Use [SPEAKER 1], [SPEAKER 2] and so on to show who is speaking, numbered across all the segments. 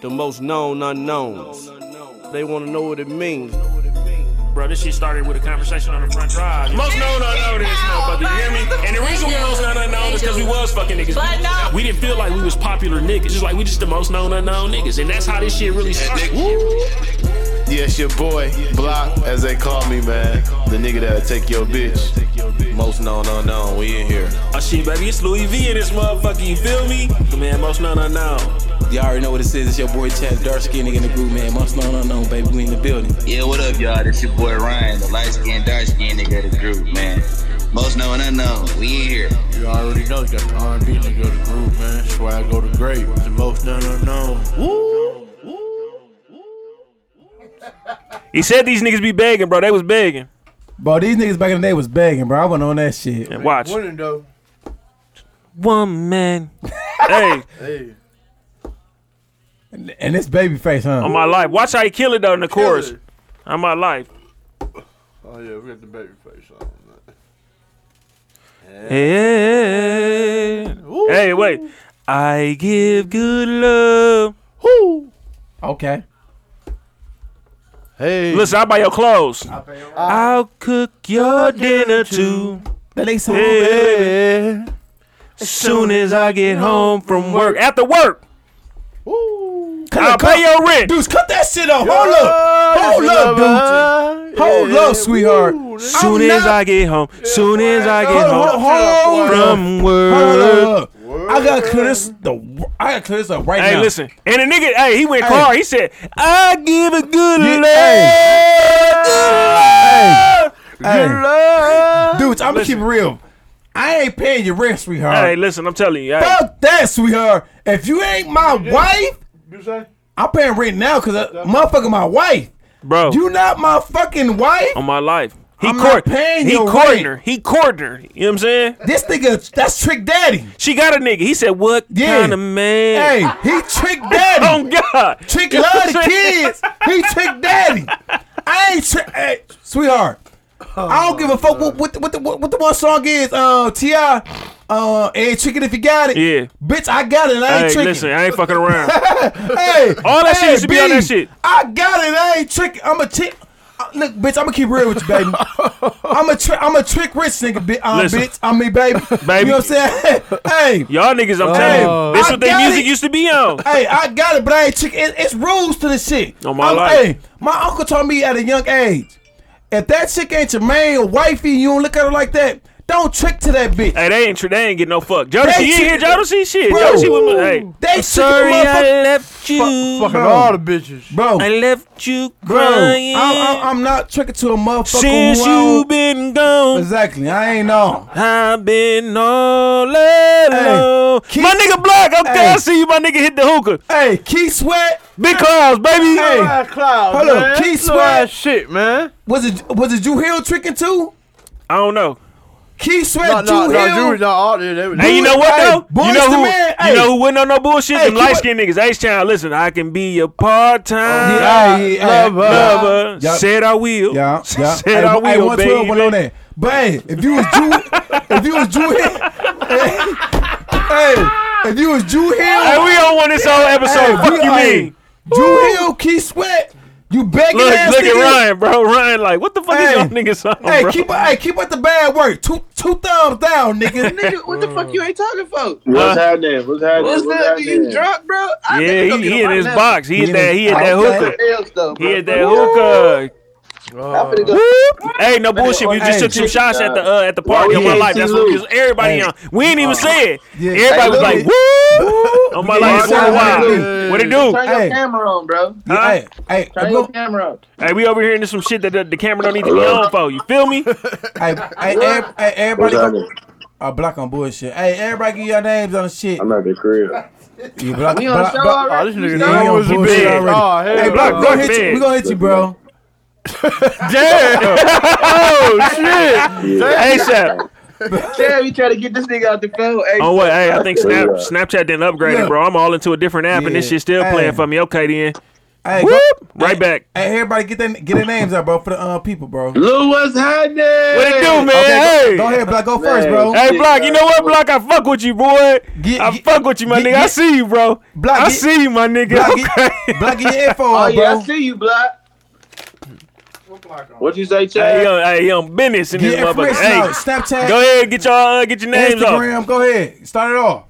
[SPEAKER 1] the most known unknowns. They wanna know what it means.
[SPEAKER 2] Bro, this shit started with a conversation on the front drive. Most known unknown is this motherfucker, you hear me? And the reason we most known unknown is because we was fucking niggas.
[SPEAKER 3] But no.
[SPEAKER 2] We didn't feel like we was popular niggas, just like we just the most known unknown niggas. And that's how this shit really started. Woo.
[SPEAKER 4] Yes, your boy, Block, as they call me, man. The nigga that'll take your bitch. Most known unknown, we in here.
[SPEAKER 2] Oh shit, baby, it's Louis V in this motherfucker, you feel me? Man, most known unknown.
[SPEAKER 5] Y'all already know what it is. It's your boy Chad, dark skin nigga in the group, man. Most known unknown, baby. We in the building.
[SPEAKER 6] Yeah, what up, y'all? This your boy Ryan, the light skinned, dark skinned nigga of the group, man. Most known unknown, we in here.
[SPEAKER 7] You already know, got the R&B nigga of the group, man. That's why I go to great. The most known unknown.
[SPEAKER 2] He said these niggas be begging, bro. They was begging.
[SPEAKER 8] Bro, these niggas back in the day was begging, bro. I went on that shit.
[SPEAKER 2] And watch.
[SPEAKER 7] Winning though.
[SPEAKER 2] One man. hey,
[SPEAKER 7] Hey.
[SPEAKER 8] And this baby face, huh?
[SPEAKER 2] on my life. Watch how he kill it though in the chorus.
[SPEAKER 7] it.
[SPEAKER 2] On my life.
[SPEAKER 7] Oh yeah, we got the baby face on. man.
[SPEAKER 2] Hey, hey, wait. I give good love.
[SPEAKER 8] Okay.
[SPEAKER 7] Hey.
[SPEAKER 2] Listen, I'll buy your clothes. I'll cook your dinner too.
[SPEAKER 8] That nigga so
[SPEAKER 2] Yeah. Soon as I get home from work, after work,
[SPEAKER 8] Cut,
[SPEAKER 2] I'll
[SPEAKER 8] it,
[SPEAKER 2] pay
[SPEAKER 8] cut,
[SPEAKER 2] your rent.
[SPEAKER 8] Deuce, cut that shit off. Hold
[SPEAKER 7] Uh,
[SPEAKER 8] up. Hold up, dude. Hold up, sweetheart.
[SPEAKER 2] Soon
[SPEAKER 8] I'm
[SPEAKER 2] as
[SPEAKER 8] not-
[SPEAKER 2] I get home, soon as I get
[SPEAKER 8] Hold up,
[SPEAKER 2] home
[SPEAKER 8] hold up.
[SPEAKER 2] from
[SPEAKER 8] Hold
[SPEAKER 2] work.
[SPEAKER 8] up. I gotta clear this. The I gotta clear this up right
[SPEAKER 2] Hey,
[SPEAKER 8] now.
[SPEAKER 2] listen. And the nigga, hey, he went
[SPEAKER 8] Hey.
[SPEAKER 2] hard. He said, I give a good
[SPEAKER 8] Yeah,
[SPEAKER 2] love.
[SPEAKER 8] hey.
[SPEAKER 2] Good
[SPEAKER 8] Hey.
[SPEAKER 2] love.
[SPEAKER 8] dudes. I'm gonna
[SPEAKER 2] Listen.
[SPEAKER 8] keep it real. I ain't paying your rent, sweetheart.
[SPEAKER 2] Hey, listen, I'm telling you. hey.
[SPEAKER 8] Fuck that, sweetheart. If you ain't my wife,
[SPEAKER 7] You say?
[SPEAKER 8] I'm paying rent now because motherfucker, my wife.
[SPEAKER 2] bro,
[SPEAKER 8] You not my fucking wife.
[SPEAKER 2] on my life. He
[SPEAKER 8] I'm
[SPEAKER 2] court,
[SPEAKER 8] not paying
[SPEAKER 2] he
[SPEAKER 8] your
[SPEAKER 2] courting
[SPEAKER 8] rent.
[SPEAKER 2] her. He courting her. You know what I'm saying?
[SPEAKER 8] This nigga, that's Trick Daddy.
[SPEAKER 2] She got a nigga. He said, what
[SPEAKER 8] Yeah.
[SPEAKER 2] kind of man?
[SPEAKER 8] Hey, he Trick
[SPEAKER 2] Oh,
[SPEAKER 8] Daddy.
[SPEAKER 2] God.
[SPEAKER 8] Trick
[SPEAKER 2] You know
[SPEAKER 8] love
[SPEAKER 2] what
[SPEAKER 8] the
[SPEAKER 2] I'm saying?
[SPEAKER 8] kids. He Trick Daddy. I ain't trick, hey, sweetheart.
[SPEAKER 7] Oh
[SPEAKER 8] I don't give a fuck what what the, what, the, what the one song is. Uh, Ti, uh, ain't tricking if you got it.
[SPEAKER 2] Yeah.
[SPEAKER 8] bitch, I got it. And I ain't
[SPEAKER 2] Hey,
[SPEAKER 8] tricking.
[SPEAKER 2] listen, I ain't fucking around.
[SPEAKER 8] Hey,
[SPEAKER 2] All that
[SPEAKER 8] hey,
[SPEAKER 2] shit used to be on that shit.
[SPEAKER 8] I got it. I ain't tricking. I'm a chick. uh, Look, bitch, I'm gonna keep real with you, baby. I'm a trick. I'm a trick rich nigga, bi- uh,
[SPEAKER 2] Listen.
[SPEAKER 8] bitch. I mean, baby.
[SPEAKER 2] Baby.
[SPEAKER 8] You know what I'm saying? hey,
[SPEAKER 2] Y'all niggas, I'm telling you. This
[SPEAKER 8] Oh. I
[SPEAKER 2] what their
[SPEAKER 8] got
[SPEAKER 2] music
[SPEAKER 8] it.
[SPEAKER 2] used to be on.
[SPEAKER 8] hey, I got it, but I ain't chick. It, it's rules to this shit.
[SPEAKER 2] On my
[SPEAKER 8] I'm-
[SPEAKER 2] life.
[SPEAKER 8] Hey, my uncle told me at a young age, if that chick ain't your main or wifey, you don't look at her like that. Don't trick to that bitch.
[SPEAKER 2] Hey, they ain't tr- they ain't get no fuck. Jodeci,
[SPEAKER 8] They
[SPEAKER 2] you ain't hear
[SPEAKER 8] tri-
[SPEAKER 2] Jodeci? Shit,
[SPEAKER 8] Bro.
[SPEAKER 2] Jodeci with my, hey.
[SPEAKER 8] They tri- motherfuck-
[SPEAKER 2] left you.
[SPEAKER 7] Fucking
[SPEAKER 8] Bro.
[SPEAKER 7] all the bitches.
[SPEAKER 8] bro,
[SPEAKER 2] left you
[SPEAKER 8] bro, I'm, I'm, I'm not tricking to a motherfucker who I don't-
[SPEAKER 2] been gone,
[SPEAKER 8] Exactly, I ain't on.
[SPEAKER 2] I've been all alone.
[SPEAKER 8] keep-
[SPEAKER 2] my nigga Block, okay,
[SPEAKER 8] Hey.
[SPEAKER 2] I see you. My nigga hit the hookah.
[SPEAKER 8] Hey, Key Sweat,
[SPEAKER 2] Big Claws, baby.
[SPEAKER 8] Hey.
[SPEAKER 7] Ass Cloud,
[SPEAKER 8] Hold up,
[SPEAKER 7] man.
[SPEAKER 8] Keith
[SPEAKER 7] Slow ass
[SPEAKER 8] Sweat.
[SPEAKER 7] shit, man.
[SPEAKER 8] was it was it Drew Hill tricking too?
[SPEAKER 2] I don't know.
[SPEAKER 8] Key Sweat,
[SPEAKER 7] No, no,
[SPEAKER 8] Drew Hill.
[SPEAKER 7] no, Drew, no, all they, they,
[SPEAKER 2] Hey, you know what
[SPEAKER 8] hey,
[SPEAKER 2] though? You
[SPEAKER 8] Boyz
[SPEAKER 2] know
[SPEAKER 8] II
[SPEAKER 2] who?
[SPEAKER 8] Men,
[SPEAKER 2] You
[SPEAKER 8] hey.
[SPEAKER 2] know who went on no bullshit?
[SPEAKER 8] Hey,
[SPEAKER 2] Them
[SPEAKER 8] keep
[SPEAKER 2] light skinned niggas. H Town, listen, I can be your part time
[SPEAKER 8] Yeah, yeah, yeah.
[SPEAKER 2] lover. lover.
[SPEAKER 8] Yeah.
[SPEAKER 2] Said I will.
[SPEAKER 8] Yeah, yeah.
[SPEAKER 2] Said uh, I
[SPEAKER 8] hey,
[SPEAKER 2] will,
[SPEAKER 8] 112
[SPEAKER 2] baby.
[SPEAKER 8] went on that. But hey, if you was Drew, if you was Drew Hill, hey, hey, if you was Drew Hill,
[SPEAKER 2] Hey, we don't want this whole episode.
[SPEAKER 8] hey,
[SPEAKER 2] Fuck you
[SPEAKER 8] hey,
[SPEAKER 2] mean?
[SPEAKER 8] Drew Hill, Key Sweat, you begging
[SPEAKER 2] Look,
[SPEAKER 8] ass
[SPEAKER 2] look at
[SPEAKER 8] nigga.
[SPEAKER 2] Ryan, bro. Ryan, like, what the fuck is
[SPEAKER 8] Hey.
[SPEAKER 2] y'all niggas
[SPEAKER 1] Oh,
[SPEAKER 2] on,
[SPEAKER 8] Hey,
[SPEAKER 2] bro?
[SPEAKER 8] keep hey, keep up the bad work. Two two thumbs down, nigga.
[SPEAKER 6] Nigga, what the fuck you ain't talking for?
[SPEAKER 2] Huh?
[SPEAKER 9] What's happening? What's happening?
[SPEAKER 6] What's up? You drunk, bro? I
[SPEAKER 2] yeah,
[SPEAKER 6] better go
[SPEAKER 2] he, he
[SPEAKER 6] get on
[SPEAKER 2] in
[SPEAKER 6] my
[SPEAKER 2] his
[SPEAKER 6] level.
[SPEAKER 2] box. He in that. He in that
[SPEAKER 8] Okay.
[SPEAKER 2] hookah.
[SPEAKER 6] Else though,
[SPEAKER 2] He
[SPEAKER 6] bro.
[SPEAKER 2] in that hookah.
[SPEAKER 6] I'm finna go.
[SPEAKER 2] Hey, no bullshit. We just
[SPEAKER 8] Hey,
[SPEAKER 2] took some
[SPEAKER 8] shit,
[SPEAKER 2] shots at the uh, at the party
[SPEAKER 9] we
[SPEAKER 2] on my
[SPEAKER 9] can't
[SPEAKER 2] life.
[SPEAKER 9] see
[SPEAKER 2] That's what we
[SPEAKER 9] Lou?
[SPEAKER 2] was, everybody
[SPEAKER 8] Hey. Uh,
[SPEAKER 2] on. We ain't even say it.
[SPEAKER 8] Yeah.
[SPEAKER 2] Everybody
[SPEAKER 6] Hey,
[SPEAKER 2] was
[SPEAKER 6] Lou.
[SPEAKER 2] like, "Woo!" On my
[SPEAKER 8] You
[SPEAKER 2] life
[SPEAKER 8] can't
[SPEAKER 2] for a
[SPEAKER 8] see
[SPEAKER 2] while.
[SPEAKER 8] Lou.
[SPEAKER 2] What it do?
[SPEAKER 6] Turn your
[SPEAKER 8] Hey.
[SPEAKER 6] camera on, bro.
[SPEAKER 2] Huh?
[SPEAKER 8] Hey, hey,
[SPEAKER 6] Turn
[SPEAKER 8] I'm
[SPEAKER 6] your
[SPEAKER 8] go-
[SPEAKER 6] camera on.
[SPEAKER 2] Hey, we over here into some shit that the, the camera don't need to be on for. You feel me?
[SPEAKER 8] hey, hey, ev- hey,
[SPEAKER 9] What's
[SPEAKER 8] everybody. go-
[SPEAKER 9] happening?
[SPEAKER 8] Uh, block on bullshit. Hey, everybody give your names on the shit.
[SPEAKER 9] I'm at the crib.
[SPEAKER 8] You block,
[SPEAKER 6] We on
[SPEAKER 8] block-
[SPEAKER 6] show
[SPEAKER 8] block-
[SPEAKER 7] Oh,
[SPEAKER 6] already.
[SPEAKER 7] this nigga
[SPEAKER 8] Yeah,
[SPEAKER 7] yeah,
[SPEAKER 8] he on
[SPEAKER 7] was a
[SPEAKER 8] bullshit
[SPEAKER 7] bitch. Oh,
[SPEAKER 8] already.
[SPEAKER 7] hell
[SPEAKER 8] Hey, block,
[SPEAKER 2] block
[SPEAKER 8] block hit
[SPEAKER 2] big.
[SPEAKER 8] you. We gonna hit you, bro.
[SPEAKER 2] Damn. oh shit.
[SPEAKER 9] Yeah.
[SPEAKER 2] Hey, Sap.
[SPEAKER 6] Damn, you try to get this nigga out the phone. Hey,
[SPEAKER 2] Oh wait. Hey, I think Snap
[SPEAKER 9] Yeah.
[SPEAKER 2] Snapchat didn't upgrade it,
[SPEAKER 8] Look.
[SPEAKER 2] bro. I'm all into a different app, and this
[SPEAKER 8] Yeah.
[SPEAKER 2] shit still
[SPEAKER 8] Hey.
[SPEAKER 2] playing for me. Okay, then.
[SPEAKER 8] Hey, go,
[SPEAKER 2] Whoop! Right back.
[SPEAKER 8] hey, everybody, get their get their names out, bro, for the uh, people, bro.
[SPEAKER 10] Lou, what's happening?
[SPEAKER 2] What it do, man?
[SPEAKER 8] Okay,
[SPEAKER 2] hey.
[SPEAKER 8] go, go ahead, Block. Go first, bro.
[SPEAKER 2] Hey, Block, you know what, Block? I fuck with you, boy.
[SPEAKER 8] Get-
[SPEAKER 2] I
[SPEAKER 8] get-
[SPEAKER 2] fuck with you, my
[SPEAKER 8] get-
[SPEAKER 2] nigga. I
[SPEAKER 8] get-
[SPEAKER 2] see you, bro.
[SPEAKER 8] Block,
[SPEAKER 2] I
[SPEAKER 8] get-
[SPEAKER 2] see you, my nigga.
[SPEAKER 8] Block,
[SPEAKER 2] okay.
[SPEAKER 8] get, block, get your info
[SPEAKER 10] Oh,
[SPEAKER 8] out,
[SPEAKER 10] yeah, I
[SPEAKER 8] bro.
[SPEAKER 10] see you, Block. What you say,
[SPEAKER 2] hey,
[SPEAKER 10] Chad?
[SPEAKER 2] young, hey, young, business in
[SPEAKER 8] Get
[SPEAKER 2] this
[SPEAKER 8] your
[SPEAKER 2] motherfucker.
[SPEAKER 8] information out.
[SPEAKER 2] Hey,
[SPEAKER 8] Snapchat,
[SPEAKER 2] go ahead, get y'all, uh, get your names off.
[SPEAKER 8] Instagram. Go ahead. Start it off.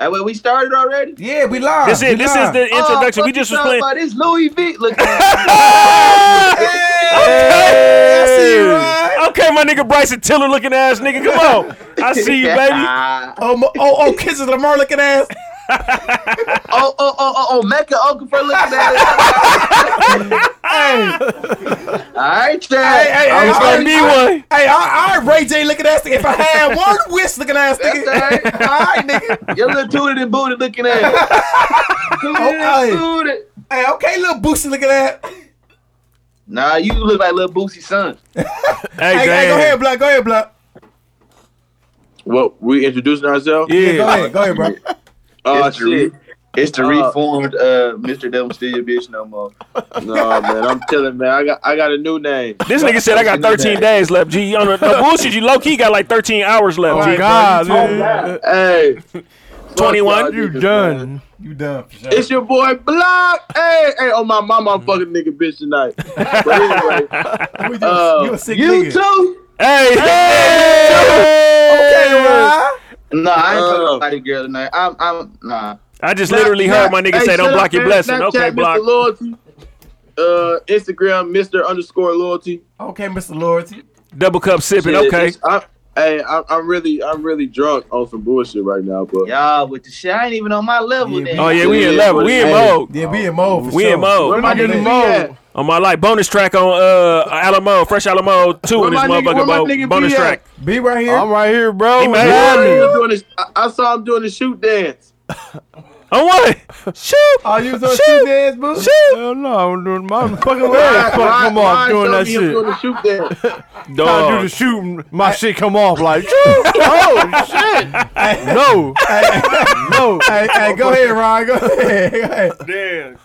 [SPEAKER 10] Hey, wait, we started already? Oh,
[SPEAKER 8] Yeah, we live.
[SPEAKER 2] This
[SPEAKER 8] we
[SPEAKER 2] is this is
[SPEAKER 8] live.
[SPEAKER 2] the introduction. we just was playing.
[SPEAKER 10] About this Louis V. Look,
[SPEAKER 8] Hey, I see you, right?
[SPEAKER 2] Hey, Okay, my nigga Bryson Tiller looking ass nigga. Come on, I see you, baby.
[SPEAKER 8] Oh, mo- oh, oh, kisses Lamar looking ass.
[SPEAKER 10] oh, oh, oh, oh, oh, Mecca Okafor looking at it. All right, Chad.
[SPEAKER 8] Hey, hey,
[SPEAKER 10] I'm
[SPEAKER 8] hey,
[SPEAKER 2] It's gonna
[SPEAKER 10] sorry.
[SPEAKER 2] be one.
[SPEAKER 8] Hey, I, I Ray J looking ass. Nigga. If I had one wish looking ass, nigga.
[SPEAKER 10] That's Oh, all
[SPEAKER 8] All right, nigga.
[SPEAKER 10] Your little tooted and booted looking at it. Tooted
[SPEAKER 8] hey.
[SPEAKER 10] and booted.
[SPEAKER 8] Hey, okay, little Boosie looking ass.
[SPEAKER 10] Nah, you look like little Boosie's son.
[SPEAKER 2] Hey,
[SPEAKER 8] Hey, hey,
[SPEAKER 2] damn.
[SPEAKER 8] go ahead, blood. Go ahead, blood.
[SPEAKER 10] Well, we introducing ourselves?
[SPEAKER 2] Yeah.
[SPEAKER 8] Go ahead, go ahead, bro.
[SPEAKER 10] Oh,
[SPEAKER 6] It's the re- It's the reformed uh, Mr. Devil Still Your Bitch No More.
[SPEAKER 10] No, man, I'm telling man, I got I got a new name.
[SPEAKER 2] This nigga said I got 13 days left. G, on the, no bullshit. You low key got like 13 hours
[SPEAKER 10] Oh
[SPEAKER 2] left. G.
[SPEAKER 8] God,
[SPEAKER 10] Hey. fuck
[SPEAKER 2] 21,
[SPEAKER 10] y'all
[SPEAKER 2] you
[SPEAKER 10] niggas, man.
[SPEAKER 2] done.
[SPEAKER 8] you done for sure.
[SPEAKER 10] It's your boy Block. Hey, hey, oh my mama, I'm
[SPEAKER 6] Mm.
[SPEAKER 10] fucking nigga bitch tonight. But anyway,
[SPEAKER 8] You,
[SPEAKER 10] uh,
[SPEAKER 8] you a sick
[SPEAKER 10] you
[SPEAKER 8] nigga.
[SPEAKER 10] too.
[SPEAKER 2] Hey,
[SPEAKER 8] Hey, Rod.
[SPEAKER 6] No, I ain't
[SPEAKER 10] Uh.
[SPEAKER 6] fucking nobody girl tonight. I'm, I'm, nah.
[SPEAKER 2] I just literally heard my nigga
[SPEAKER 10] Hey,
[SPEAKER 2] say, "Don't
[SPEAKER 10] shut
[SPEAKER 2] block
[SPEAKER 10] up,
[SPEAKER 2] your
[SPEAKER 10] man.
[SPEAKER 2] blessing."
[SPEAKER 10] Snapchat,
[SPEAKER 2] Okay,
[SPEAKER 10] Mr.
[SPEAKER 2] block.
[SPEAKER 10] Loyalty. Uh, Instagram, Mr. Underscore Loyalty.
[SPEAKER 8] Okay, Mr. Loyalty.
[SPEAKER 2] Double cup sipping.
[SPEAKER 10] Shit,
[SPEAKER 2] Okay.
[SPEAKER 10] it's- I'm, hey, I'm, I'm really, I'm really drunk on some bullshit right now, but
[SPEAKER 6] Y'all with the shit. I ain't even on my level
[SPEAKER 8] Yeah,
[SPEAKER 6] then.
[SPEAKER 2] Oh yeah, we in
[SPEAKER 10] Yeah,
[SPEAKER 2] level.
[SPEAKER 10] but-
[SPEAKER 2] We in
[SPEAKER 10] hey.
[SPEAKER 2] mode.
[SPEAKER 8] Yeah, we in mode for
[SPEAKER 2] We
[SPEAKER 8] sure.
[SPEAKER 2] in mode.
[SPEAKER 10] where my
[SPEAKER 8] Come on,
[SPEAKER 10] nigga
[SPEAKER 8] man.
[SPEAKER 10] be at?
[SPEAKER 2] On my life, bonus track on uh Alamo, fresh Alamo two
[SPEAKER 10] Where
[SPEAKER 2] in this
[SPEAKER 10] my nigga- where
[SPEAKER 2] motherfucker.
[SPEAKER 10] my
[SPEAKER 2] Bo-
[SPEAKER 10] nigga
[SPEAKER 2] bonus
[SPEAKER 10] be at?
[SPEAKER 2] track.
[SPEAKER 8] Be right here.
[SPEAKER 2] I'm right here, bro. He mad
[SPEAKER 10] I,
[SPEAKER 2] at
[SPEAKER 10] saw
[SPEAKER 2] me.
[SPEAKER 10] him doing the- I- I saw him doing the shoot dance.
[SPEAKER 2] On what? Shoot.
[SPEAKER 8] Are you doing
[SPEAKER 2] Shoot.
[SPEAKER 8] two dance, boo?
[SPEAKER 2] Hell no, I'm doing my fucking
[SPEAKER 10] Ryan- Ryan- Ryan showed me him doing the shoot dance.
[SPEAKER 2] Dog. do the shoot.
[SPEAKER 7] shooting, my shit come off like, oh shit, no, no.
[SPEAKER 8] Hey, hey, go ahead, Ron. Go ahead. Go ahead.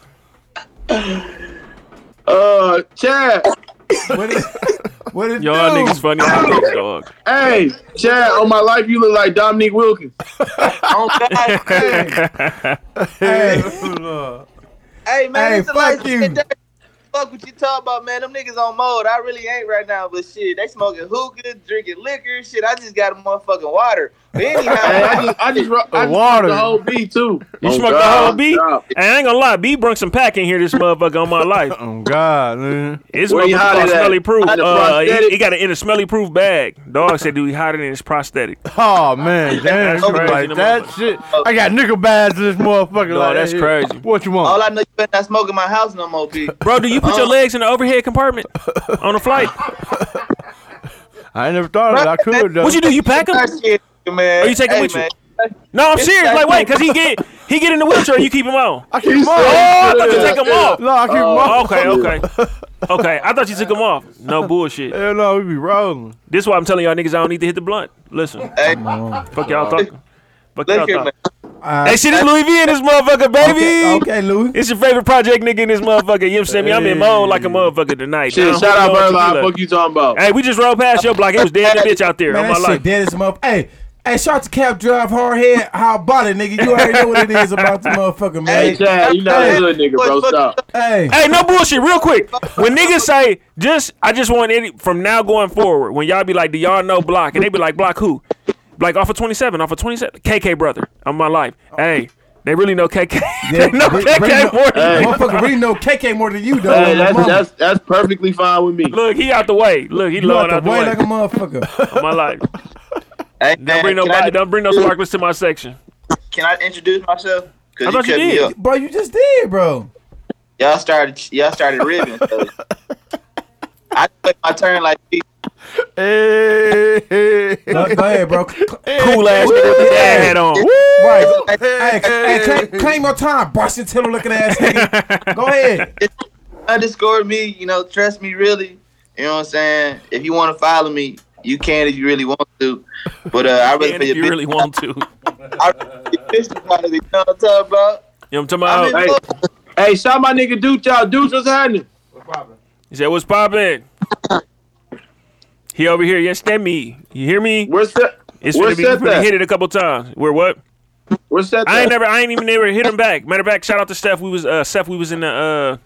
[SPEAKER 10] Uh, Chad.
[SPEAKER 8] What is, what is
[SPEAKER 2] Y'all
[SPEAKER 8] do?
[SPEAKER 2] niggas funny. as fuck, dog.
[SPEAKER 10] Hey, Chad. On my life, you look like Dominique Wilkins.
[SPEAKER 8] Hey,
[SPEAKER 6] Hey, man,
[SPEAKER 8] Hey,
[SPEAKER 6] it's the
[SPEAKER 8] fuck
[SPEAKER 6] lights
[SPEAKER 8] you.
[SPEAKER 6] and dark. Fuck what you talk about, man. Them niggas on mode. I really ain't right now, but shit, they smoking hookah, drinking liquor, shit. I just got a motherfucking water. But anyhow,
[SPEAKER 10] Hey, I just, I just, ru- I just
[SPEAKER 7] Water.
[SPEAKER 10] smoked the whole beat too.
[SPEAKER 2] You
[SPEAKER 10] Oh,
[SPEAKER 2] smoked the
[SPEAKER 10] God,
[SPEAKER 2] whole beat?
[SPEAKER 10] God.
[SPEAKER 2] Hey, I ain't gonna lie, B brung some pack in here this motherfucker on my life.
[SPEAKER 7] Oh God, man.
[SPEAKER 2] It's
[SPEAKER 10] Where you
[SPEAKER 2] motherfucker
[SPEAKER 10] hide
[SPEAKER 2] called
[SPEAKER 10] it at?
[SPEAKER 2] smelly proof.
[SPEAKER 10] Hide the
[SPEAKER 2] Uh, he,
[SPEAKER 10] prosthetic?
[SPEAKER 2] he got it in a smelly proof bag. Dog said, "Do he hide it in his prosthetic?"
[SPEAKER 7] Oh man, damn,
[SPEAKER 2] That's
[SPEAKER 7] you
[SPEAKER 2] crazy,
[SPEAKER 7] like
[SPEAKER 2] the
[SPEAKER 7] that
[SPEAKER 2] motherfucker.
[SPEAKER 7] shit. I got nickel bags in this motherfucker.
[SPEAKER 2] No,
[SPEAKER 7] like,
[SPEAKER 2] that's
[SPEAKER 7] hey,
[SPEAKER 2] crazy.
[SPEAKER 7] What you
[SPEAKER 6] all
[SPEAKER 7] want?
[SPEAKER 6] I know you better not smoke in my house no more, B.
[SPEAKER 2] Bro, Oh, do you put
[SPEAKER 10] Uh-huh.
[SPEAKER 2] your legs in the overhead compartment on the flight?
[SPEAKER 7] I ain't never thought of it. I could though.
[SPEAKER 2] What you do? You pack them?
[SPEAKER 6] That shit, man.
[SPEAKER 2] Are you taking
[SPEAKER 6] Hey,
[SPEAKER 2] with you?
[SPEAKER 6] man.
[SPEAKER 2] No, I'm serious. Like, wait, cause he get he get in the wheelchair, and you keep him on.
[SPEAKER 7] I keep them
[SPEAKER 2] Oh, I thought you
[SPEAKER 7] off.
[SPEAKER 2] take him off.
[SPEAKER 7] No, I keep them
[SPEAKER 2] Oh,
[SPEAKER 7] off.
[SPEAKER 2] okay, okay, okay. I thought you took him off. No bullshit.
[SPEAKER 7] Hell no, we be rolling.
[SPEAKER 2] This is why I'm telling y'all niggas I don't need to hit the blunt. Listen,
[SPEAKER 6] Hey,
[SPEAKER 2] fuck y'all talking. Fuck y'all
[SPEAKER 6] look here, man.
[SPEAKER 2] talking. Hey, shit, it's Louis V in this motherfucker, baby.
[SPEAKER 8] okay, okay, Louis.
[SPEAKER 2] It's your favorite project nigga in this motherfucker. You understand me? I'm in mode like a motherfucker tonight.
[SPEAKER 10] Shit,
[SPEAKER 2] Now,
[SPEAKER 10] shout out
[SPEAKER 2] hold on to
[SPEAKER 10] Burla.
[SPEAKER 2] you, look.
[SPEAKER 10] Fuck you talking about?
[SPEAKER 2] Hey, we just rolled past your block. It was dead in the bitch out there on
[SPEAKER 8] Man, that
[SPEAKER 2] my
[SPEAKER 8] shit
[SPEAKER 2] life.
[SPEAKER 8] dead as a motherfucker. Hey, hey, shout out to Cap Drive, Hard Head, Hot Body, nigga. You already know what it is about the motherfucker,
[SPEAKER 10] Hey,
[SPEAKER 8] man.
[SPEAKER 10] Chad. You not
[SPEAKER 8] Hey,
[SPEAKER 10] a hood nigga, bro.
[SPEAKER 6] fuck
[SPEAKER 10] Stop.
[SPEAKER 8] Hey,
[SPEAKER 2] Hey, no bullshit. Real quick, when niggas say just, I just want any from now going forward. When y'all be like, do y'all know block? And they be like, block who? Like off of twenty seven, off of twenty seven, KK brother on my life. Hey, they really know KK.
[SPEAKER 8] Yeah,
[SPEAKER 2] they know
[SPEAKER 8] bring-
[SPEAKER 2] KK
[SPEAKER 8] bring up-
[SPEAKER 2] more than
[SPEAKER 10] Hey.
[SPEAKER 8] motherfucker, really know KK more than you, though.
[SPEAKER 10] Hey, that's,
[SPEAKER 8] Mama,
[SPEAKER 10] that's that's perfectly fine with me.
[SPEAKER 2] Look, he out the way. Look, he
[SPEAKER 8] you
[SPEAKER 2] low
[SPEAKER 8] out
[SPEAKER 2] out,
[SPEAKER 8] the way
[SPEAKER 2] out
[SPEAKER 8] like
[SPEAKER 2] the
[SPEAKER 8] a
[SPEAKER 2] way.
[SPEAKER 8] motherfucker.
[SPEAKER 2] on my life.
[SPEAKER 6] Hey,
[SPEAKER 2] Don't
[SPEAKER 6] man,
[SPEAKER 2] bring
[SPEAKER 6] can,
[SPEAKER 2] nobody.
[SPEAKER 6] I,
[SPEAKER 2] Don't bring no sparklers to my section.
[SPEAKER 6] can I introduce myself?
[SPEAKER 2] I
[SPEAKER 6] Because
[SPEAKER 2] thought you
[SPEAKER 6] you cut me
[SPEAKER 2] did.
[SPEAKER 6] up.
[SPEAKER 8] bro, you just did, bro.
[SPEAKER 6] Y'all started. Y'all started ribbing. So. I took my turn like B.
[SPEAKER 7] Hey,
[SPEAKER 8] Go, go ahead, bro.
[SPEAKER 2] Cool ass nigga with the dad hat on.
[SPEAKER 8] Right. Hey, hey, claim, claim your time, Boston Tiller looking ass nigga. Go ahead.
[SPEAKER 6] underscore me, you know, trust me really. You know what I'm saying? If you want to follow me, you can if you really want to. But uh, I really
[SPEAKER 2] Man,
[SPEAKER 6] for
[SPEAKER 2] if
[SPEAKER 6] your
[SPEAKER 2] you
[SPEAKER 6] bitch.
[SPEAKER 2] really want to. You know
[SPEAKER 6] I really for your business, you know what I'm talking about?
[SPEAKER 2] what I'm talking
[SPEAKER 6] I
[SPEAKER 2] about?
[SPEAKER 6] mean,
[SPEAKER 10] hey.
[SPEAKER 6] look,
[SPEAKER 2] Hey, shout my nigga Duke out. Duke, what's happening?
[SPEAKER 3] He said, "What's poppin'?" he over here. Yes, that me. You hear me?
[SPEAKER 2] Where's that?
[SPEAKER 3] It's
[SPEAKER 2] Where's
[SPEAKER 3] gonna be. It's
[SPEAKER 2] Seth at?
[SPEAKER 3] gonna hit it a couple times. Where what?
[SPEAKER 2] Where's that?
[SPEAKER 3] I ain't
[SPEAKER 2] at?
[SPEAKER 3] never. I ain't even never hit him back. Matter of fact, shout out to Steph. We was uh Steph. We was in the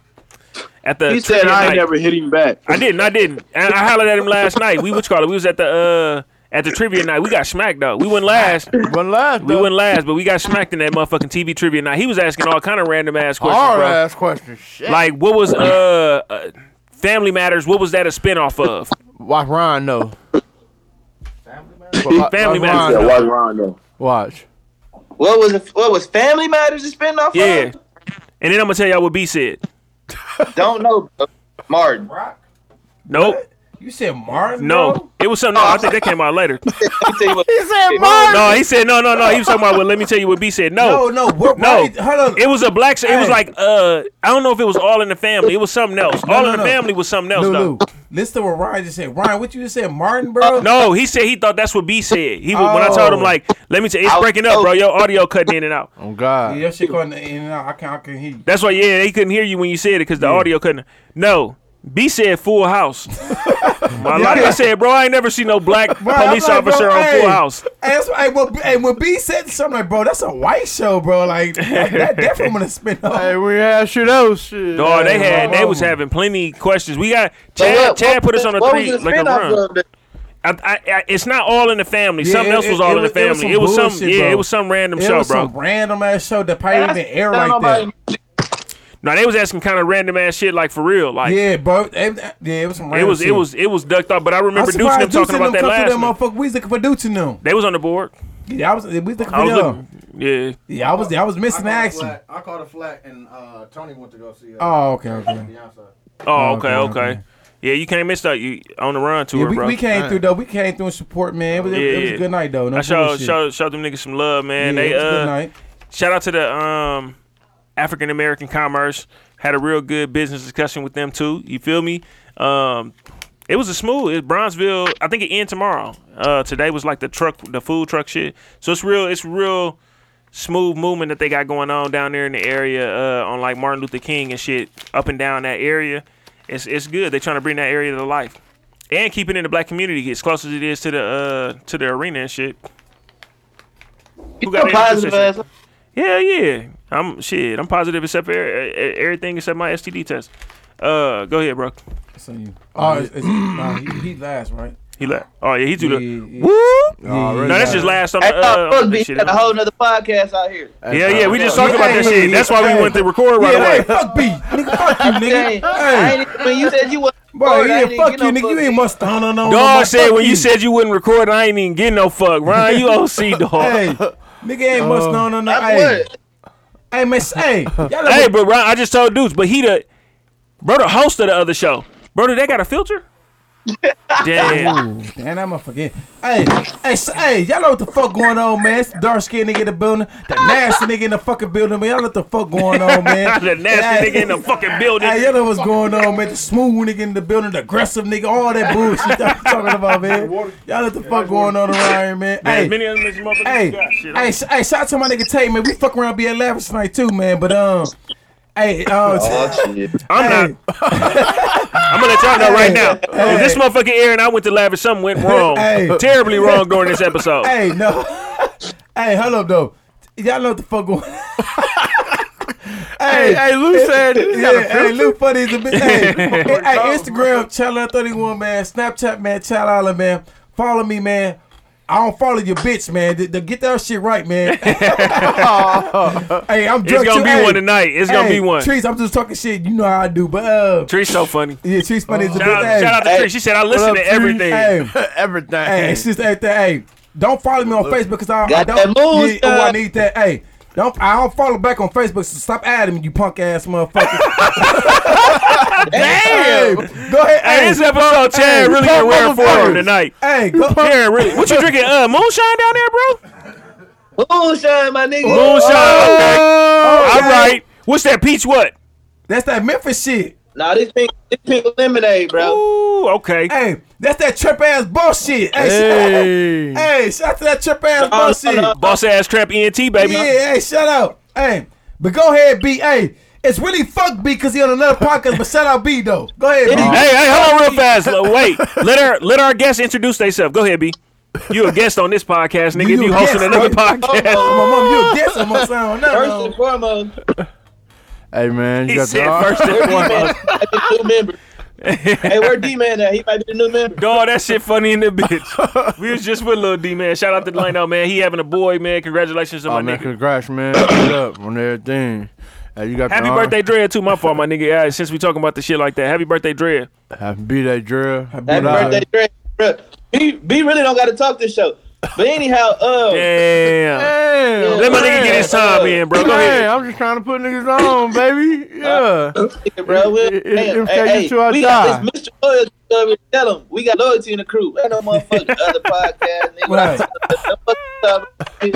[SPEAKER 3] uh at the.
[SPEAKER 2] He said
[SPEAKER 3] trivia
[SPEAKER 2] I ain't
[SPEAKER 3] night.
[SPEAKER 2] never hit him back.
[SPEAKER 3] I didn't. I didn't. And I hollered at him last night. We what you call it? We was at the uh at the trivia night. We got smacked though. We went last.
[SPEAKER 7] One last.
[SPEAKER 3] We went last, but we got smacked in that motherfucking TV trivia night. He was asking all kind of random ass questions.
[SPEAKER 7] Hard
[SPEAKER 3] bro.
[SPEAKER 7] ass question. Shit.
[SPEAKER 3] Like what was uh, uh Family Matters? What was that a spinoff of?
[SPEAKER 7] Watch Ron know.
[SPEAKER 3] Family
[SPEAKER 7] Watch
[SPEAKER 3] Matters.
[SPEAKER 7] Ron
[SPEAKER 2] Yeah,
[SPEAKER 7] know.
[SPEAKER 2] why Ron though?
[SPEAKER 7] Watch.
[SPEAKER 10] What was it, what was Family Matters a spinoff?
[SPEAKER 3] Yeah. And then I'm gonna tell y'all what B said.
[SPEAKER 10] of? don't know. bro. Martin,
[SPEAKER 3] Nope.
[SPEAKER 8] You said Martin?
[SPEAKER 3] No. It was something. No, I think that came out later.
[SPEAKER 10] let me tell you what.
[SPEAKER 7] He said
[SPEAKER 3] No, he said no, no, no. He was talking about. Well, let me tell you what B said.
[SPEAKER 8] No,
[SPEAKER 3] No.
[SPEAKER 8] no. Where,
[SPEAKER 3] No,
[SPEAKER 8] Why, hold on.
[SPEAKER 3] it was a black. It was
[SPEAKER 8] Hey.
[SPEAKER 3] like uh, I don't know if it was all in the family. It was something else. all
[SPEAKER 8] no,
[SPEAKER 3] in the
[SPEAKER 8] no.
[SPEAKER 3] family was something else.
[SPEAKER 8] Lulu,
[SPEAKER 3] though.
[SPEAKER 8] listen to what Ryan just said. Ryan, what you just said, Martin, bro?
[SPEAKER 3] No, he said he thought that's what B said. He was when I told him
[SPEAKER 8] Oh.
[SPEAKER 3] like, let me tell. It's
[SPEAKER 10] I-
[SPEAKER 3] breaking up, bro. Your audio cutting in and out.
[SPEAKER 7] Oh God.
[SPEAKER 8] Your shit going in and out. I can, I can hear you.
[SPEAKER 3] That's why, yeah, they couldn't hear you when you said it because the audio couldn't. No, B said Full House. My life, I said, bro, I ain't never seen no black
[SPEAKER 8] Bro, I'm
[SPEAKER 3] police
[SPEAKER 8] like, bro,
[SPEAKER 3] officer on
[SPEAKER 8] hey.
[SPEAKER 3] Full House.
[SPEAKER 8] Hey, that's, hey, when, hey, when B said something like, bro, that's a white show, bro. Like, that, that definitely want to spin off.
[SPEAKER 7] Hey, we had shit else. Shit.
[SPEAKER 3] Oh, they
[SPEAKER 7] Hey,
[SPEAKER 3] had,
[SPEAKER 7] my
[SPEAKER 3] they was
[SPEAKER 7] mama.
[SPEAKER 3] having plenty questions. We got
[SPEAKER 10] But
[SPEAKER 3] Chad.
[SPEAKER 10] what-
[SPEAKER 3] Chad put us on a
[SPEAKER 10] what
[SPEAKER 3] three,
[SPEAKER 10] was the
[SPEAKER 3] like a
[SPEAKER 10] spinoff
[SPEAKER 3] run.
[SPEAKER 10] of that?
[SPEAKER 3] I, I, I, it's not all in the family.
[SPEAKER 8] Yeah,
[SPEAKER 3] something
[SPEAKER 8] it-
[SPEAKER 3] else was
[SPEAKER 8] it-
[SPEAKER 3] all
[SPEAKER 8] it
[SPEAKER 3] in the
[SPEAKER 8] was- it was
[SPEAKER 3] family.
[SPEAKER 8] some
[SPEAKER 3] It was some,
[SPEAKER 8] bullshit,
[SPEAKER 3] yeah,
[SPEAKER 8] bro.
[SPEAKER 3] it was some random
[SPEAKER 8] It
[SPEAKER 3] show,
[SPEAKER 8] was
[SPEAKER 3] bro.
[SPEAKER 8] some random ass show that probably even air
[SPEAKER 10] Tell
[SPEAKER 8] right
[SPEAKER 10] nobody-
[SPEAKER 8] there.
[SPEAKER 3] no, they was asking kind of random ass shit, like for real, like.
[SPEAKER 8] Yeah, bro. It, yeah, it was some
[SPEAKER 3] It
[SPEAKER 8] random
[SPEAKER 3] was
[SPEAKER 8] shit.
[SPEAKER 3] it was it was ducked up, but I remember Deuce and them talking about that last.
[SPEAKER 8] That
[SPEAKER 3] night.
[SPEAKER 8] motherfucker. We was looking for Deuce and them.
[SPEAKER 3] They was on the board.
[SPEAKER 8] Yeah, I was. We was looking
[SPEAKER 3] I
[SPEAKER 8] for
[SPEAKER 3] was
[SPEAKER 8] them.
[SPEAKER 3] looking. Yeah.
[SPEAKER 8] Yeah, I was. I was missing the action.
[SPEAKER 11] I caught a flat, and uh, Tony went to go see her.
[SPEAKER 8] Oh, okay, okay.
[SPEAKER 11] Beyonce.
[SPEAKER 3] Oh,
[SPEAKER 8] Oh,
[SPEAKER 3] okay,
[SPEAKER 8] okay,
[SPEAKER 3] okay.
[SPEAKER 8] okay.
[SPEAKER 3] Yeah, you can't miss that. You on the run tour,
[SPEAKER 8] Yeah, we,
[SPEAKER 3] bro.
[SPEAKER 8] we came
[SPEAKER 7] Hey.
[SPEAKER 8] through though. We came through and support, man. It was, it
[SPEAKER 3] Yeah,
[SPEAKER 8] was
[SPEAKER 3] yeah.
[SPEAKER 8] a good night though. No
[SPEAKER 3] I show
[SPEAKER 8] bullshit.
[SPEAKER 3] show show them niggas some love,
[SPEAKER 8] yeah,
[SPEAKER 3] man.
[SPEAKER 8] it
[SPEAKER 3] they
[SPEAKER 8] was a good
[SPEAKER 3] uh
[SPEAKER 8] night.
[SPEAKER 3] shout out to the um African American commerce. Had a real good business discussion with them too. You feel me? Um it was a smooth. It's Bronzeville. I think it ends tomorrow. Uh today was like the truck the food truck shit. So it's real it's real smooth movement that they got going on down there in the area, uh on like Martin Luther King and shit, up and down that area. It's it's good. They're trying to bring that area to life. And keep it in the black community as close as it is to the uh to the arena and shit. Who
[SPEAKER 10] You a
[SPEAKER 3] any
[SPEAKER 10] positive
[SPEAKER 3] position?
[SPEAKER 10] ass.
[SPEAKER 3] Yeah, yeah. I'm shit. I'm positive except for e- e- everything except my STD test. Uh, go ahead, bro.
[SPEAKER 8] So you. Oh, it's, it's, nah, he, he last, right?
[SPEAKER 3] He left. Oh yeah, he do
[SPEAKER 8] Yeah,
[SPEAKER 3] the.
[SPEAKER 8] yeah.
[SPEAKER 3] Woo!
[SPEAKER 8] Yeah,
[SPEAKER 3] No,
[SPEAKER 8] yeah,
[SPEAKER 3] that's
[SPEAKER 8] yeah.
[SPEAKER 3] his last on
[SPEAKER 10] Hey,
[SPEAKER 3] the. Uh,
[SPEAKER 10] uh, supposed
[SPEAKER 3] on
[SPEAKER 10] to
[SPEAKER 3] the
[SPEAKER 10] be
[SPEAKER 3] shit.
[SPEAKER 10] at a whole nother podcast out here.
[SPEAKER 3] Yeah, yeah. We just talked
[SPEAKER 8] Yeah,
[SPEAKER 3] about that
[SPEAKER 8] yeah,
[SPEAKER 3] shit.
[SPEAKER 8] yeah.
[SPEAKER 3] That's why we
[SPEAKER 8] Hey.
[SPEAKER 3] went to record right
[SPEAKER 8] Yeah, hey,
[SPEAKER 3] away.
[SPEAKER 8] fuck B, nigga, fuck you,
[SPEAKER 10] Dang,
[SPEAKER 8] nigga.
[SPEAKER 10] I
[SPEAKER 8] Hey,
[SPEAKER 10] ain't, when you said you was,
[SPEAKER 8] bro, yeah, fuck you, nigga. You ain't must. No, no, no. no,
[SPEAKER 3] Dog said
[SPEAKER 8] fuck
[SPEAKER 3] when you said you wouldn't record, I ain't even getting no fuck. Ryan, you OC dog.
[SPEAKER 8] Hey,
[SPEAKER 3] Hey,
[SPEAKER 8] nigga ain't must. No, no, no. Hey,
[SPEAKER 10] What?
[SPEAKER 8] hey, man. Hey, y'all know what-
[SPEAKER 3] but Ryan, I just told dudes, but he the bro, the host of the other show. Bro, do they got a filter? Damn.
[SPEAKER 8] Ooh, Damn, I'm gonna forget. Hey, hey, so, hey, y'all know what the fuck going on, man? It's the dark skinned nigga in the building, the nasty nigga in the fucking building, man. Y'all know what the fuck going on, man?
[SPEAKER 3] the nasty nigga in the fucking building.
[SPEAKER 8] Hey, y'all know what's going on, man? The smooth nigga in the building, the aggressive nigga, all that bullshit y'all talking about, man. Y'all know what the fuck going on around here, man.
[SPEAKER 3] As
[SPEAKER 8] Hey,
[SPEAKER 3] many other motherfuckers
[SPEAKER 8] hey,
[SPEAKER 3] as you got, shit, I'm-
[SPEAKER 8] hey, sh- hey, shout out to my nigga Tate, man. We fuck around being lavish tonight too, man. But um, hey, uh,
[SPEAKER 3] I'm
[SPEAKER 8] hey,
[SPEAKER 3] not. I'm gonna let y'all know right now. If this motherfucking Aaron I went to lavish, something went wrong,
[SPEAKER 8] Hey.
[SPEAKER 3] terribly wrong during this episode.
[SPEAKER 8] hey, no. hey, hold up though. Y'all know what the fuck going on.
[SPEAKER 7] Hey, hey, Lou said.
[SPEAKER 8] Yeah, hey, Lou Funny is a bitch. Hey, hey, Instagram, Channel 31, man. Snapchat, man. Child Island, man. Follow me, man. I don't follow your bitch, man. Th- th- get that shit right, man. hey, I'm
[SPEAKER 3] It's
[SPEAKER 8] drunk
[SPEAKER 3] gonna
[SPEAKER 8] too.
[SPEAKER 3] be
[SPEAKER 8] Hey,
[SPEAKER 3] one tonight. It's gonna
[SPEAKER 8] hey,
[SPEAKER 3] be one.
[SPEAKER 8] Trees, I'm just talking shit. You know how I do, but uh,
[SPEAKER 3] Tree's so funny.
[SPEAKER 8] yeah, Trees funny is a
[SPEAKER 3] Shout
[SPEAKER 8] bitch.
[SPEAKER 3] out,
[SPEAKER 8] Hey,
[SPEAKER 3] shout out to Tree. She said I listen to everything.
[SPEAKER 8] Hey,
[SPEAKER 7] Everything.
[SPEAKER 8] hey, it's just everything. Hey, don't follow me on Facebook because I, I
[SPEAKER 10] Got
[SPEAKER 8] don't.
[SPEAKER 10] that moves,
[SPEAKER 8] yeah, oh, I
[SPEAKER 10] son.
[SPEAKER 8] need that. Hey, don't I don't follow back on Facebook. So stop adding me, you punk ass motherfucker. Hey,
[SPEAKER 3] Damn.
[SPEAKER 8] go ahead.
[SPEAKER 3] Hey,
[SPEAKER 8] Hey,
[SPEAKER 3] this episode, Chad really
[SPEAKER 7] fuck
[SPEAKER 3] been rare for
[SPEAKER 7] motherfuckers.
[SPEAKER 3] him tonight.
[SPEAKER 8] hey, go.
[SPEAKER 3] Aaron, really, what you drinking? Uh, moonshine down there, bro?
[SPEAKER 10] Moonshine, my nigga.
[SPEAKER 3] Moonshine. Okay. All
[SPEAKER 8] Oh, okay.
[SPEAKER 3] right. What's that peach? What?
[SPEAKER 8] That's that Memphis shit.
[SPEAKER 10] Nah, this thing, this pink lemonade, bro.
[SPEAKER 3] Ooh, okay.
[SPEAKER 8] Hey, that's that trip ass bullshit. Hey,
[SPEAKER 7] Hey.
[SPEAKER 8] shout- hey, shout out to that trip ass
[SPEAKER 10] no,
[SPEAKER 8] bullshit.
[SPEAKER 10] no.
[SPEAKER 3] Boss ass trap ENT, E baby.
[SPEAKER 8] Yeah, hey, shout out. Hey, but go ahead, B. Hey, It's really fuck B because he on another podcast, but shout out B though. Go ahead, B.
[SPEAKER 3] Hey, hey, hold on real fast. Look, Wait. Let our let our guests introduce themselves. Go ahead, B. You a guest on this podcast, nigga. You,
[SPEAKER 8] a
[SPEAKER 3] hosting
[SPEAKER 8] guest,
[SPEAKER 3] another
[SPEAKER 8] right?
[SPEAKER 3] podcast.
[SPEAKER 8] Oh, My mom, you a guest on my sound. No,
[SPEAKER 10] First
[SPEAKER 8] no.
[SPEAKER 10] and foremost,
[SPEAKER 1] Hey man, you
[SPEAKER 3] He
[SPEAKER 1] got
[SPEAKER 3] said
[SPEAKER 1] the
[SPEAKER 3] first and foremost.
[SPEAKER 10] might be the new member. hey, where D man at? He might be the new member.
[SPEAKER 3] Dog, that shit funny in the bitch. We was just with Lil D, man. Shout out to the lineup, man. He having a boy, man. Congratulations to my
[SPEAKER 1] Oh man,
[SPEAKER 3] nigga.
[SPEAKER 1] congrats, man. Keep it up on everything. Hey, you got
[SPEAKER 3] Happy
[SPEAKER 1] the honor.
[SPEAKER 3] birthday, Drea, too. My fault, my nigga. Yeah, since we talking about the shit like that, happy birthday, Drea.
[SPEAKER 1] Happy birthday, Drill.
[SPEAKER 10] Happy birthday, Dre. Bro, B, B really don't got to talk this show. But anyhow, uh,
[SPEAKER 3] Damn.
[SPEAKER 1] Damn.
[SPEAKER 3] Let my nigga get his time in, bro. Go
[SPEAKER 1] Hey,
[SPEAKER 3] ahead. Uh,
[SPEAKER 1] I'm just trying to put niggas on, baby. Yeah.
[SPEAKER 10] Yeah, bro. We,
[SPEAKER 1] It- it- it-
[SPEAKER 10] damn,
[SPEAKER 1] it takes you to our
[SPEAKER 10] we got
[SPEAKER 1] job.
[SPEAKER 10] this Mr. Loyalty over here. Tell him we got loyalty in the crew. Ain't no motherfucking other podcast. Nigga.
[SPEAKER 8] Right.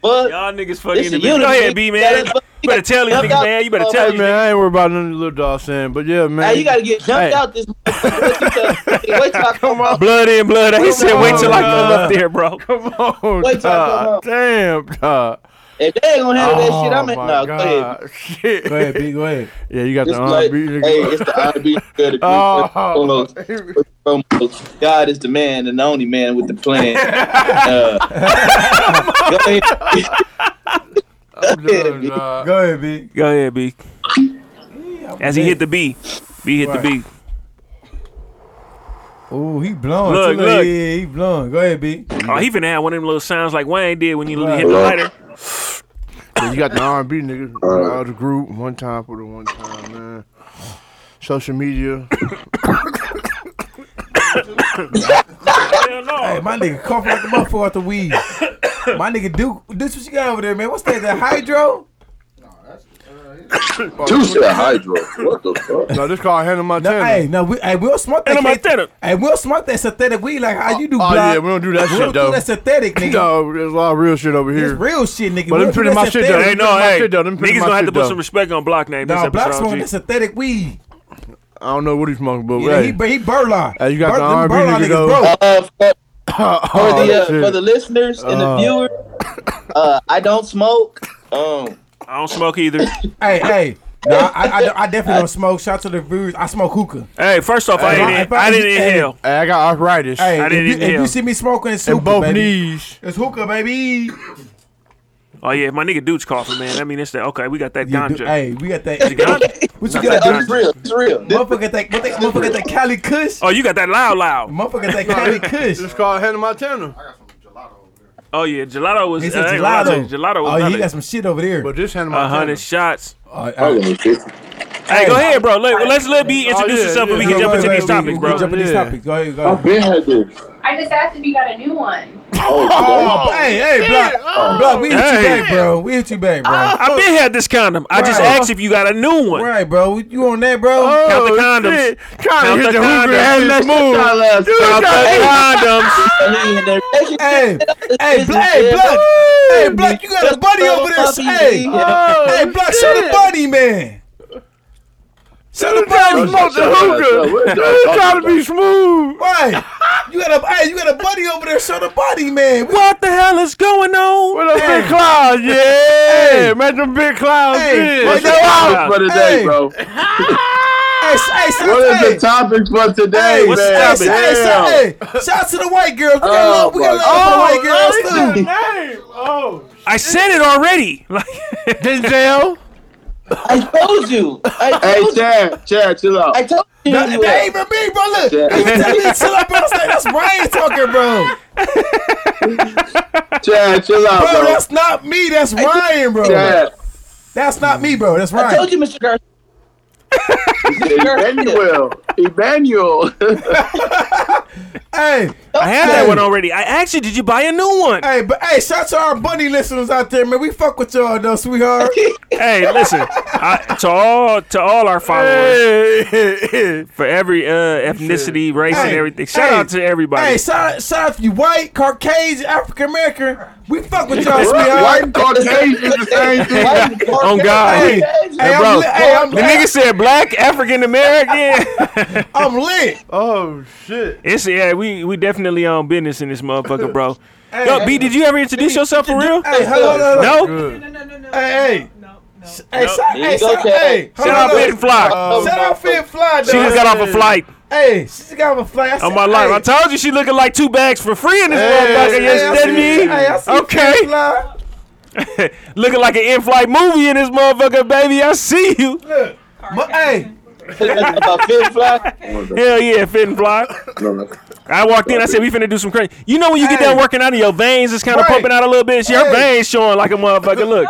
[SPEAKER 10] But
[SPEAKER 3] Y'all niggas funny
[SPEAKER 10] This
[SPEAKER 3] in the
[SPEAKER 10] is
[SPEAKER 3] bitch.
[SPEAKER 10] you,
[SPEAKER 3] Go ahead,
[SPEAKER 10] nigga.
[SPEAKER 3] B, man. You better tell these niggas, man. You better tell
[SPEAKER 1] Hey,
[SPEAKER 3] these
[SPEAKER 1] man, I ain't worried about none of the little dog saying, but yeah, man.
[SPEAKER 10] now you gotta get jumped
[SPEAKER 1] Hey.
[SPEAKER 10] out this. motherfucker. Wait till I come on.
[SPEAKER 3] Blood in, blood out. He said, wait till I come
[SPEAKER 1] on.
[SPEAKER 3] up there, bro.
[SPEAKER 1] Come on,
[SPEAKER 10] Wait till I come
[SPEAKER 1] dog.
[SPEAKER 10] up.
[SPEAKER 1] Damn, dog.
[SPEAKER 10] If they ain't gonna handle that shit, I'm
[SPEAKER 1] my
[SPEAKER 10] in. No, go ahead.
[SPEAKER 1] God. Shit.
[SPEAKER 8] Go ahead, B. Go ahead.
[SPEAKER 1] Yeah, you got
[SPEAKER 10] It's
[SPEAKER 1] the
[SPEAKER 10] like,
[SPEAKER 1] R&B. nigga.
[SPEAKER 10] hey, it's the R&B good. It's
[SPEAKER 1] Oh.
[SPEAKER 10] almost- it's almost- God is the man and the only man with the plan. Uh, go ahead.
[SPEAKER 1] I'm done, dog.
[SPEAKER 8] Go ahead, B.
[SPEAKER 3] Go ahead, B. As he hit the B. B hit the B.
[SPEAKER 8] Ooh, he blowing.
[SPEAKER 3] Look,
[SPEAKER 8] too.
[SPEAKER 3] look.
[SPEAKER 8] Yeah, he blowing. Go ahead, B.
[SPEAKER 3] Oh, he finna have one of them little sounds like Wayne did when you
[SPEAKER 8] Right.
[SPEAKER 3] hit the lighter.
[SPEAKER 1] Yeah, you got the R&B niggas out of the group. One time for the one time, man. Social media.
[SPEAKER 3] Hell no.
[SPEAKER 8] Hey, my nigga cough like the motherfucker out the weed. My nigga Duke, this what you got over there, man? What's that? That hydro?
[SPEAKER 12] Two said hydro. What the fuck?
[SPEAKER 1] No, this called Hannah
[SPEAKER 8] No,
[SPEAKER 1] Montana.
[SPEAKER 8] hey, no, we, hey, we'll smoke that.
[SPEAKER 3] Hannah
[SPEAKER 8] case-
[SPEAKER 3] Montana.
[SPEAKER 8] Hey, we'll smoke that synthetic weed like how you do.
[SPEAKER 1] oh,
[SPEAKER 8] block.
[SPEAKER 1] yeah, we don't do that
[SPEAKER 8] We
[SPEAKER 1] shit,
[SPEAKER 8] don't
[SPEAKER 1] though.
[SPEAKER 8] do that synthetic, nigga.
[SPEAKER 1] No, there's a lot of real shit over
[SPEAKER 8] It's
[SPEAKER 1] here.
[SPEAKER 8] real shit, nigga.
[SPEAKER 1] But let
[SPEAKER 8] We
[SPEAKER 1] me
[SPEAKER 8] don't do
[SPEAKER 1] finish
[SPEAKER 8] that
[SPEAKER 1] my shit, though.
[SPEAKER 8] synthetic.
[SPEAKER 3] Hey, no,
[SPEAKER 1] my
[SPEAKER 3] hey.
[SPEAKER 1] shit, though. Them put
[SPEAKER 3] Niggas
[SPEAKER 1] my
[SPEAKER 3] gonna have
[SPEAKER 1] shit,
[SPEAKER 3] to put
[SPEAKER 1] though.
[SPEAKER 3] some respect on Block name. this
[SPEAKER 8] No, Black
[SPEAKER 3] episode,
[SPEAKER 8] Smoke,
[SPEAKER 3] G.
[SPEAKER 8] that's synthetic weed.
[SPEAKER 1] I don't know what he's smoking, but
[SPEAKER 8] Yeah,
[SPEAKER 1] hey.
[SPEAKER 8] he, bur- he burla.
[SPEAKER 1] Hey, you got the R&B nigga, though.
[SPEAKER 8] bro.
[SPEAKER 10] Uh, for, for
[SPEAKER 1] oh,
[SPEAKER 10] the, uh,
[SPEAKER 1] shit.
[SPEAKER 10] for the listeners and the
[SPEAKER 1] Oh.
[SPEAKER 10] viewers, uh, I don't smoke.
[SPEAKER 12] Oh,
[SPEAKER 10] Um,
[SPEAKER 3] I don't smoke either.
[SPEAKER 8] Hey, hey. No, I, I, I, don't- I definitely don't smoke. Shout out to the viewers. I smoke hookah.
[SPEAKER 3] hey, first off, I,
[SPEAKER 8] Hey,
[SPEAKER 3] ain't,
[SPEAKER 8] if I-
[SPEAKER 3] I didn't
[SPEAKER 8] hey.
[SPEAKER 3] inhale.
[SPEAKER 1] Hey, I got arthritis.
[SPEAKER 8] Hey,
[SPEAKER 3] I
[SPEAKER 8] if,
[SPEAKER 3] didn't
[SPEAKER 8] you, if
[SPEAKER 3] inhale.
[SPEAKER 8] you see me smoking, it's hookah,
[SPEAKER 1] and both
[SPEAKER 8] baby.
[SPEAKER 1] knees.
[SPEAKER 8] It's hookah, baby.
[SPEAKER 3] Oh yeah, my nigga Dude's coughing, man. I mean, it's that. Okay, we got that
[SPEAKER 8] Yeah, dude,
[SPEAKER 3] ganja.
[SPEAKER 8] hey, we got that.
[SPEAKER 3] Ganja?
[SPEAKER 8] What you
[SPEAKER 10] oh,
[SPEAKER 8] got,
[SPEAKER 10] it's
[SPEAKER 8] dude?
[SPEAKER 10] real. It's real. This,
[SPEAKER 8] Motherfucker got that, what that, motherfucker got that Cali Kush.
[SPEAKER 3] Oh, you got that loud, loud.
[SPEAKER 8] Motherfucker got that Cali Kush.
[SPEAKER 1] It's called Hannah Montana.
[SPEAKER 3] Oh yeah, gelato was.
[SPEAKER 8] He said
[SPEAKER 3] I ain't gonna lie
[SPEAKER 8] gelato.
[SPEAKER 3] to you, gelato was.
[SPEAKER 8] oh, yeah,
[SPEAKER 3] another-
[SPEAKER 8] he got some shit over there.
[SPEAKER 1] But this Hannah
[SPEAKER 3] a
[SPEAKER 1] Montana.
[SPEAKER 3] hundred shots.
[SPEAKER 8] Uh, uh,
[SPEAKER 12] Hold on, shit.
[SPEAKER 3] Hey, go ahead, bro. Let, let's let B
[SPEAKER 8] Oh,
[SPEAKER 3] introduce
[SPEAKER 1] yeah,
[SPEAKER 3] himself, and we
[SPEAKER 1] yeah,
[SPEAKER 3] can
[SPEAKER 1] yeah,
[SPEAKER 3] jump into
[SPEAKER 1] yeah,
[SPEAKER 3] these
[SPEAKER 1] yeah,
[SPEAKER 3] topics,
[SPEAKER 1] yeah,
[SPEAKER 3] bro.
[SPEAKER 8] Jump into these
[SPEAKER 1] Yeah.
[SPEAKER 8] topics. Go ahead, go
[SPEAKER 12] I've
[SPEAKER 8] ahead.
[SPEAKER 12] been had this.
[SPEAKER 13] I just asked if you got a new one.
[SPEAKER 12] Oh,
[SPEAKER 8] Oh, hey, hey, block, block. We hit
[SPEAKER 3] Hey.
[SPEAKER 8] you back, bro. We hit you back, bro.
[SPEAKER 12] Ah.
[SPEAKER 3] I been had this condom. I just
[SPEAKER 8] Right.
[SPEAKER 3] asked if you got a new one.
[SPEAKER 8] Right, bro. You on that, bro?
[SPEAKER 3] Count the
[SPEAKER 1] Oh,
[SPEAKER 3] condoms.
[SPEAKER 1] shit. Trying
[SPEAKER 3] Count
[SPEAKER 1] to hit
[SPEAKER 3] the
[SPEAKER 1] the hooker
[SPEAKER 3] condoms.
[SPEAKER 1] and let's move.
[SPEAKER 12] God,
[SPEAKER 3] Count the condoms.
[SPEAKER 8] Hey, hey, Black, hey, Black, hey, Black, you got a buddy over there. say- Hey, hey, Black, show the buddy, man. Show the buddy,
[SPEAKER 1] Smoke the hookah. Trying to be smooth.
[SPEAKER 8] right? You got a, hey, you got a buddy over there. Show the buddy, man. We-
[SPEAKER 3] What the hell is going on?
[SPEAKER 1] What up,
[SPEAKER 8] Hey.
[SPEAKER 1] big clouds? Yeah, man, them big clouds.
[SPEAKER 8] Hey,
[SPEAKER 1] yeah.
[SPEAKER 8] what's
[SPEAKER 1] What's
[SPEAKER 8] up?
[SPEAKER 1] up?
[SPEAKER 12] Topic for
[SPEAKER 8] Hey.
[SPEAKER 12] today, bro.
[SPEAKER 8] Hey, s- hey, shout-
[SPEAKER 12] What
[SPEAKER 8] hey,
[SPEAKER 12] is the topic for today,
[SPEAKER 8] Hey,
[SPEAKER 3] What's
[SPEAKER 12] man?
[SPEAKER 8] hey,
[SPEAKER 3] up,
[SPEAKER 8] s- hey, s-
[SPEAKER 12] Damn.
[SPEAKER 8] hey, shout out to the white girls. We got
[SPEAKER 12] Oh,
[SPEAKER 8] love, we got
[SPEAKER 12] my
[SPEAKER 8] love for the
[SPEAKER 1] Oh,
[SPEAKER 8] white girls too.
[SPEAKER 1] Oh,
[SPEAKER 3] I said it already. Like,
[SPEAKER 1] Denzel.
[SPEAKER 10] I told you. I
[SPEAKER 12] Hey,
[SPEAKER 10] told you.
[SPEAKER 12] Chad, Chad, chill out.
[SPEAKER 10] I told you.
[SPEAKER 8] That
[SPEAKER 10] you
[SPEAKER 8] that ain't even
[SPEAKER 10] had-
[SPEAKER 8] me, bro. Look,
[SPEAKER 12] Yeah.
[SPEAKER 8] you tell me to chill up, bro. It's like, That's Ryan talking, bro.
[SPEAKER 12] Chad, chill out,
[SPEAKER 8] Bro,
[SPEAKER 12] bro.
[SPEAKER 8] that's not me. That's Ryan, bro.
[SPEAKER 12] Chad,
[SPEAKER 8] That's not me, bro. That's
[SPEAKER 10] I
[SPEAKER 8] Ryan.
[SPEAKER 10] told you, Mr. Garcia.
[SPEAKER 12] Emmanuel. Emmanuel.
[SPEAKER 8] Hey,
[SPEAKER 3] I had that one already. I actually, did you buy a new one?
[SPEAKER 8] Hey, but hey, shout out to our bunny listeners out there, man. We fuck with y'all though, sweetheart.
[SPEAKER 3] Hey, listen, I, to all to all our followers,
[SPEAKER 1] Hey.
[SPEAKER 3] for every uh, ethnicity, race, and
[SPEAKER 8] Hey,
[SPEAKER 3] everything. Shout
[SPEAKER 8] hey,
[SPEAKER 3] out to everybody.
[SPEAKER 8] Hey, shout, shout out if you white, Caucasian, African American. We fuck with y'all,
[SPEAKER 12] White
[SPEAKER 8] sweetheart.
[SPEAKER 12] and Caucasian is the same thing.
[SPEAKER 3] on God.
[SPEAKER 8] Hey, hey, I'm,
[SPEAKER 3] bro.
[SPEAKER 8] li- hey I'm,
[SPEAKER 3] the nigga said black, African American.
[SPEAKER 8] I'm lit.
[SPEAKER 1] Oh shit.
[SPEAKER 3] it's yeah, we we definitely on business in this motherfucker, bro. Yo, B, did you ever introduce yourself for real?
[SPEAKER 8] Hey, hello, hello, hello.
[SPEAKER 3] No.
[SPEAKER 1] Good.
[SPEAKER 8] Hey, hey. Hey,
[SPEAKER 2] Nope.
[SPEAKER 8] shout, hey,
[SPEAKER 2] It's
[SPEAKER 8] shout,
[SPEAKER 2] okay.
[SPEAKER 8] hey,
[SPEAKER 2] Shout
[SPEAKER 8] hold
[SPEAKER 2] out
[SPEAKER 8] on.
[SPEAKER 2] Fit and Fly.
[SPEAKER 8] Uh, shout out Fit and
[SPEAKER 2] She
[SPEAKER 8] Fly.
[SPEAKER 2] just got
[SPEAKER 8] dog.
[SPEAKER 2] off a flight.
[SPEAKER 8] Hey, she just got off a flight. I
[SPEAKER 2] On
[SPEAKER 8] said,
[SPEAKER 2] my life,
[SPEAKER 8] hey.
[SPEAKER 2] I told you she looking like two bags for free in this
[SPEAKER 8] Hey,
[SPEAKER 2] motherfucker.
[SPEAKER 8] hey, I
[SPEAKER 2] Yes,
[SPEAKER 8] see-
[SPEAKER 2] that me.
[SPEAKER 8] hey, I see Fit and
[SPEAKER 2] okay,
[SPEAKER 8] Fly.
[SPEAKER 2] looking like an in-flight movie in this motherfucker, baby. I see you.
[SPEAKER 8] Look, but hey.
[SPEAKER 2] Hell yeah, fit and fly. I walked in. I said, "We finna do some crazy." You know when you get done working out, and your veins is kind of
[SPEAKER 8] Right.
[SPEAKER 2] pumping out a little bit. She, Her
[SPEAKER 8] Hey.
[SPEAKER 2] veins showing like a motherfucker. Look,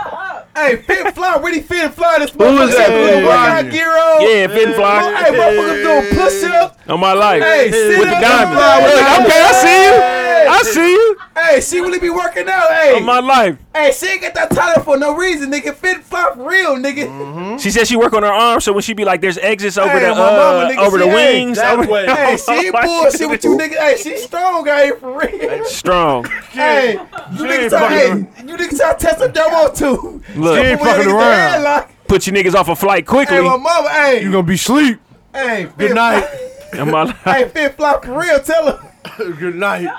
[SPEAKER 8] Hey, Fit and Fly, really Fit and Fly this
[SPEAKER 2] Who
[SPEAKER 8] motherfucker.
[SPEAKER 2] is that?
[SPEAKER 8] Hey,
[SPEAKER 2] Yeah.
[SPEAKER 8] workout gear on.
[SPEAKER 2] Yeah, Fit and Fly.
[SPEAKER 8] Mo- Hey, motherfucker doing push ups.
[SPEAKER 2] on my life,
[SPEAKER 8] Hey, sit
[SPEAKER 2] with the
[SPEAKER 8] up and
[SPEAKER 2] diamond.
[SPEAKER 8] fly with
[SPEAKER 2] Look,
[SPEAKER 8] the
[SPEAKER 2] okay, I
[SPEAKER 8] diamond.
[SPEAKER 2] see you. I see you.
[SPEAKER 8] Hey, she really be working out. Hey,
[SPEAKER 2] On my life.
[SPEAKER 8] hey, she ain't get that title for no reason, nigga. Fit and Fly for real, nigga.
[SPEAKER 2] She said she work on her arm, so when she be like, "There's exits Mm, over
[SPEAKER 8] Hey,
[SPEAKER 2] the
[SPEAKER 8] my
[SPEAKER 2] uh,
[SPEAKER 8] mama, nigga,
[SPEAKER 2] over the
[SPEAKER 8] she- hey,
[SPEAKER 2] wings."
[SPEAKER 8] that
[SPEAKER 2] over-
[SPEAKER 8] way. Hey, she
[SPEAKER 2] my
[SPEAKER 8] bullshit with
[SPEAKER 2] shit.
[SPEAKER 8] you, nigga. Hey, she strong out here for real.
[SPEAKER 2] Strong.
[SPEAKER 8] Hey, you niggas try, hey, you niggas try to test a demo too.
[SPEAKER 2] Look. She ain't
[SPEAKER 8] But when
[SPEAKER 2] fucking
[SPEAKER 8] niggas
[SPEAKER 2] around.
[SPEAKER 8] say, "Hey, like,
[SPEAKER 2] Put you niggas off a flight quickly.
[SPEAKER 8] Hey, my mama, hey,
[SPEAKER 2] you gonna be sleep.
[SPEAKER 8] hey, Fit
[SPEAKER 2] Good
[SPEAKER 8] and
[SPEAKER 2] night.
[SPEAKER 8] Fly-
[SPEAKER 2] On my life.
[SPEAKER 8] hey, Fit and Fly for real, tell her. Good night.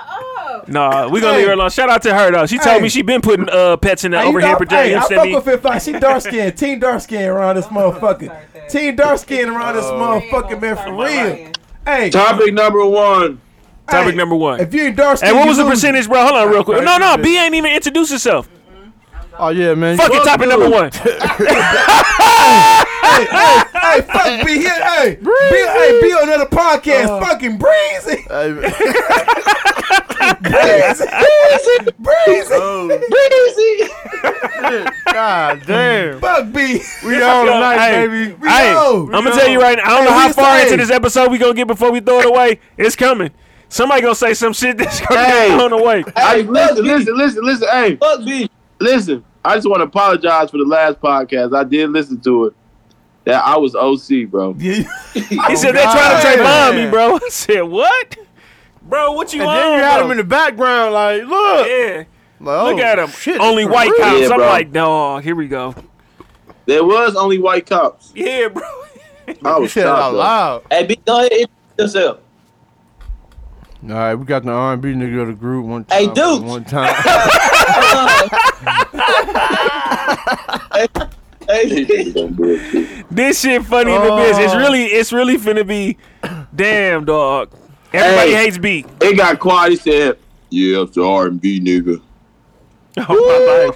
[SPEAKER 2] Nah, we gonna
[SPEAKER 8] Hey.
[SPEAKER 2] leave her alone. Shout out to her though. She told
[SPEAKER 8] Hey.
[SPEAKER 2] me she been putting uh pets in the
[SPEAKER 8] Hey, you
[SPEAKER 2] overhead
[SPEAKER 8] know-
[SPEAKER 2] projector.
[SPEAKER 8] Hey,
[SPEAKER 2] you
[SPEAKER 8] I
[SPEAKER 2] understand
[SPEAKER 8] fuck
[SPEAKER 2] me?
[SPEAKER 8] with Fifth Fly. She dark skinned. Team dark skinned around this motherfucker. Team dark skinned around this
[SPEAKER 2] Oh.
[SPEAKER 8] motherfucker, man, for real. Hey.
[SPEAKER 10] Topic number one.
[SPEAKER 2] Topic number one.
[SPEAKER 8] If you ain't dark skinned.
[SPEAKER 2] Hey, what was the percentage, bro? Hold on, real quick. No, no, B ain't even introduced herself.
[SPEAKER 7] Oh yeah, man.
[SPEAKER 2] Fucking topic number one.
[SPEAKER 8] Hey, hey, hey, fuck be here. Hey, be, hey, be on another podcast.
[SPEAKER 2] Uh.
[SPEAKER 8] Fucking breezy. breezy. Breezy. Breezy.
[SPEAKER 2] Oh.
[SPEAKER 7] Breezy. God damn.
[SPEAKER 8] Fuck B.
[SPEAKER 7] We on tonight,
[SPEAKER 2] Hey,
[SPEAKER 7] baby.
[SPEAKER 8] We
[SPEAKER 2] hey,
[SPEAKER 8] know.
[SPEAKER 2] I'm gonna
[SPEAKER 7] We
[SPEAKER 2] tell you
[SPEAKER 7] know.
[SPEAKER 2] right now. I don't
[SPEAKER 7] Hey,
[SPEAKER 2] know
[SPEAKER 7] we
[SPEAKER 2] how
[SPEAKER 7] just-
[SPEAKER 2] far
[SPEAKER 7] hey.
[SPEAKER 2] into this episode we gonna get before we throw it away. It's coming. Somebody gonna say some shit that's gonna get thrown away.
[SPEAKER 7] Oh,
[SPEAKER 10] Hey, listen, listen, listen, listen. Hey, fuck me. Listen, I just want to apologize for the last podcast. I did listen to it. That I was OC, bro.
[SPEAKER 8] Yeah.
[SPEAKER 2] He said they're trying to trade bomb me, bro. I said what? Bro, what you
[SPEAKER 7] And
[SPEAKER 3] Oh,
[SPEAKER 2] on?
[SPEAKER 7] then you had
[SPEAKER 2] bro?
[SPEAKER 7] him in the background, like, look.
[SPEAKER 2] Yeah.
[SPEAKER 7] Like,
[SPEAKER 2] Look
[SPEAKER 7] oh,
[SPEAKER 2] at him.
[SPEAKER 7] Shit,
[SPEAKER 2] Only
[SPEAKER 7] for
[SPEAKER 2] white
[SPEAKER 7] real?
[SPEAKER 2] cops.
[SPEAKER 10] Yeah,
[SPEAKER 2] I'm
[SPEAKER 10] bro.
[SPEAKER 2] like, no, here we go.
[SPEAKER 10] There was only white cops.
[SPEAKER 2] Yeah, bro.
[SPEAKER 10] I
[SPEAKER 7] You
[SPEAKER 10] was
[SPEAKER 7] said it out
[SPEAKER 10] shocked, bro.
[SPEAKER 7] loud.
[SPEAKER 6] Hey, be go ahead, introduce yourself.
[SPEAKER 7] All right, we got the R&B nigga of the group one time.
[SPEAKER 6] Hey,
[SPEAKER 7] for
[SPEAKER 6] Duke.
[SPEAKER 7] One time.
[SPEAKER 2] This shit funny in the biz.
[SPEAKER 7] Oh.
[SPEAKER 2] It's really, it's really finna be. Damn, dog. Everybody
[SPEAKER 10] Hey.
[SPEAKER 2] hates B.
[SPEAKER 10] It got quiet. He said, "Yeah, it's the R and B nigga."
[SPEAKER 2] Oh,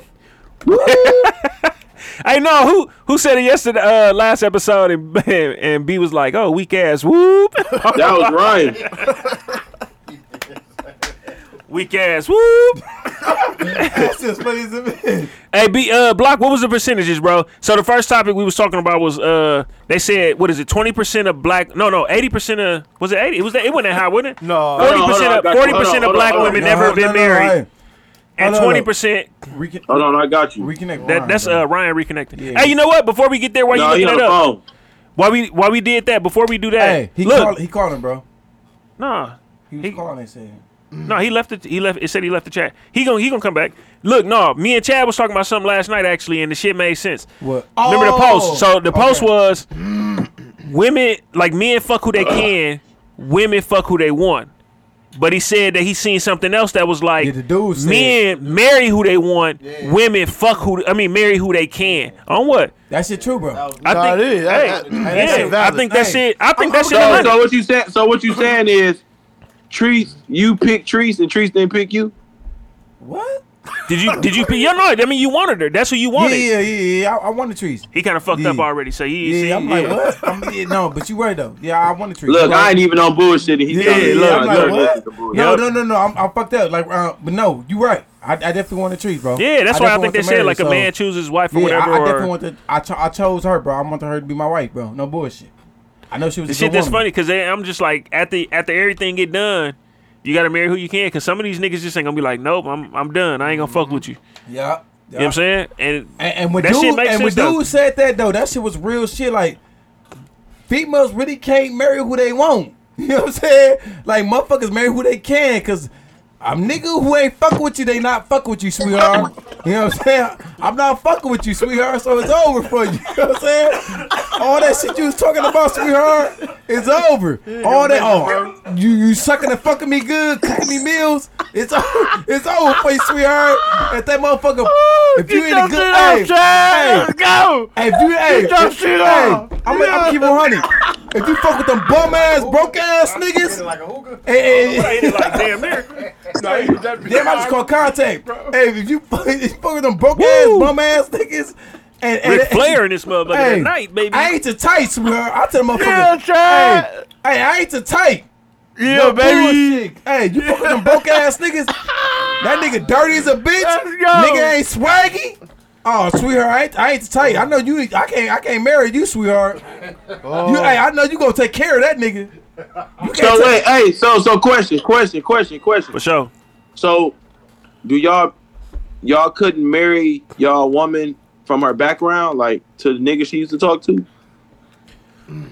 [SPEAKER 2] my life. Hey, no, who who said it yesterday? Uh, last episode, and and B was like, "Oh, weak ass, whoop." that
[SPEAKER 10] That was Ryan.
[SPEAKER 2] Weak ass, whoop.
[SPEAKER 8] That's as funny as it is.
[SPEAKER 2] Hey, B, uh, Block, what was the percentages, bro? So the first topic we was talking about was uh, they said what is it, twenty percent of black? No, no, eighty percent of was it eighty? It was that it wasn't that high, wasn't it?
[SPEAKER 7] No.
[SPEAKER 2] Forty percent of
[SPEAKER 10] Hold on, hold on, I got
[SPEAKER 2] forty
[SPEAKER 10] you.
[SPEAKER 2] percent of
[SPEAKER 10] Hold on,
[SPEAKER 2] black
[SPEAKER 10] hold on,
[SPEAKER 2] women
[SPEAKER 8] uh, No,
[SPEAKER 2] never
[SPEAKER 8] no,
[SPEAKER 2] been
[SPEAKER 8] no,
[SPEAKER 2] married, and
[SPEAKER 8] Hold on,
[SPEAKER 2] twenty percent.
[SPEAKER 8] hey, recon-
[SPEAKER 10] Hold on, I got you.
[SPEAKER 8] Reconnect.
[SPEAKER 2] That, that's
[SPEAKER 8] Ryan,
[SPEAKER 2] uh Ryan reconnecting. Hey, you know what? Before we get there, why
[SPEAKER 10] No,
[SPEAKER 2] you
[SPEAKER 10] he
[SPEAKER 2] looking
[SPEAKER 10] on
[SPEAKER 2] it
[SPEAKER 10] the
[SPEAKER 2] up?
[SPEAKER 10] phone.
[SPEAKER 2] Why we why we did that? Before we do that,
[SPEAKER 8] bro. Hey, he
[SPEAKER 2] look,
[SPEAKER 8] called. He called him, bro.
[SPEAKER 2] nah,
[SPEAKER 8] He was calling and saying,
[SPEAKER 2] No, he left it. He left. It said he left the chat. He gonna he gonna come back. Look, no, me and Chad was talking about something last night actually, and the shit made sense.
[SPEAKER 8] "What?
[SPEAKER 2] Remember the
[SPEAKER 8] Oh,
[SPEAKER 2] post? So the post was women like men fuck who they can, women fuck who they want. But he said that he seen something else that was like
[SPEAKER 8] Yeah, the dude said-
[SPEAKER 2] men marry who they want, women fuck who I mean marry who they can. On what?
[SPEAKER 8] That shit true, bro.
[SPEAKER 2] I
[SPEAKER 7] Nah,
[SPEAKER 2] think
[SPEAKER 7] it is.
[SPEAKER 2] hey,
[SPEAKER 7] That- that-
[SPEAKER 2] yeah,
[SPEAKER 7] that shit
[SPEAKER 2] I
[SPEAKER 7] valid.
[SPEAKER 2] think that
[SPEAKER 8] Hey,
[SPEAKER 2] shit I think that shit
[SPEAKER 10] So,
[SPEAKER 2] aligned.
[SPEAKER 10] so what you saying? So what you saying is, trees you pick trees and trees didn't pick you.
[SPEAKER 8] What?
[SPEAKER 2] Did you did you you know I mean you wanted her. That's who you
[SPEAKER 8] Yeah,
[SPEAKER 2] wanted.
[SPEAKER 8] yeah, yeah, yeah. I, I want the trees.
[SPEAKER 2] He kind of fucked up
[SPEAKER 8] Yeah.
[SPEAKER 2] already, so he
[SPEAKER 8] Yeah,
[SPEAKER 2] see,
[SPEAKER 8] I'm like,
[SPEAKER 2] yeah.
[SPEAKER 8] what? I'm, yeah, no, but you right though. Yeah, I want the trees.
[SPEAKER 10] Look,
[SPEAKER 8] You right.
[SPEAKER 10] I ain't even on bullshit. He
[SPEAKER 8] Yeah,
[SPEAKER 10] telling me
[SPEAKER 2] look,
[SPEAKER 10] I'm not
[SPEAKER 2] look.
[SPEAKER 10] listening to bullshit.
[SPEAKER 8] No,
[SPEAKER 2] Yep.
[SPEAKER 8] no, no, no. I'm, I'm fucked up. Like, uh, but no, you right. I, I definitely want the trees, bro.
[SPEAKER 2] Yeah, that's why I
[SPEAKER 8] definitely
[SPEAKER 2] think
[SPEAKER 8] want
[SPEAKER 2] they
[SPEAKER 8] to
[SPEAKER 2] said
[SPEAKER 8] marry,
[SPEAKER 2] like a
[SPEAKER 8] so-
[SPEAKER 2] man chooses his wife or
[SPEAKER 8] Yeah,
[SPEAKER 2] whatever.
[SPEAKER 8] I, I
[SPEAKER 2] or-
[SPEAKER 8] definitely want to. I, cho- I chose her, bro. I want her to be my wife, bro. No bullshit. I know she was
[SPEAKER 2] the
[SPEAKER 8] a
[SPEAKER 2] shit
[SPEAKER 8] good
[SPEAKER 2] that's
[SPEAKER 8] woman.
[SPEAKER 2] funny because I'm just like at the after everything get done, you gotta marry who you can because some of these niggas just ain't gonna be like, nope, I'm I'm done. I ain't gonna fuck with you.
[SPEAKER 8] Yeah.
[SPEAKER 2] You know what I'm saying? And
[SPEAKER 8] And, and when
[SPEAKER 2] That shit
[SPEAKER 8] dude,
[SPEAKER 2] makes
[SPEAKER 8] and when
[SPEAKER 2] sense, though.
[SPEAKER 8] dude said that though, that shit was real shit. Like females really can't marry who they want. You know what I'm saying? Like motherfuckers marry who they can, cause I'm nigga who ain't fucking with you. They not fucking with you, sweetheart. You know what I'm saying? I'm not fucking with you, sweetheart. So it's over for you. You know what I'm saying? All that shit you was talking about, sweetheart, it's over. All that, oh, you you sucking and fucking me good, cooking me meals. It's over. It's over for you, sweetheart. If that motherfucker, if you
[SPEAKER 7] you
[SPEAKER 8] ain't a
[SPEAKER 7] dumped
[SPEAKER 8] good,
[SPEAKER 7] it off, Chad. Let's
[SPEAKER 8] go. Hey, if you, hey,
[SPEAKER 7] You dumped
[SPEAKER 8] hey,
[SPEAKER 7] it off.
[SPEAKER 8] I'm gonna keep on honey. If you fuck with them bum ass, broke ass niggas, hey, hey, hey.
[SPEAKER 2] Damn, there.
[SPEAKER 8] Damn, I just called contact. Hey, if you fuck, if you fuck with them broke ass, bum ass niggas, and, and
[SPEAKER 2] Ric Flair in this motherfucker
[SPEAKER 8] Hey,
[SPEAKER 2] tonight, baby.
[SPEAKER 8] I ain't the tight, sweetheart. I tell motherfucker.
[SPEAKER 7] Yeah, Chad.
[SPEAKER 8] hey, hey, I ain't the tight.
[SPEAKER 7] Yeah,
[SPEAKER 8] No
[SPEAKER 7] baby.
[SPEAKER 8] bullshit. Hey, you fuck with them broke ass niggas. That nigga dirty as a bitch. Nigga ain't swaggy. Oh, sweetheart, I ain't, I ain't the tight. I know you. ain't- I can't. I can't marry you, sweetheart. You, hey, I know you gonna take care of that nigga.
[SPEAKER 10] Oh. So wait, hey, so so question, question, question, question. For
[SPEAKER 2] sure.
[SPEAKER 10] So, do y'all y'all couldn't marry y'all woman from her background, like to the nigga she used to talk to?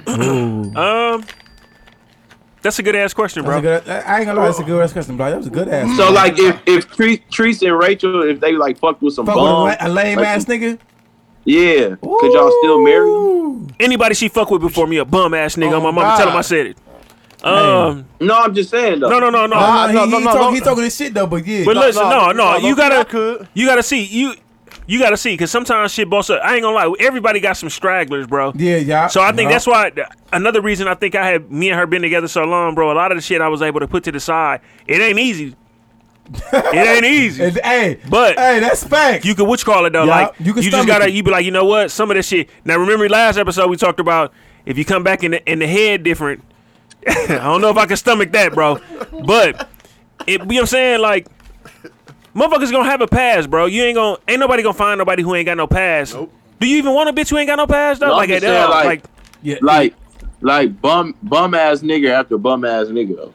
[SPEAKER 2] Um, that's a good ass question, bro.
[SPEAKER 8] That's a good- I I ain't gonna lie, that's a good ass question, bro. That was a good ass.
[SPEAKER 10] So like, if if Tre- Treese and Rachel, if they like fucked with some
[SPEAKER 8] fuck with
[SPEAKER 10] bum,
[SPEAKER 8] a, la- a lame
[SPEAKER 10] like-
[SPEAKER 8] ass nigga.
[SPEAKER 10] yeah, could y'all still marry? Him?
[SPEAKER 2] Anybody she fuck with before me a bum ass nigga. my mama
[SPEAKER 10] God.
[SPEAKER 2] tell him I said it. Um,
[SPEAKER 10] no, I'm just saying though.
[SPEAKER 2] No, no, no, no,
[SPEAKER 8] Nah, he, he talk- he talking this shit though, but yeah.
[SPEAKER 2] But listen, no, no, you gotta, you gotta see you. You gotta see, cause sometimes shit bumps up. I ain't gonna lie, everybody got some stragglers, bro.
[SPEAKER 8] Yeah, yeah.
[SPEAKER 2] So I think
[SPEAKER 8] yeah.
[SPEAKER 2] that's why. Another reason I think I had me and her been together so long, bro. A lot of the shit I was able to put to the side. It ain't easy. it ain't easy.
[SPEAKER 8] hey,
[SPEAKER 2] but
[SPEAKER 8] hey, that's fact.
[SPEAKER 2] You can what you call it though.
[SPEAKER 8] Yeah,
[SPEAKER 2] like
[SPEAKER 8] you
[SPEAKER 2] you,
[SPEAKER 8] can
[SPEAKER 2] just
[SPEAKER 8] stomach
[SPEAKER 2] gotta.
[SPEAKER 8] it.
[SPEAKER 2] You be like, you know what? Some of this shit. Now remember last episode we talked about if you come back in the in the head different. I don't know if I can stomach that, bro. But it, you know what I'm saying? Like, motherfuckers gonna have a past, bro. You ain't gonna, ain't nobody gonna find nobody who ain't got no past. Do you even want a bitch who ain't got no past though?
[SPEAKER 10] No, I'm
[SPEAKER 2] like,
[SPEAKER 10] just
[SPEAKER 2] at
[SPEAKER 10] saying,
[SPEAKER 2] all,
[SPEAKER 10] like,
[SPEAKER 2] like,
[SPEAKER 10] like, like bum bum ass nigga after bum ass nigga though.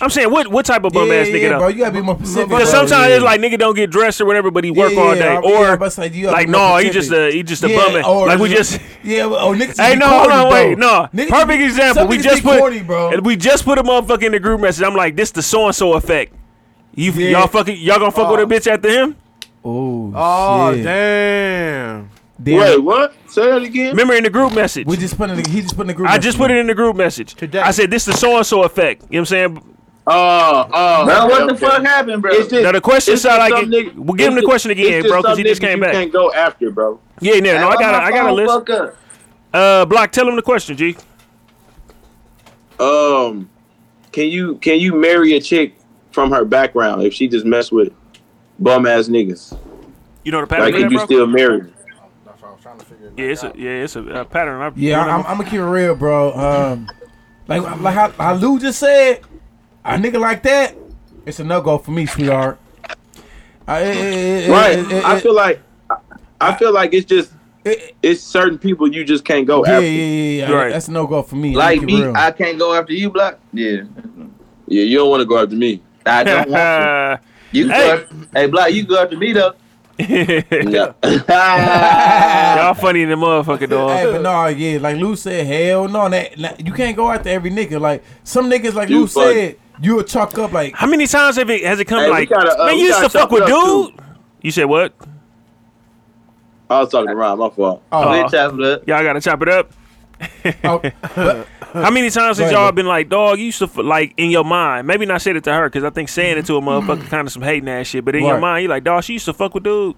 [SPEAKER 2] I'm saying, what what type of bum
[SPEAKER 8] yeah,
[SPEAKER 2] ass
[SPEAKER 8] yeah,
[SPEAKER 2] nigga
[SPEAKER 8] yeah,
[SPEAKER 2] though?
[SPEAKER 8] bro. You gotta be more specific.
[SPEAKER 2] Because
[SPEAKER 8] bro.
[SPEAKER 2] sometimes
[SPEAKER 8] Yeah.
[SPEAKER 2] it's like nigga don't get dressed or whatever, but he work all day.
[SPEAKER 8] yeah,
[SPEAKER 2] or
[SPEAKER 8] but it's like, you gotta
[SPEAKER 2] like
[SPEAKER 8] be more
[SPEAKER 2] no, he
[SPEAKER 8] specific.
[SPEAKER 2] just a he just a
[SPEAKER 8] Yeah,
[SPEAKER 2] bum ass.
[SPEAKER 8] or
[SPEAKER 2] Like we
[SPEAKER 8] just-
[SPEAKER 2] just
[SPEAKER 8] yeah, well, oh, niggas.
[SPEAKER 2] Hey
[SPEAKER 8] be
[SPEAKER 2] no,
[SPEAKER 8] corny,
[SPEAKER 2] hold on,
[SPEAKER 8] bro.
[SPEAKER 2] wait, no.
[SPEAKER 8] Niggas
[SPEAKER 2] Perfect
[SPEAKER 8] be-
[SPEAKER 2] example.
[SPEAKER 8] some
[SPEAKER 2] We
[SPEAKER 8] niggas
[SPEAKER 2] just
[SPEAKER 8] be
[SPEAKER 2] put
[SPEAKER 8] corny, bro.
[SPEAKER 2] we just put a motherfucker in the group message. I'm like, this the so and so effect. You
[SPEAKER 8] Yeah. Uh,
[SPEAKER 2] y'all fucking y'all gonna fuck with a bitch after him?
[SPEAKER 8] Oh,
[SPEAKER 7] Oh,
[SPEAKER 8] shit.
[SPEAKER 7] damn.
[SPEAKER 8] Damn.
[SPEAKER 10] what? Say that again.
[SPEAKER 2] Remember in the group message.
[SPEAKER 8] We just put it. He just put in the group.
[SPEAKER 2] I just put it in the group message. I said this the so and so effect. You know what I'm saying?
[SPEAKER 10] Oh, oh.
[SPEAKER 6] Bro, what the fuck happened, bro?
[SPEAKER 10] It's just-
[SPEAKER 2] Now the question
[SPEAKER 10] it's
[SPEAKER 2] sound
[SPEAKER 10] just
[SPEAKER 2] like
[SPEAKER 10] some
[SPEAKER 2] it-
[SPEAKER 10] nigga-
[SPEAKER 2] we'll give him
[SPEAKER 10] it's
[SPEAKER 2] the question
[SPEAKER 10] just-
[SPEAKER 2] again,
[SPEAKER 10] it's
[SPEAKER 2] bro, 'cause
[SPEAKER 10] some
[SPEAKER 2] he just
[SPEAKER 10] niggas
[SPEAKER 2] came
[SPEAKER 10] you
[SPEAKER 2] back.
[SPEAKER 10] Can't go after, bro.
[SPEAKER 2] Yeah, no, no, I got a, I got a list.
[SPEAKER 6] Fuck up.
[SPEAKER 2] Uh, block. Tell him the question, G.
[SPEAKER 10] Um, can you can you marry a chick from her background if she just mess with bum ass niggas?
[SPEAKER 2] You know the pattern.
[SPEAKER 10] Like,
[SPEAKER 2] of that,
[SPEAKER 10] could you
[SPEAKER 2] bro?
[SPEAKER 10] still marry? her?
[SPEAKER 2] Yeah, it's a, yeah, it's a, uh pattern. I,
[SPEAKER 8] Yeah, I'm, I'm gonna keep it real, bro. Um, like like how, how Lou just said, a nigga like that, it's a no go for me, sweetheart. I, it- it- it-
[SPEAKER 10] Right.
[SPEAKER 8] it- it-
[SPEAKER 10] I feel like I- I feel like it's just it's certain people you just can't go
[SPEAKER 8] yeah, yeah,
[SPEAKER 10] after.
[SPEAKER 8] yeah, yeah. That's a no go for me. I'ma
[SPEAKER 10] Like
[SPEAKER 8] keep it
[SPEAKER 10] me,
[SPEAKER 8] real.
[SPEAKER 6] I can't go after you, Block.
[SPEAKER 10] Yeah. Yeah, you don't want to go after me.
[SPEAKER 6] I don't want to. You go
[SPEAKER 10] Hey.
[SPEAKER 6] after, hey, Block, you go after me, though.
[SPEAKER 10] Yeah.
[SPEAKER 2] Y'all funny in the motherfucker, dog.
[SPEAKER 8] Hey, but no, yeah, like Lou said, hell no, that, that- you can't go after every nigga. Like some niggas, like
[SPEAKER 2] You
[SPEAKER 8] Lou
[SPEAKER 2] funny.
[SPEAKER 8] said, you'll chalk up like.
[SPEAKER 2] How many times have it has it come
[SPEAKER 8] Hey, we
[SPEAKER 2] like?
[SPEAKER 8] gotta, uh,
[SPEAKER 2] man,
[SPEAKER 8] we
[SPEAKER 2] you used
[SPEAKER 8] gotta
[SPEAKER 2] to fuck
[SPEAKER 8] chop it
[SPEAKER 2] with
[SPEAKER 8] up,
[SPEAKER 2] dude. You said what?
[SPEAKER 10] I was talking around. My fault.
[SPEAKER 2] Aw.
[SPEAKER 6] chop it up.
[SPEAKER 2] Y'all gotta chop it up.
[SPEAKER 8] oh,
[SPEAKER 2] How many times
[SPEAKER 6] Go
[SPEAKER 2] has
[SPEAKER 6] ahead,
[SPEAKER 2] y'all
[SPEAKER 6] bro.
[SPEAKER 2] been like, dog? You used to f- like in your mind. Maybe not said it to her because I think saying it to a motherfucker kind of some hating ass shit. But in your
[SPEAKER 8] Right.
[SPEAKER 2] mind, you like, dog, she used to fuck with dude.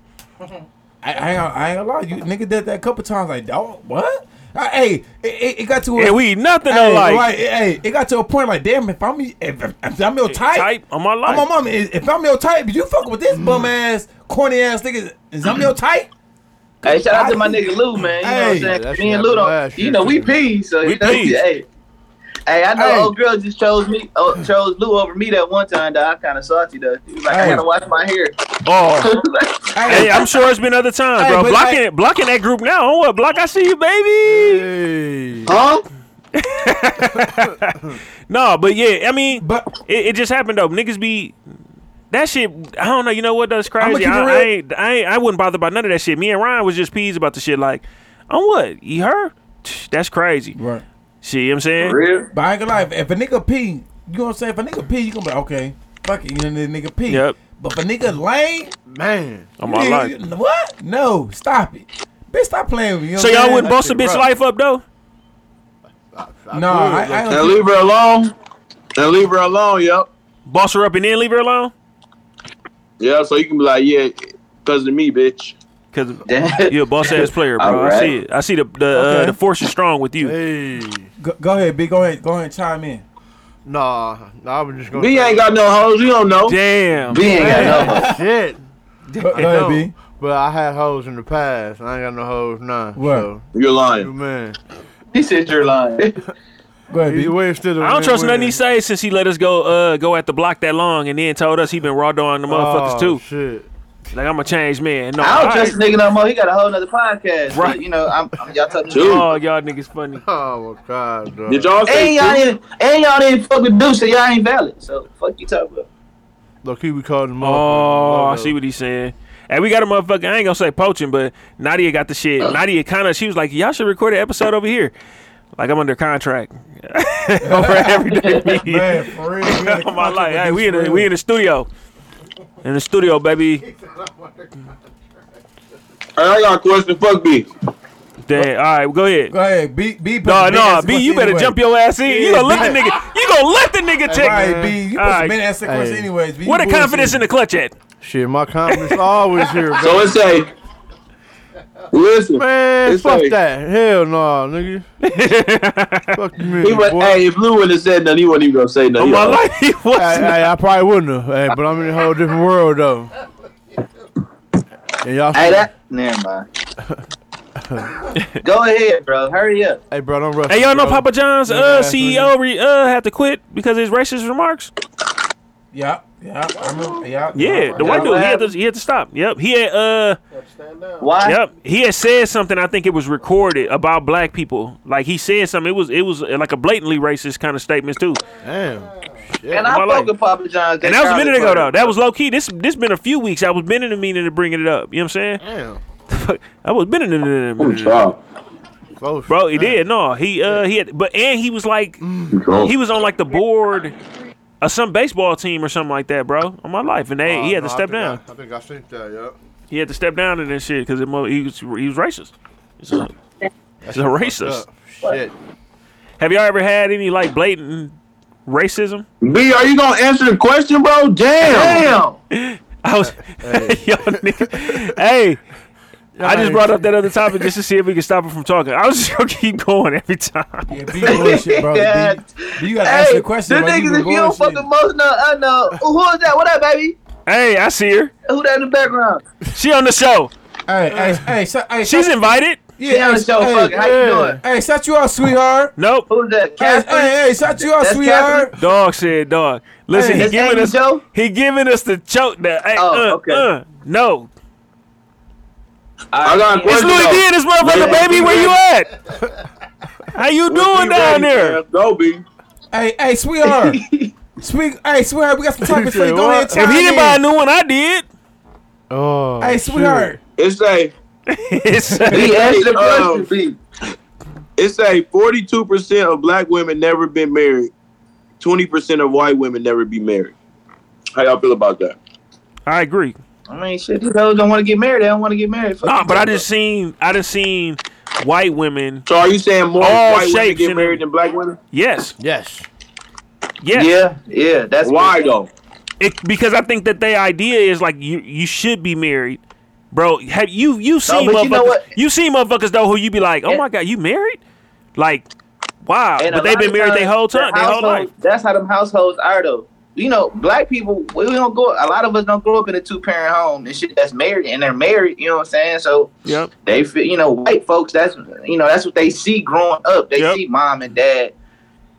[SPEAKER 8] I, I, ain't, gonna- I ain't gonna lie, you nigga did that a couple times. Like, dog, what? I, hey, it, it, it got to
[SPEAKER 2] Yeah, we eat nothing
[SPEAKER 8] hey,
[SPEAKER 2] alike.
[SPEAKER 8] right, hey, it got to a point like, damn, if I'm if, if I'm your type,
[SPEAKER 2] type, on my life.
[SPEAKER 8] I'm my mama. If if I'm your type, you fucking with this bum ass, corny ass nigga. Is I'm your type?
[SPEAKER 6] Hey, shout out to my nigga Lou, man. You
[SPEAKER 8] Hey.
[SPEAKER 6] know
[SPEAKER 8] Yeah,
[SPEAKER 6] what I'm
[SPEAKER 8] that
[SPEAKER 6] saying? Me
[SPEAKER 8] shit
[SPEAKER 6] and Lou
[SPEAKER 8] happened last
[SPEAKER 6] don't,
[SPEAKER 8] year,
[SPEAKER 6] you know, we
[SPEAKER 8] too.
[SPEAKER 6] peas. So
[SPEAKER 8] We
[SPEAKER 6] that's-
[SPEAKER 8] peas.
[SPEAKER 6] Hey, hey, I know
[SPEAKER 8] Hey.
[SPEAKER 6] old girl just chose me, oh, chose Lou over me that one time. That I kind of salty though. She was like, I
[SPEAKER 2] Hey.
[SPEAKER 6] gotta watch my hair.
[SPEAKER 2] Oh, hey, I'm sure it's been other times,
[SPEAKER 6] Hey,
[SPEAKER 2] bro.
[SPEAKER 6] but
[SPEAKER 2] Blocking it, blocking that group now. Oh, what block? I see you, baby.
[SPEAKER 10] Huh?
[SPEAKER 2] No, but yeah, I mean, it, it just happened though. Niggas be that shit. I don't know. You know what? That's
[SPEAKER 8] I'ma
[SPEAKER 2] crazy.
[SPEAKER 8] keep it
[SPEAKER 2] I,
[SPEAKER 8] real.
[SPEAKER 2] I, ain't, I ain't- I wouldn't bother about none of that shit. Me and Ryan was just peas about the shit. Like, on what? You her? Tch, That's crazy.
[SPEAKER 8] Right.
[SPEAKER 2] See, what I'm saying.
[SPEAKER 8] But I ain't gonna lie, if, if a nigga pee, you know what I'm saying? If a nigga pee, you gonna be like, okay. fuck it, you know, the nigga P.
[SPEAKER 2] Yep.
[SPEAKER 8] But if a nigga lame, man.
[SPEAKER 2] On my life.
[SPEAKER 8] What? No, stop it. Bitch, stop playing with me. you know
[SPEAKER 2] So
[SPEAKER 8] what I'm
[SPEAKER 2] y'all would
[SPEAKER 8] saying?
[SPEAKER 2] bust a bitch life up though?
[SPEAKER 8] No, I, I
[SPEAKER 10] And leave her alone. And leave her alone, yep.
[SPEAKER 2] Boss her up and then leave her alone?
[SPEAKER 10] Yeah, so you can be like, yeah, because of me, bitch.
[SPEAKER 2] Cause you a boss ass player, bro. I see it. I see the the, uh,
[SPEAKER 8] Okay.
[SPEAKER 2] the force is strong with you.
[SPEAKER 8] Go, go ahead, B. Go ahead. Go ahead and chime in.
[SPEAKER 7] Nah, nah, I was just gonna.
[SPEAKER 8] B
[SPEAKER 7] say-
[SPEAKER 8] ain't got no hoes, you don't know.
[SPEAKER 2] Damn.
[SPEAKER 8] B ain't got no hoes.
[SPEAKER 7] Shit.
[SPEAKER 8] Go-
[SPEAKER 7] I
[SPEAKER 8] go ahead,
[SPEAKER 7] don't,
[SPEAKER 8] B.
[SPEAKER 7] But I had hoes in the past. and I ain't got no hoes now.
[SPEAKER 8] What?
[SPEAKER 7] So.
[SPEAKER 10] You're lying.
[SPEAKER 7] You man.
[SPEAKER 6] He said you're lying.
[SPEAKER 7] Either way, it's still a
[SPEAKER 2] I don't trust
[SPEAKER 7] win-win.
[SPEAKER 2] nothing he say since he let us go uh go at the block that long and then told us he been raw doing the motherfuckers
[SPEAKER 7] Oh,
[SPEAKER 2] too.
[SPEAKER 7] Shit.
[SPEAKER 2] Like I'm a changed man. No,
[SPEAKER 6] I don't trust
[SPEAKER 2] alright.
[SPEAKER 6] this nigga no more. He got a whole nother
[SPEAKER 2] Right.
[SPEAKER 6] podcast. Right. you know, I'm, I'm y'all talking
[SPEAKER 2] Oh, y'all niggas funny.
[SPEAKER 7] Oh my god, dog.
[SPEAKER 6] Did y'all say And y'all two? didn't- and y'all didn't fuck with Deuce, so y'all ain't valid. So fuck you talking about.
[SPEAKER 7] Look, he we called him
[SPEAKER 2] Oh, I
[SPEAKER 7] up.
[SPEAKER 2] see what he's saying. Hey, we got a motherfucker. I ain't gonna say poaching, but Nadia got the
[SPEAKER 6] Oh.
[SPEAKER 2] shit. Nadia kind of she was like, y'all should record an episode over here. Like I'm under contract over everyday media.
[SPEAKER 8] Man, for real. we had a
[SPEAKER 2] Oh, my life. Hey, we in
[SPEAKER 8] for
[SPEAKER 2] the,
[SPEAKER 8] real.
[SPEAKER 2] we in the studio. In the studio, baby.
[SPEAKER 10] I got a question. Fuck B.
[SPEAKER 2] Damn. All right, go ahead.
[SPEAKER 8] Go ahead. B. B. put
[SPEAKER 2] No,
[SPEAKER 8] the big
[SPEAKER 2] no,
[SPEAKER 8] ass
[SPEAKER 2] B.
[SPEAKER 8] question
[SPEAKER 2] You better
[SPEAKER 8] anyway.
[SPEAKER 2] jump your ass in. you
[SPEAKER 8] Yeah,
[SPEAKER 2] gonna let
[SPEAKER 8] B.
[SPEAKER 2] the nigga. You gonna let the nigga take.
[SPEAKER 8] Right, B. You put
[SPEAKER 2] All right.
[SPEAKER 8] some big ass question anyways. B.
[SPEAKER 2] What a
[SPEAKER 8] bullshit.
[SPEAKER 2] confidence in the clutch at.
[SPEAKER 7] Shit, my confidence always here, bro.
[SPEAKER 10] So it's a. Listen.
[SPEAKER 7] Man,
[SPEAKER 10] it's
[SPEAKER 7] fuck
[SPEAKER 10] a-
[SPEAKER 7] that. Hell no, nigga. fuck you,
[SPEAKER 10] He was,
[SPEAKER 7] boy.
[SPEAKER 10] hey, if Lou wouldn't have said nothing, he wouldn't even gonna say nothing.
[SPEAKER 2] Oh,
[SPEAKER 10] He like,
[SPEAKER 2] he was.
[SPEAKER 7] Hey, hey, I probably wouldn't have. Hey, but I'm in a whole different world though. And y'all.
[SPEAKER 6] Hey, that. Never mind. Go ahead, bro. Hurry up.
[SPEAKER 7] Hey, bro, don't rush.
[SPEAKER 2] Hey, y'all know Papa John's
[SPEAKER 7] Never
[SPEAKER 2] uh,
[SPEAKER 7] asked for
[SPEAKER 2] CEO re, uh, had to quit because of his racist remarks.
[SPEAKER 8] Yeah. Yeah. I remember. Yeah.
[SPEAKER 2] Yeah, the white dude, he had to he had to stop. Yep, he had uh,
[SPEAKER 6] Why?
[SPEAKER 2] yep, he had said something. I think it was recorded about black people. Like he said something. It was it was uh, like a blatantly racist kind of statements too.
[SPEAKER 7] Damn.
[SPEAKER 6] And I
[SPEAKER 2] My life.
[SPEAKER 6] fuck with Papa John's.
[SPEAKER 2] And that was a minute ago though.
[SPEAKER 6] Charlotte
[SPEAKER 2] That was low key. This this been a few weeks. I was been in the meaning of bringing it up. You know what I'm saying?
[SPEAKER 7] Damn.
[SPEAKER 2] I was been in the meaning.
[SPEAKER 7] Close.
[SPEAKER 2] Bro, he did. No, he uh he had, but and he was like he was on like the board of some baseball team or something like that, bro. On my life, and they he had to step down.
[SPEAKER 7] Oh, I think I think that. Yep.
[SPEAKER 2] He had to step down and then shit because he was he was racist. It's a, it's a racist.
[SPEAKER 7] Shit.
[SPEAKER 2] Have y'all ever had any like blatant racism?
[SPEAKER 10] B, are you gonna answer the question, bro? Damn.
[SPEAKER 2] I was, yo, nigga, hey. I just brought up that other topic just to see if we can stop him from talking. I was just gonna keep going every time.
[SPEAKER 8] Yeah, B. Bullshit, bro.
[SPEAKER 6] Yeah.
[SPEAKER 8] B. B, You gotta
[SPEAKER 6] Hey,
[SPEAKER 8] answer
[SPEAKER 6] the
[SPEAKER 8] the question. bro.
[SPEAKER 6] niggas,
[SPEAKER 8] been
[SPEAKER 6] if you don't
[SPEAKER 8] bullshitting.
[SPEAKER 6] fucking most know, I know. Who is that? What up, baby?
[SPEAKER 2] Hey, I see her.
[SPEAKER 6] Who that in the background?
[SPEAKER 2] She on the show.
[SPEAKER 8] Hey, hey, hey, so, hey,
[SPEAKER 2] She's invited.
[SPEAKER 6] She on the show, fuck it. How you doing?
[SPEAKER 8] Hey, shut you up, sweetheart.
[SPEAKER 2] Nope.
[SPEAKER 6] Who's that?
[SPEAKER 8] Hey,
[SPEAKER 6] Catherine?
[SPEAKER 8] hey, hey, shut you up,
[SPEAKER 6] That's
[SPEAKER 8] sweetheart.
[SPEAKER 2] Dog said dog. Listen,
[SPEAKER 8] Hey,
[SPEAKER 2] he
[SPEAKER 8] that's
[SPEAKER 2] giving
[SPEAKER 6] Andy
[SPEAKER 2] us
[SPEAKER 6] Joe?
[SPEAKER 2] he giving us the choke. That hey,
[SPEAKER 6] Oh,
[SPEAKER 2] uh,
[SPEAKER 6] okay.
[SPEAKER 2] uh, no,
[SPEAKER 10] I got a
[SPEAKER 2] it's
[SPEAKER 10] question.
[SPEAKER 2] Louis D and this motherfucker, baby. Where you at? How you doing down there?
[SPEAKER 10] Go, B.
[SPEAKER 8] Hey, hey, sweetheart. Sweet, hey, sweetheart, we got some topics for you. Go ahead,
[SPEAKER 7] If
[SPEAKER 8] and
[SPEAKER 2] If
[SPEAKER 8] chime
[SPEAKER 2] he didn't buy a
[SPEAKER 8] in.
[SPEAKER 2] new one, I did.
[SPEAKER 7] Oh.
[SPEAKER 8] Hey, sweetheart.
[SPEAKER 10] It's a.
[SPEAKER 2] It's-
[SPEAKER 6] He answered the question,
[SPEAKER 10] Um,
[SPEAKER 6] B.
[SPEAKER 10] It's a forty-two percent of black women never been married. Twenty percent of white women never be married. How y'all feel about that?
[SPEAKER 2] I agree.
[SPEAKER 6] I mean, shit, these hoes don't want to get married. They don't want to get married. Fuck
[SPEAKER 2] Nah,
[SPEAKER 6] you
[SPEAKER 2] but I
[SPEAKER 6] talking
[SPEAKER 2] just seen I just seen white women.
[SPEAKER 10] So are you saying more
[SPEAKER 2] All
[SPEAKER 10] white women
[SPEAKER 2] shapes
[SPEAKER 10] get
[SPEAKER 2] in
[SPEAKER 10] married
[SPEAKER 2] it.
[SPEAKER 10] than black women?
[SPEAKER 2] Yes,
[SPEAKER 7] Yes.
[SPEAKER 2] yes.
[SPEAKER 6] about. Yeah, yeah, that's
[SPEAKER 10] Why
[SPEAKER 6] good.
[SPEAKER 10] though?
[SPEAKER 2] It, because I think that their idea is like you you should be married. Bro, have you you seen motherfuckers?
[SPEAKER 6] but you
[SPEAKER 2] You,
[SPEAKER 6] know what?
[SPEAKER 2] seen motherfuckers though who you be like, oh
[SPEAKER 6] And-
[SPEAKER 2] my god, you married? Like, wow!
[SPEAKER 6] And a
[SPEAKER 2] But they've
[SPEAKER 6] lot
[SPEAKER 2] been
[SPEAKER 6] of
[SPEAKER 2] married
[SPEAKER 6] times,
[SPEAKER 2] their whole
[SPEAKER 6] their
[SPEAKER 2] time, their whole
[SPEAKER 6] household-
[SPEAKER 2] life.
[SPEAKER 6] That's how them households are though. You know, black people, we we don't go. A lot of us don't grow up in a two parent home and shit. That's married, and they're married. You know what I'm saying? So
[SPEAKER 2] Yep.
[SPEAKER 6] they feel, you know, white folks. That's you know, that's what they see growing up. They
[SPEAKER 2] Yep.
[SPEAKER 6] see mom and dad,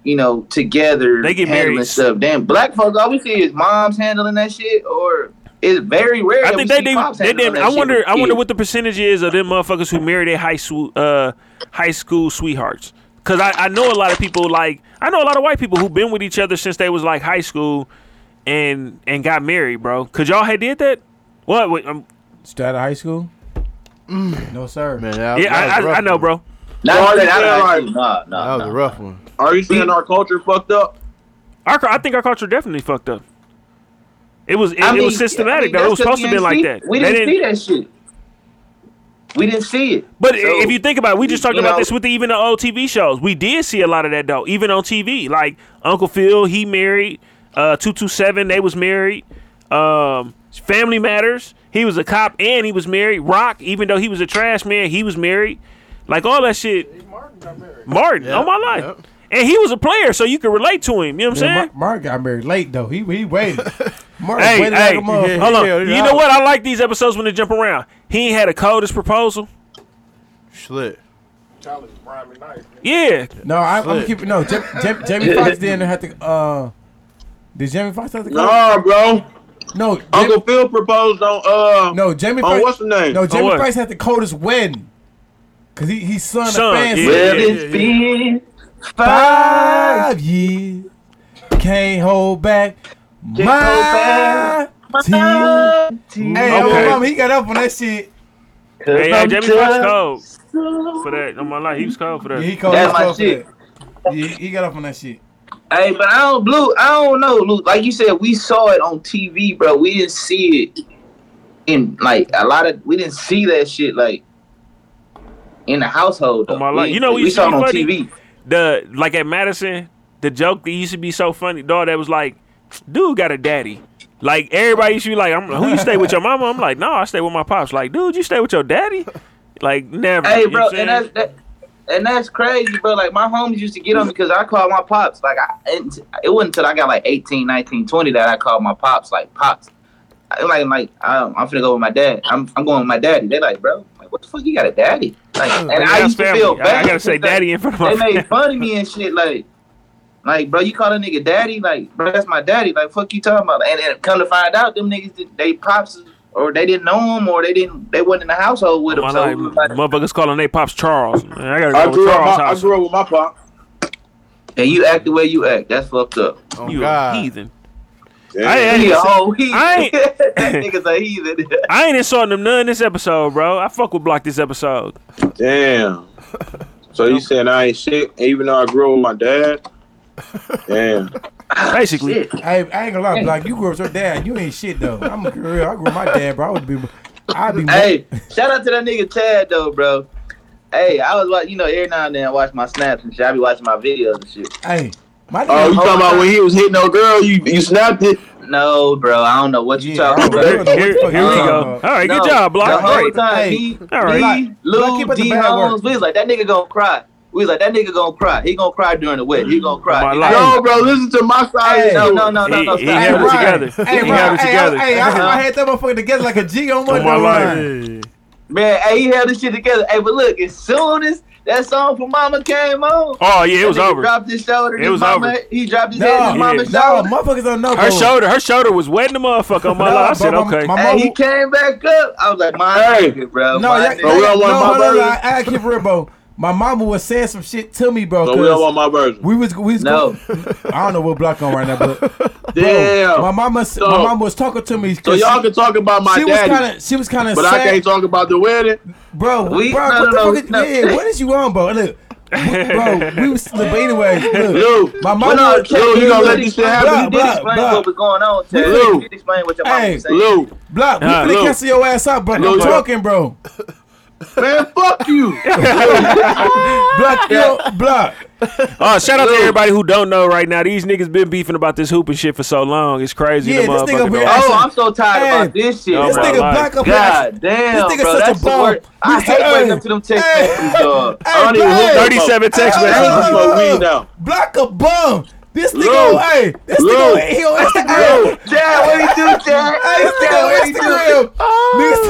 [SPEAKER 6] you know, together.
[SPEAKER 2] They get
[SPEAKER 6] handling
[SPEAKER 2] married.
[SPEAKER 6] Stuff. Damn, black folks. All we see is moms handling that shit, or it's very rare.
[SPEAKER 2] I
[SPEAKER 6] that we
[SPEAKER 2] think they
[SPEAKER 6] see
[SPEAKER 2] did.
[SPEAKER 6] pops
[SPEAKER 2] They
[SPEAKER 6] handling
[SPEAKER 2] did.
[SPEAKER 6] that
[SPEAKER 2] I
[SPEAKER 6] shit
[SPEAKER 2] wonder.
[SPEAKER 6] with
[SPEAKER 2] I wonder
[SPEAKER 6] kids.
[SPEAKER 2] what the percentage is of them motherfuckers who marry their high school uh high school sweethearts. Cause I, I know a lot of people like I know a lot of white people who've been with each other since they was like high school, and and got married, bro. Cause y'all had did that. What? Wait, um,
[SPEAKER 8] Straight out of high school?
[SPEAKER 6] Mm.
[SPEAKER 8] No, sir.
[SPEAKER 7] Man, that,
[SPEAKER 2] yeah,
[SPEAKER 7] that
[SPEAKER 2] I,
[SPEAKER 7] was a
[SPEAKER 2] I,
[SPEAKER 7] rough
[SPEAKER 2] I know,
[SPEAKER 7] one.
[SPEAKER 2] bro.
[SPEAKER 6] Not even
[SPEAKER 10] Well, I
[SPEAKER 6] out of
[SPEAKER 10] think
[SPEAKER 6] high
[SPEAKER 10] they're
[SPEAKER 6] school. Nah,
[SPEAKER 7] That
[SPEAKER 6] nah,
[SPEAKER 7] was a
[SPEAKER 6] nah.
[SPEAKER 7] rough one.
[SPEAKER 10] Are you saying our culture fucked up?
[SPEAKER 2] Our, cul- I think our culture definitely fucked up. It was it,
[SPEAKER 6] I
[SPEAKER 2] it
[SPEAKER 6] mean,
[SPEAKER 2] was systematic
[SPEAKER 6] I mean,
[SPEAKER 2] though. It was
[SPEAKER 6] that's 'cause
[SPEAKER 2] supposed to
[SPEAKER 6] we
[SPEAKER 2] be like
[SPEAKER 6] didn't
[SPEAKER 2] that.
[SPEAKER 6] see- We
[SPEAKER 2] They
[SPEAKER 6] didn't, see that shit. We didn't see it.
[SPEAKER 2] But
[SPEAKER 6] So,
[SPEAKER 2] if you think about it, we just talked
[SPEAKER 6] you
[SPEAKER 2] about
[SPEAKER 6] know-
[SPEAKER 2] this with the, even the old TV shows. We did see a lot of that though, even on TV. Like Uncle Phil, he married uh 227, they was married. Um Family Matters, he was a cop and he was married. Rock, even though he was a trash man, he was married. Like all that shit. Martin,
[SPEAKER 8] Yeah,
[SPEAKER 2] all my life. And he was a player, so you could relate to him. You know what I'm
[SPEAKER 8] Yeah,
[SPEAKER 2] saying?
[SPEAKER 8] Mark, Mark got married late though. He he waited. Mark
[SPEAKER 2] hey,
[SPEAKER 8] waited
[SPEAKER 2] hey,
[SPEAKER 8] like a motherfucker.
[SPEAKER 2] hold on. you know what? I like these episodes when they jump around. He ain't had a coldest proposal.
[SPEAKER 7] Slit.
[SPEAKER 2] Yeah.
[SPEAKER 8] No, I, I'm
[SPEAKER 2] Slick.
[SPEAKER 8] keeping no. Jam, Jam, Jamie Foxx didn't have to. Uh, did Jamie Foxx have to?
[SPEAKER 10] No,
[SPEAKER 8] call?
[SPEAKER 10] bro.
[SPEAKER 8] No,
[SPEAKER 10] Uncle Phil proposed on uh
[SPEAKER 8] no Jamie.
[SPEAKER 10] on
[SPEAKER 8] Foxx-
[SPEAKER 10] what's the name?
[SPEAKER 2] Oh,
[SPEAKER 8] No, Jamie Foxx had the coldest wedding. Cause he he son,
[SPEAKER 10] Son,
[SPEAKER 8] a fan.
[SPEAKER 10] yeah, Well, yeah, it's yeah.
[SPEAKER 8] been five years. Can't hold back.
[SPEAKER 10] Can't
[SPEAKER 8] my
[SPEAKER 10] hold back
[SPEAKER 8] tears. Hey,
[SPEAKER 2] Okay.
[SPEAKER 8] okay. mama, he got up on that shit.
[SPEAKER 2] Hey, hey,
[SPEAKER 8] I'm
[SPEAKER 2] Jamie
[SPEAKER 8] just
[SPEAKER 2] Foxx cold for that. On my life, he was cold for that.
[SPEAKER 8] Yeah, he cold. he
[SPEAKER 6] That's my
[SPEAKER 8] cold for
[SPEAKER 6] shit.
[SPEAKER 8] that. Yeah, he got up on that shit.
[SPEAKER 6] Hey, but I don't, Blue. I don't know, Luke. Like you said, we saw it on TV, bro. We didn't see it in like a lot of. We didn't see that shit like in the household. Though.
[SPEAKER 2] my
[SPEAKER 6] We
[SPEAKER 2] life. You know,
[SPEAKER 6] we,
[SPEAKER 2] what used
[SPEAKER 6] saw
[SPEAKER 2] to
[SPEAKER 6] it
[SPEAKER 2] be
[SPEAKER 6] on
[SPEAKER 2] funny?
[SPEAKER 6] TV.
[SPEAKER 2] The like at Madison, the joke that used to be so funny, dog. That was like, dude got a daddy. Like everybody used to be like, I'm, who you stay with your mama? I'm like, no, I stay with my pops. Like, dude, you stay with your daddy? Like never.
[SPEAKER 6] Hey,
[SPEAKER 2] You know
[SPEAKER 6] bro,
[SPEAKER 2] what I'm
[SPEAKER 6] and
[SPEAKER 2] saying?
[SPEAKER 6] that's that, and that's crazy, bro. Like my homies used to get on me because I called my pops. Like I, and it wasn't until I got like 18, 19, 20 that I called my pops. Like pops, I, like like um, I'm finna go with my dad. I'm I'm going with my daddy. They like, bro, like what the fuck? You got a daddy? Like, and
[SPEAKER 2] Like,
[SPEAKER 6] I
[SPEAKER 2] that's
[SPEAKER 6] used to
[SPEAKER 2] family.
[SPEAKER 6] feel
[SPEAKER 2] I- I
[SPEAKER 6] bad.
[SPEAKER 2] gotta say
[SPEAKER 6] because
[SPEAKER 2] daddy in front of my
[SPEAKER 6] They made
[SPEAKER 2] family.
[SPEAKER 6] fun of me and shit. Like, like bro, you call a nigga daddy? Like, bro, that's my daddy. Like, fuck you talking about? And, and come to find out, them niggas, did- they pops. Or they didn't know him, or they didn't. They wasn't in the household with him.
[SPEAKER 2] my
[SPEAKER 6] So
[SPEAKER 2] life.
[SPEAKER 6] it was
[SPEAKER 2] Motherfuckers calling they pops Charles. Man, I gotta go
[SPEAKER 10] I
[SPEAKER 2] with
[SPEAKER 10] grew, up,
[SPEAKER 2] Charles'
[SPEAKER 10] my, I
[SPEAKER 2] house.
[SPEAKER 10] grew up with my pop.
[SPEAKER 6] And you act the way you act. That's fucked up.
[SPEAKER 7] Oh,
[SPEAKER 2] you a heathen.
[SPEAKER 10] Yeah.
[SPEAKER 2] I ain't-
[SPEAKER 6] he a whole heathen.
[SPEAKER 2] I ain't-
[SPEAKER 6] that nigga's a heathen.
[SPEAKER 2] I ain't insulting them none this episode, bro. I fuck with block this episode.
[SPEAKER 10] Damn. So you saying I ain't shit, even though I grew up with my dad? Damn.
[SPEAKER 2] Basically.
[SPEAKER 8] Hey, I ain't gonna lie, Black. You grew up with your dad. You ain't shit though. I'm real. I grew up with my dad, bro. I would be. I'd be.
[SPEAKER 6] hey, shout out to that nigga Tad though, bro. Hey, I was like, you know, every now and then I watch my snaps and shit. I be watching my videos and shit.
[SPEAKER 8] Hey, my
[SPEAKER 10] Oh, you talking about when he was hitting on girl? You you snapped it?
[SPEAKER 6] No, bro. I don't know what you talking about.
[SPEAKER 10] Here- here- here we go.
[SPEAKER 6] Um,
[SPEAKER 10] All right, good job, Block.
[SPEAKER 6] The whole
[SPEAKER 10] Great.
[SPEAKER 6] time,
[SPEAKER 10] Hey,
[SPEAKER 6] he,
[SPEAKER 10] all right.
[SPEAKER 6] he, Lil
[SPEAKER 8] keep up the
[SPEAKER 6] D
[SPEAKER 8] bad
[SPEAKER 6] Holmes, we was like, that nigga gonna cry. We was like, that nigga gonna cry. He gonna cry during the wet. He gonna cry. He gonna
[SPEAKER 10] No, bro, listen to my side.
[SPEAKER 6] Hey, no, no, no, no, no. stop.
[SPEAKER 8] Hey, Ryan. Hey,
[SPEAKER 6] He
[SPEAKER 8] bro,
[SPEAKER 6] held it
[SPEAKER 8] hey,
[SPEAKER 6] together.
[SPEAKER 8] I, hey, I,
[SPEAKER 6] Uh-huh.
[SPEAKER 8] I had that motherfucker together like a G on one.
[SPEAKER 6] On my
[SPEAKER 8] no
[SPEAKER 6] life.
[SPEAKER 8] line.
[SPEAKER 6] Man, hey, he held this shit together. Hey, but look, as soon as that song for Mama came on,
[SPEAKER 2] Oh, yeah, it was
[SPEAKER 6] that nigga
[SPEAKER 2] over.
[SPEAKER 6] Dropped his shoulder.
[SPEAKER 2] It
[SPEAKER 6] his
[SPEAKER 2] was
[SPEAKER 6] mama,
[SPEAKER 2] over.
[SPEAKER 6] He dropped his
[SPEAKER 2] No,
[SPEAKER 6] head. His
[SPEAKER 2] yeah.
[SPEAKER 6] mama's
[SPEAKER 2] No,
[SPEAKER 6] shoulder.
[SPEAKER 8] motherfuckers don't know.
[SPEAKER 2] Her shoulder, her shoulder was wetting the motherfucker on my life. I said, okay.
[SPEAKER 6] Hey, he came back up. I was like, my nigga, bro.
[SPEAKER 8] No,
[SPEAKER 6] my
[SPEAKER 8] y'all,
[SPEAKER 6] nigga.
[SPEAKER 8] no, no, hold on, I, I keep it real, bro. My mama was saying some shit to me, bro.
[SPEAKER 10] So we don't
[SPEAKER 8] 'cause
[SPEAKER 10] want my version.
[SPEAKER 8] We was we was
[SPEAKER 10] No.
[SPEAKER 8] I don't know what block on right now, but bro,
[SPEAKER 10] Damn.
[SPEAKER 8] my mama s-
[SPEAKER 10] So-
[SPEAKER 8] my mama was talking to me.
[SPEAKER 10] So
[SPEAKER 8] 'cause
[SPEAKER 10] y'all
[SPEAKER 8] she-
[SPEAKER 10] can talk about my
[SPEAKER 8] she
[SPEAKER 10] daddy.
[SPEAKER 8] Was kinda, she was kind of
[SPEAKER 10] But I can't talk about the wedding.
[SPEAKER 8] Bro,
[SPEAKER 10] We-
[SPEAKER 8] bro,
[SPEAKER 10] no,
[SPEAKER 8] what
[SPEAKER 10] no,
[SPEAKER 8] the fuck is,
[SPEAKER 10] no, no.
[SPEAKER 8] man, what is you on, bro? Look, bro, we was, look, but anyways, look,
[SPEAKER 10] Lou,
[SPEAKER 8] my
[SPEAKER 10] Lou,
[SPEAKER 8] mama,
[SPEAKER 10] Lou, you gonna let this shit
[SPEAKER 8] Block,
[SPEAKER 10] happen? You did
[SPEAKER 8] block,
[SPEAKER 10] explain
[SPEAKER 8] block.
[SPEAKER 6] what was going on? Ted.
[SPEAKER 8] Lou.
[SPEAKER 6] You did explain what your mama
[SPEAKER 8] Hey,
[SPEAKER 6] was saying.
[SPEAKER 8] block, we
[SPEAKER 6] Nah,
[SPEAKER 8] finna
[SPEAKER 6] Lou.
[SPEAKER 8] cancel your ass out, bro.
[SPEAKER 6] Lou,
[SPEAKER 8] I'm
[SPEAKER 6] Lou.
[SPEAKER 8] talking, bro.
[SPEAKER 10] Man, fuck you.
[SPEAKER 8] block, yo, block.
[SPEAKER 2] Uh, shout out to everybody who don't know right now. These niggas been beefing about this hooping shit for so long. It's crazy.
[SPEAKER 8] Yeah,
[SPEAKER 2] the
[SPEAKER 8] this nigga
[SPEAKER 2] motherfucker
[SPEAKER 8] been
[SPEAKER 2] don't-
[SPEAKER 8] asking-
[SPEAKER 6] Oh, I'm so tired
[SPEAKER 8] Hey,
[SPEAKER 6] about this shit.
[SPEAKER 10] Oh,
[SPEAKER 2] this
[SPEAKER 6] bro.
[SPEAKER 2] nigga
[SPEAKER 6] Like,
[SPEAKER 2] black up
[SPEAKER 6] God
[SPEAKER 2] here.
[SPEAKER 6] damn,
[SPEAKER 2] This nigga
[SPEAKER 6] bro.
[SPEAKER 2] such a
[SPEAKER 6] that's the
[SPEAKER 2] bum.
[SPEAKER 6] worst. I
[SPEAKER 2] Used to-
[SPEAKER 6] hate waking
[SPEAKER 2] hey,
[SPEAKER 6] up to them text messages, dog. I
[SPEAKER 8] Hey,
[SPEAKER 6] don't even
[SPEAKER 8] hey,
[SPEAKER 6] look
[SPEAKER 2] 37 text
[SPEAKER 8] Hey,
[SPEAKER 2] messages. This
[SPEAKER 8] hold on,
[SPEAKER 2] is what
[SPEAKER 8] hold
[SPEAKER 2] we
[SPEAKER 8] on.
[SPEAKER 2] now.
[SPEAKER 8] Block a bum. This nigga,
[SPEAKER 2] Lou.
[SPEAKER 8] hey, this
[SPEAKER 2] Lou.
[SPEAKER 8] nigga, he on Instagram.
[SPEAKER 6] Chad, what he do, Chad?
[SPEAKER 8] Hey, this nigga on Instagram. Nigga-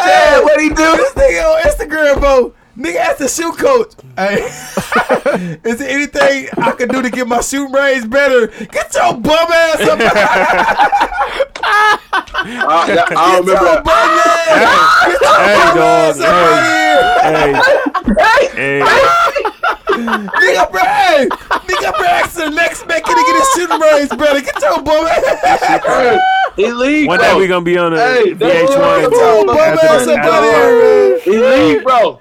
[SPEAKER 8] Hey,
[SPEAKER 6] what he do?
[SPEAKER 8] This nigga on Instagram, bro. Nigga asked the shoe coach, hey, is there anything I can do to get my shoe braids better? Get your bum ass up.
[SPEAKER 10] I, I don't remember.
[SPEAKER 8] Get your bum ass. Get your bum ass up out of here. Nigga, bro, hey, nigga, bro, asked the next man, can he get his shooting braids, brother? Get your bum ass.
[SPEAKER 10] Elite,
[SPEAKER 2] One day we gonna be on a
[SPEAKER 10] Hey,
[SPEAKER 2] VH1.
[SPEAKER 10] that's what I'm talking about.
[SPEAKER 2] after the-
[SPEAKER 10] Elite, bro.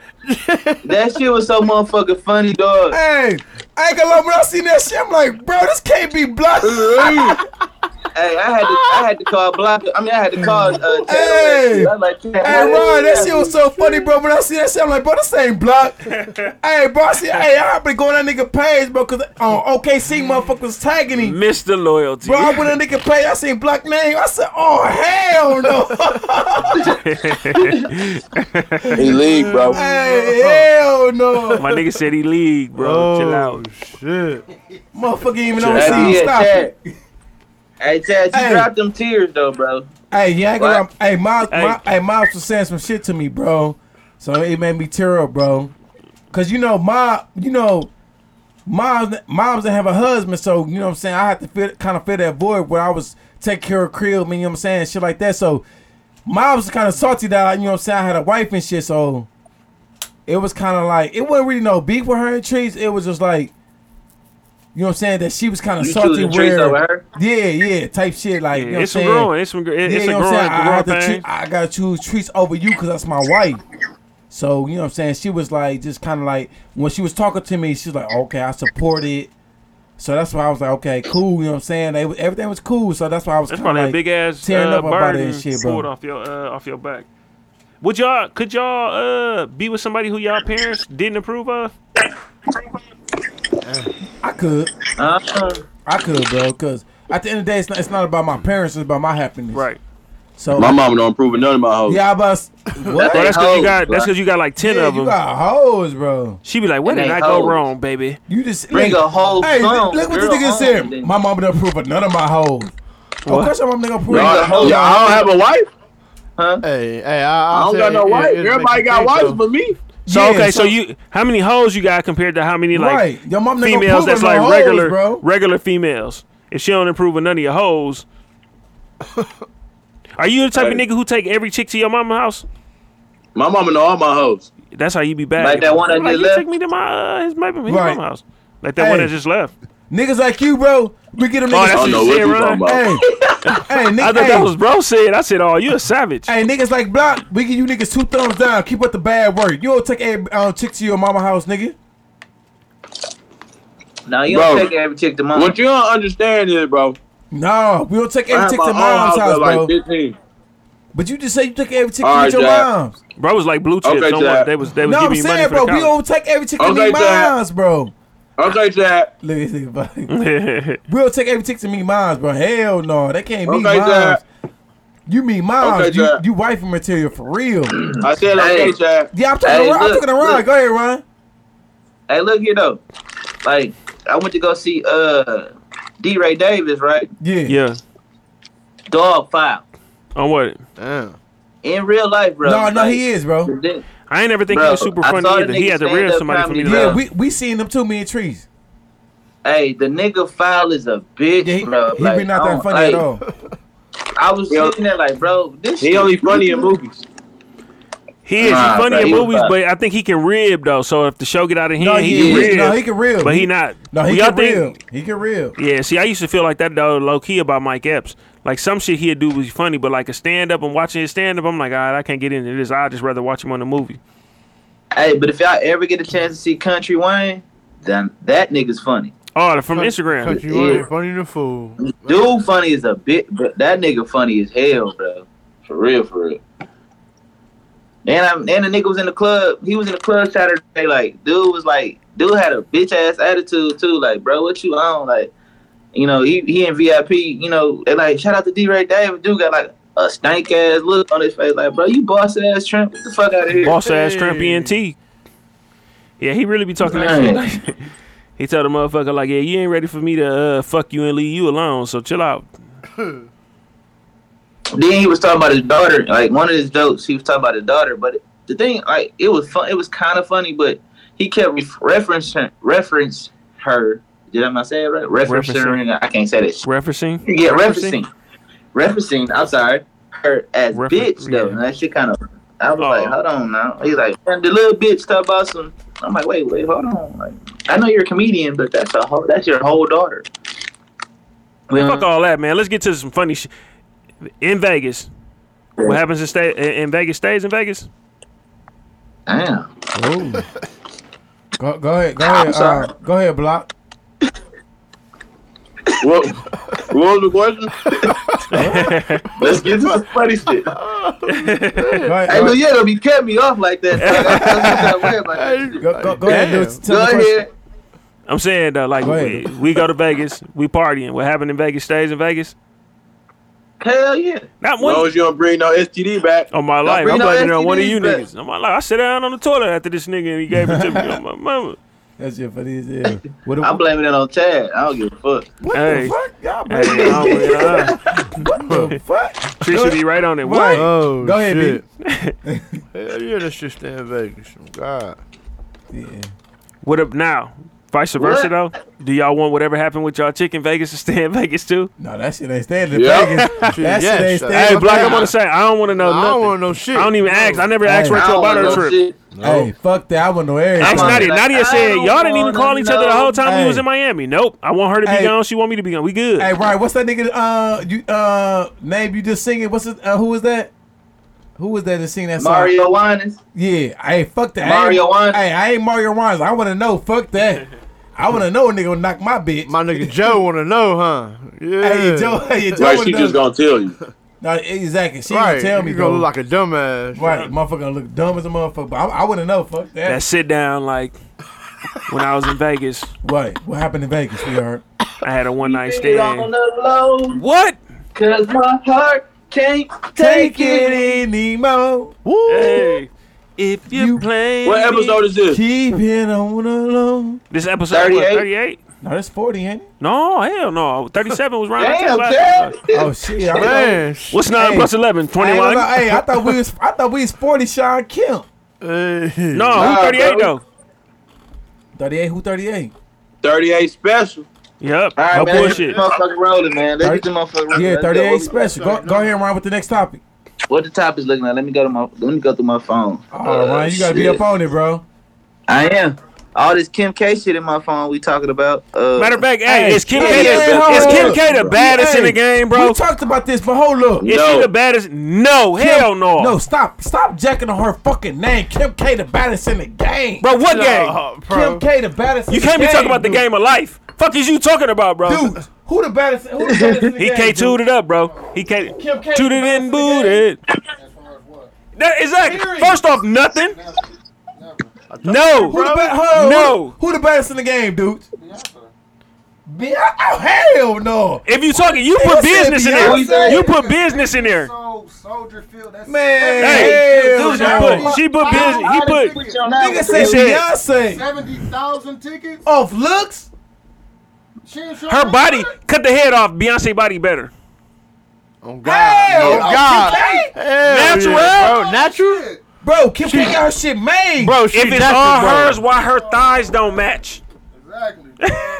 [SPEAKER 6] that shit was so motherfucking funny, dog.
[SPEAKER 8] Hey, I ain't gonna lie, when I seen that shit, I'm like, bro, this can't be blocked. hey,
[SPEAKER 6] I had to, I had to call block. I mean, I had to call. Uh, hey, I'm like, hey,
[SPEAKER 8] Ron, that shit was so funny, bro. When I see that shit, I'm like, bro, this ain't blocked. hey, bro, I see, hey, I been going that nigga page, bro, cause oh, on OKC motherfuckers tagging him.
[SPEAKER 2] Mr. Loyalty.
[SPEAKER 8] Bro, I went on nigga page, I seen block name. I said, oh hell no.
[SPEAKER 10] He league, bro.
[SPEAKER 8] hey, hell no.
[SPEAKER 2] My nigga said he league, bro. Chill out.
[SPEAKER 7] Oh, Shit.
[SPEAKER 8] Motherfucker even
[SPEAKER 6] Chad,
[SPEAKER 8] on scene.
[SPEAKER 6] yeah,
[SPEAKER 8] Stop
[SPEAKER 6] Chad.
[SPEAKER 8] it.
[SPEAKER 6] Hey, Chad, you
[SPEAKER 8] Hey.
[SPEAKER 6] dropped them tears though, bro.
[SPEAKER 8] Hey, yeah, I
[SPEAKER 6] What?
[SPEAKER 8] got, hey, Miles, Mi- hey, Miles was saying some shit to me, bro. So it made me tear up, bro. Cause you know, my, you know, moms, moms didn't have a husband, so you know what I'm saying. I had to feel, kind of fill that void where I was taking care of crib, you know what I'm saying, shit like that. So moms was kind of salty that I, you know what I'm saying. I had a wife and shit, so it was kind of like it wasn't really no beef with her and trees. It was just like, you know what I'm saying, that she was kind of
[SPEAKER 6] You
[SPEAKER 8] salty
[SPEAKER 6] choosing Trees
[SPEAKER 8] where,
[SPEAKER 6] over her?
[SPEAKER 8] yeah, yeah, type shit like. you know
[SPEAKER 2] it's
[SPEAKER 8] what I'm
[SPEAKER 2] some
[SPEAKER 8] saying?
[SPEAKER 2] growing. It's some gr- it- it's a
[SPEAKER 8] you know what I'm
[SPEAKER 2] growing-
[SPEAKER 8] saying? I,
[SPEAKER 2] growing
[SPEAKER 8] got to
[SPEAKER 2] pain.
[SPEAKER 8] I gotta choose treats over you because that's my wife. So you know what I'm saying? She was like, just kind of like when she was talking to me, she's like, okay, I support it. So that's why I was like, okay, cool. You know what I'm saying? They, everything was cool. So that's why I was
[SPEAKER 2] That's
[SPEAKER 8] kinda
[SPEAKER 2] probably
[SPEAKER 8] like
[SPEAKER 2] a big ass
[SPEAKER 8] tearing
[SPEAKER 2] uh,
[SPEAKER 8] up about
[SPEAKER 2] bird
[SPEAKER 8] that
[SPEAKER 2] and
[SPEAKER 8] shit,
[SPEAKER 2] pulled
[SPEAKER 8] bro.
[SPEAKER 2] off your uh, off your back. Would y'all could y'all uh, be with somebody who y'all parents didn't approve of?
[SPEAKER 8] I could,
[SPEAKER 6] Uh,
[SPEAKER 8] I could, bro, because at the end of the day, it's not, it's not about my parents, it's about my happiness.
[SPEAKER 2] Right.
[SPEAKER 8] So
[SPEAKER 10] My mama don't approve of none of my hoes.
[SPEAKER 8] Yeah, I about
[SPEAKER 2] Bro,
[SPEAKER 8] what?
[SPEAKER 2] that's because you got
[SPEAKER 10] bro.
[SPEAKER 2] that's because you got like ten
[SPEAKER 8] Yeah,
[SPEAKER 2] of
[SPEAKER 8] you
[SPEAKER 2] them.
[SPEAKER 8] got hoes, bro.
[SPEAKER 2] she be like, "What
[SPEAKER 6] They
[SPEAKER 2] did I go
[SPEAKER 6] hoes.
[SPEAKER 2] wrong, baby?"
[SPEAKER 8] You just
[SPEAKER 6] Bring
[SPEAKER 8] like-
[SPEAKER 6] a whole
[SPEAKER 8] Hey,
[SPEAKER 6] song,
[SPEAKER 8] look what this
[SPEAKER 6] girl,
[SPEAKER 8] nigga
[SPEAKER 6] on
[SPEAKER 8] said.
[SPEAKER 6] then.
[SPEAKER 8] My mama don't approve of none of my hoes. Of
[SPEAKER 2] What?
[SPEAKER 8] course, my mama don't approve.
[SPEAKER 10] Y'all,
[SPEAKER 8] of
[SPEAKER 10] y'all don't have a wife?
[SPEAKER 6] huh?
[SPEAKER 7] Hey, hey, I,
[SPEAKER 10] I
[SPEAKER 7] I'll
[SPEAKER 10] don't
[SPEAKER 7] say
[SPEAKER 10] got no
[SPEAKER 7] it-
[SPEAKER 10] wife.
[SPEAKER 7] it- it
[SPEAKER 10] Everybody
[SPEAKER 7] make you
[SPEAKER 10] got
[SPEAKER 7] think,
[SPEAKER 10] wives
[SPEAKER 7] though.
[SPEAKER 10] but me.
[SPEAKER 2] So
[SPEAKER 8] Yeah,
[SPEAKER 2] okay, so,
[SPEAKER 8] so-
[SPEAKER 2] you how many hoes you got compared to how many like
[SPEAKER 8] right. Your mom not gonna
[SPEAKER 2] females
[SPEAKER 8] approve
[SPEAKER 2] that's
[SPEAKER 8] of no
[SPEAKER 2] like
[SPEAKER 8] hoes,
[SPEAKER 2] regular
[SPEAKER 8] bro.
[SPEAKER 2] regular females? If she don't approve of none of your hoes, are you the type of
[SPEAKER 10] Hey.
[SPEAKER 2] nigga who take every chick to your mama house?
[SPEAKER 10] My mama know all my hoes.
[SPEAKER 2] That's how you be bad.
[SPEAKER 6] Like that one that
[SPEAKER 2] like,
[SPEAKER 6] just
[SPEAKER 2] you
[SPEAKER 6] left?
[SPEAKER 2] Take me to my uh, his, baby, his
[SPEAKER 8] Right.
[SPEAKER 2] mama house. Like that one
[SPEAKER 8] Hey.
[SPEAKER 2] that just left.
[SPEAKER 8] Niggas like you, bro. We get them
[SPEAKER 2] Oh,
[SPEAKER 8] niggas.
[SPEAKER 10] I
[SPEAKER 2] that's
[SPEAKER 10] don't know
[SPEAKER 2] you
[SPEAKER 10] what
[SPEAKER 2] said,
[SPEAKER 10] you
[SPEAKER 2] right?
[SPEAKER 10] talking about.
[SPEAKER 8] hey, hey,
[SPEAKER 2] I
[SPEAKER 8] niggas,
[SPEAKER 2] thought
[SPEAKER 8] hey,
[SPEAKER 2] that was bro said. I said, "Oh, you a savage."
[SPEAKER 8] hey, niggas like block. We give you niggas two thumbs down. Keep up the bad work. You don't take every uh, chick to your mama house, nigga.
[SPEAKER 6] No, you
[SPEAKER 10] Bro.
[SPEAKER 6] don't take every chick to mom.
[SPEAKER 10] What you don't understand is, bro.
[SPEAKER 8] No, we don't take
[SPEAKER 10] I
[SPEAKER 8] every
[SPEAKER 10] had
[SPEAKER 8] chick
[SPEAKER 10] my
[SPEAKER 8] to
[SPEAKER 10] own
[SPEAKER 8] mom's
[SPEAKER 10] house
[SPEAKER 8] house,
[SPEAKER 10] at
[SPEAKER 8] bro.
[SPEAKER 10] like 15.
[SPEAKER 8] But you just say you take every chick
[SPEAKER 10] All
[SPEAKER 8] to
[SPEAKER 10] right,
[SPEAKER 8] your
[SPEAKER 10] Jack.
[SPEAKER 8] mom's.
[SPEAKER 2] Bro was like blue chips.
[SPEAKER 10] Okay,
[SPEAKER 2] Don't worry.
[SPEAKER 10] Jack.
[SPEAKER 2] They was they was
[SPEAKER 8] No, I'm
[SPEAKER 2] giving you money
[SPEAKER 8] saying,
[SPEAKER 2] for
[SPEAKER 8] bro,
[SPEAKER 2] the
[SPEAKER 8] we
[SPEAKER 2] college.
[SPEAKER 8] don't take every chick to
[SPEAKER 10] Okay,
[SPEAKER 8] me
[SPEAKER 10] Jack.
[SPEAKER 8] mom's, bro.
[SPEAKER 10] Okay, Chad.
[SPEAKER 8] Look at this nigga, bro. We'll take every tick to me moms, bro. Hell no, that can't mean
[SPEAKER 10] Okay,
[SPEAKER 8] moms.
[SPEAKER 10] Jack.
[SPEAKER 8] You mean moms?
[SPEAKER 10] Okay,
[SPEAKER 8] you
[SPEAKER 10] Jack.
[SPEAKER 8] you wifey material for real?
[SPEAKER 10] I said okay,
[SPEAKER 6] Hey.
[SPEAKER 10] Chad.
[SPEAKER 8] yeah, I'm talking
[SPEAKER 6] Hey,
[SPEAKER 8] around. I'm
[SPEAKER 6] look,
[SPEAKER 8] talking around.
[SPEAKER 6] look.
[SPEAKER 8] Go ahead, Ron.
[SPEAKER 6] Hey, look here though. Like, I went to go see uh D. Ray Davis, right?
[SPEAKER 8] Yeah,
[SPEAKER 2] yeah.
[SPEAKER 6] Dog file
[SPEAKER 2] On what?
[SPEAKER 7] Damn.
[SPEAKER 6] in real life, bro.
[SPEAKER 8] no, no, he is, bro.
[SPEAKER 6] is.
[SPEAKER 2] I ain't ever think he
[SPEAKER 6] Bro,
[SPEAKER 2] was super
[SPEAKER 6] I
[SPEAKER 2] funny
[SPEAKER 6] saw the
[SPEAKER 2] either. He
[SPEAKER 6] nigga
[SPEAKER 2] had to
[SPEAKER 6] stand
[SPEAKER 2] rear
[SPEAKER 6] up
[SPEAKER 2] somebody for me
[SPEAKER 6] comedy,
[SPEAKER 2] to
[SPEAKER 6] bro.
[SPEAKER 8] Yeah,
[SPEAKER 2] laugh.
[SPEAKER 8] we we seen them too. Me and trees.
[SPEAKER 6] Hey, the nigga file is a bitch,
[SPEAKER 8] Yeah, he,
[SPEAKER 6] bro.
[SPEAKER 8] he
[SPEAKER 6] like,
[SPEAKER 8] be not
[SPEAKER 6] I
[SPEAKER 8] that
[SPEAKER 6] don't-
[SPEAKER 8] funny at
[SPEAKER 6] like,
[SPEAKER 8] all.
[SPEAKER 6] I was
[SPEAKER 10] Yo.
[SPEAKER 6] sitting there like, bro, this
[SPEAKER 10] He
[SPEAKER 6] shit-
[SPEAKER 10] only funny in movies.
[SPEAKER 2] He is
[SPEAKER 6] Nah,
[SPEAKER 2] funny
[SPEAKER 6] bro,
[SPEAKER 2] in
[SPEAKER 6] he was
[SPEAKER 2] movies,
[SPEAKER 6] fine.
[SPEAKER 2] but I think he can rib though. So if the show get out of hand,
[SPEAKER 8] No,
[SPEAKER 2] he
[SPEAKER 8] he
[SPEAKER 2] can
[SPEAKER 8] is.
[SPEAKER 2] rib.
[SPEAKER 8] No, he can rib.
[SPEAKER 2] But he not.
[SPEAKER 8] No, he
[SPEAKER 2] Y'all
[SPEAKER 8] can
[SPEAKER 2] think-
[SPEAKER 8] real. He can real.
[SPEAKER 2] Yeah, see, I used to feel like that though, low key about Mike Epps. Like some shit he'd do was funny, but like a stand up and watching his stand up, I'm like, God, I can't get into this. I'd just rather watch him on the movie.
[SPEAKER 6] Hey, but if y'all ever get a chance to see Country Wayne, then that nigga's funny.
[SPEAKER 2] Oh, from Instagram.
[SPEAKER 7] Country
[SPEAKER 6] Yeah.
[SPEAKER 7] Wayne, funny the fool.
[SPEAKER 6] Dude, funny is a bit, but that nigga funny as hell, bro. For real, for real. And I, and the nigga was in the club. He was in the club Saturday. Like, dude was like, dude had a bitch ass attitude too. Like, bro, what you on? Like, you know, he he in VIP. You know, they like shout out to D. Ray Davis. Dude got like a stank ass look on his face. Like, bro, you boss ass tramp. Get the fuck out of here.
[SPEAKER 2] Boss ass Trump
[SPEAKER 3] E
[SPEAKER 7] Hey.
[SPEAKER 2] ENT. Yeah, he really be talking that
[SPEAKER 6] Man.
[SPEAKER 2] shit. Like, he tell the motherfucker like, yeah, you ain't ready for me to uh, fuck you and leave you alone. So chill out.
[SPEAKER 6] Then he was talking about his daughter. Like one of his jokes, he was talking about his daughter. But the thing, like, it was fun. It was kind of funny, but he kept ref referencing reference her. Did I not say it right? Referencing.
[SPEAKER 2] Referencing.
[SPEAKER 6] I can't say that. Shit.
[SPEAKER 2] Referencing.
[SPEAKER 6] Yeah, referencing. Referencing. I'm sorry. Her as
[SPEAKER 2] Refer-
[SPEAKER 6] bitch though.
[SPEAKER 2] yeah.
[SPEAKER 6] And that shit kind of. I was
[SPEAKER 2] Oh.
[SPEAKER 6] like, hold on now. He's like, the little bitch talk about some. I'm like, wait, wait, hold on. Like, I know you're a comedian, but that's a whole, that's your whole daughter.
[SPEAKER 2] Fuck all that, man. Let's get to some funny shit in Vegas. What happens in, sta- in in Vegas stays in Vegas.
[SPEAKER 6] Damn.
[SPEAKER 8] Go, go ahead, go
[SPEAKER 6] I'm
[SPEAKER 8] ahead, uh,
[SPEAKER 6] sorry.
[SPEAKER 8] go ahead, block.
[SPEAKER 10] What, what was the question? Let's get to the funny shit.
[SPEAKER 8] uh,
[SPEAKER 6] Hey, but yeah, though, you cut me off like that.
[SPEAKER 8] go, go, go ahead,
[SPEAKER 3] Damn.
[SPEAKER 8] dude. Tell the question.
[SPEAKER 3] I'm saying though, like we, we go to Vegas, we partying. What happened in Vegas stays in Vegas.
[SPEAKER 6] Hell yeah.
[SPEAKER 3] Not
[SPEAKER 10] As long as you don't bring no STD back.
[SPEAKER 3] On my life, I'm blaming it on one of you niggas. I'm like, I sit down on the toilet after this nigga and he gave it to me. on my mama.
[SPEAKER 8] That's your funny as hell. What
[SPEAKER 6] I'm blaming it on Chad. I don't give a fuck.
[SPEAKER 3] What Hey. the fuck? Y'all Hey, blaming- I don't believe
[SPEAKER 8] What the fuck?
[SPEAKER 3] She should be right on it. What?
[SPEAKER 7] Oh,
[SPEAKER 3] Go ahead,
[SPEAKER 7] shit. Hell yeah, that shit stay in Vegas. Oh, God.
[SPEAKER 8] Yeah.
[SPEAKER 3] What up now? Vice versa though. Do y'all want whatever happened with y'all chick in Vegas to stay in Vegas too?
[SPEAKER 8] No, that shit ain't staying in
[SPEAKER 3] Yeah.
[SPEAKER 8] Vegas. That shit
[SPEAKER 3] Yes.
[SPEAKER 8] ain't staying.
[SPEAKER 3] Hey, Block, I want to say I don't want to know.
[SPEAKER 8] I don't
[SPEAKER 3] nothing.
[SPEAKER 8] wanna know shit.
[SPEAKER 3] I don't even ask. I never asked
[SPEAKER 8] Hey. I
[SPEAKER 3] Rachel
[SPEAKER 8] don't
[SPEAKER 3] about
[SPEAKER 8] wanna
[SPEAKER 3] her
[SPEAKER 8] know
[SPEAKER 3] trip.
[SPEAKER 8] shit. Hey, fuck that. I want to know everything.
[SPEAKER 3] Ask Nadia. Nadia said y'all didn't even call each other the whole time we was
[SPEAKER 8] Hey.
[SPEAKER 3] in Miami. Nope. I want her to be
[SPEAKER 8] Hey.
[SPEAKER 3] gone. She want me to be gone. We good.
[SPEAKER 8] Hey, Brian, what's that nigga? Uh, you uh, name you just singing? What's it? Uh, who was that? Who was that that sing that song?
[SPEAKER 6] Mario Winans.
[SPEAKER 8] Yeah, hey, fuck that.
[SPEAKER 6] Mario
[SPEAKER 8] I ain't, hey, I ain't Mario Wines. I want to know. Fuck that. I want to know a nigga will knock my bitch. My
[SPEAKER 7] nigga Joe want to know, huh? Yeah.
[SPEAKER 8] Hey, Joe. Hey, Joe
[SPEAKER 10] Like
[SPEAKER 8] wanna
[SPEAKER 10] she
[SPEAKER 8] know.
[SPEAKER 10] just gonna tell you.
[SPEAKER 8] No, exactly. She
[SPEAKER 7] Right,
[SPEAKER 8] gonna tell me
[SPEAKER 7] you gonna
[SPEAKER 8] though.
[SPEAKER 7] look like a dumbass.
[SPEAKER 8] Right, motherfucker gonna look dumb as a motherfucker. But I, I want to know. Fuck that.
[SPEAKER 3] That sit down like when I was in Vegas.
[SPEAKER 8] Right. What happened in Vegas, sweetheart?
[SPEAKER 3] I had a one night
[SPEAKER 6] Get on
[SPEAKER 3] stand.
[SPEAKER 6] the low.
[SPEAKER 3] What?
[SPEAKER 6] Cause my heart can't
[SPEAKER 8] take it anymore. Woo.
[SPEAKER 3] Hey, if you, play,
[SPEAKER 10] What episode is this?
[SPEAKER 8] Keep it on alone.
[SPEAKER 3] This episode what,
[SPEAKER 8] 38?
[SPEAKER 3] 38?
[SPEAKER 8] No, that's 40, ain't it?
[SPEAKER 3] No, hell no. 37 was round.
[SPEAKER 8] Damn,
[SPEAKER 3] last
[SPEAKER 8] Chad. Oh, shit, I Man. thought-
[SPEAKER 3] What's 9
[SPEAKER 8] Hey.
[SPEAKER 3] plus 11?
[SPEAKER 8] I ain't
[SPEAKER 3] 21?
[SPEAKER 8] gonna lie. Hey, I thought we was I thought we was 40 Sean Kemp.
[SPEAKER 7] no,
[SPEAKER 3] who Nah, 38 bro. though?
[SPEAKER 8] 38, who 38?
[SPEAKER 10] 38 special.
[SPEAKER 3] Yep.
[SPEAKER 6] All right, man. Let's get the motherfucker rolling, man. Let's get the motherfucker rolling.
[SPEAKER 8] Yeah,
[SPEAKER 6] Let's go.
[SPEAKER 8] 38
[SPEAKER 6] What we-
[SPEAKER 8] special. Go, go ahead and run with the next topic.
[SPEAKER 6] What the top is looking like? Let me go to my. Let me go through my phone.
[SPEAKER 8] Oh, Ryan, you gotta be
[SPEAKER 6] shit.
[SPEAKER 8] up on it, bro.
[SPEAKER 6] I am. All this Kim K shit in my phone. We talking about. Uh,
[SPEAKER 3] Matter of fact, hey, is Kim K
[SPEAKER 6] yeah,
[SPEAKER 3] the-
[SPEAKER 6] hold
[SPEAKER 3] is
[SPEAKER 6] on.
[SPEAKER 3] Kim K the baddest in the game, bro?
[SPEAKER 8] We talked about this, but hold up.
[SPEAKER 3] Is she the baddest? No,
[SPEAKER 8] Kim-
[SPEAKER 3] hell no.
[SPEAKER 8] No, stop. Stop jacking on her fucking name. Kim K the baddest in the game.
[SPEAKER 3] Bro, what game?
[SPEAKER 8] Kim K the baddest in
[SPEAKER 3] You
[SPEAKER 8] the
[SPEAKER 3] can't be talking about the
[SPEAKER 8] dude.
[SPEAKER 3] game of life. Fuck is you talking about, bro?
[SPEAKER 8] Dude, who the baddest? Who the baddest in the
[SPEAKER 3] he
[SPEAKER 8] game,
[SPEAKER 3] can't
[SPEAKER 8] dude?
[SPEAKER 3] toot it up, bro. He can't
[SPEAKER 8] Kim K
[SPEAKER 3] toot it and boot it. That, exactly. First off, nothing. No.
[SPEAKER 8] Who the best? Hold on,
[SPEAKER 3] No.
[SPEAKER 8] Who, who the best in the game, dude? Be- oh, hell no.
[SPEAKER 3] If you talking, you
[SPEAKER 8] Hey,
[SPEAKER 3] put
[SPEAKER 8] I said
[SPEAKER 3] business in
[SPEAKER 8] Beyonce.
[SPEAKER 3] there. You put business in there.
[SPEAKER 8] Man,
[SPEAKER 3] Hey,
[SPEAKER 8] hell
[SPEAKER 3] dude,
[SPEAKER 8] no.
[SPEAKER 3] she put, she put business. He put.
[SPEAKER 8] Nigga said Beyonce.
[SPEAKER 13] Seventy thousand tickets.
[SPEAKER 8] Off looks.
[SPEAKER 13] She ain't showing
[SPEAKER 3] Her body, cut the head off. Beyonce body better.
[SPEAKER 7] Oh God. oh God.
[SPEAKER 3] Natural.
[SPEAKER 7] bro, natural.
[SPEAKER 8] Bro, Kim K got her shit made.
[SPEAKER 7] Bro,
[SPEAKER 3] If
[SPEAKER 7] she
[SPEAKER 3] it's
[SPEAKER 7] natural,
[SPEAKER 3] all
[SPEAKER 7] bro.
[SPEAKER 3] hers, why her thighs don't match?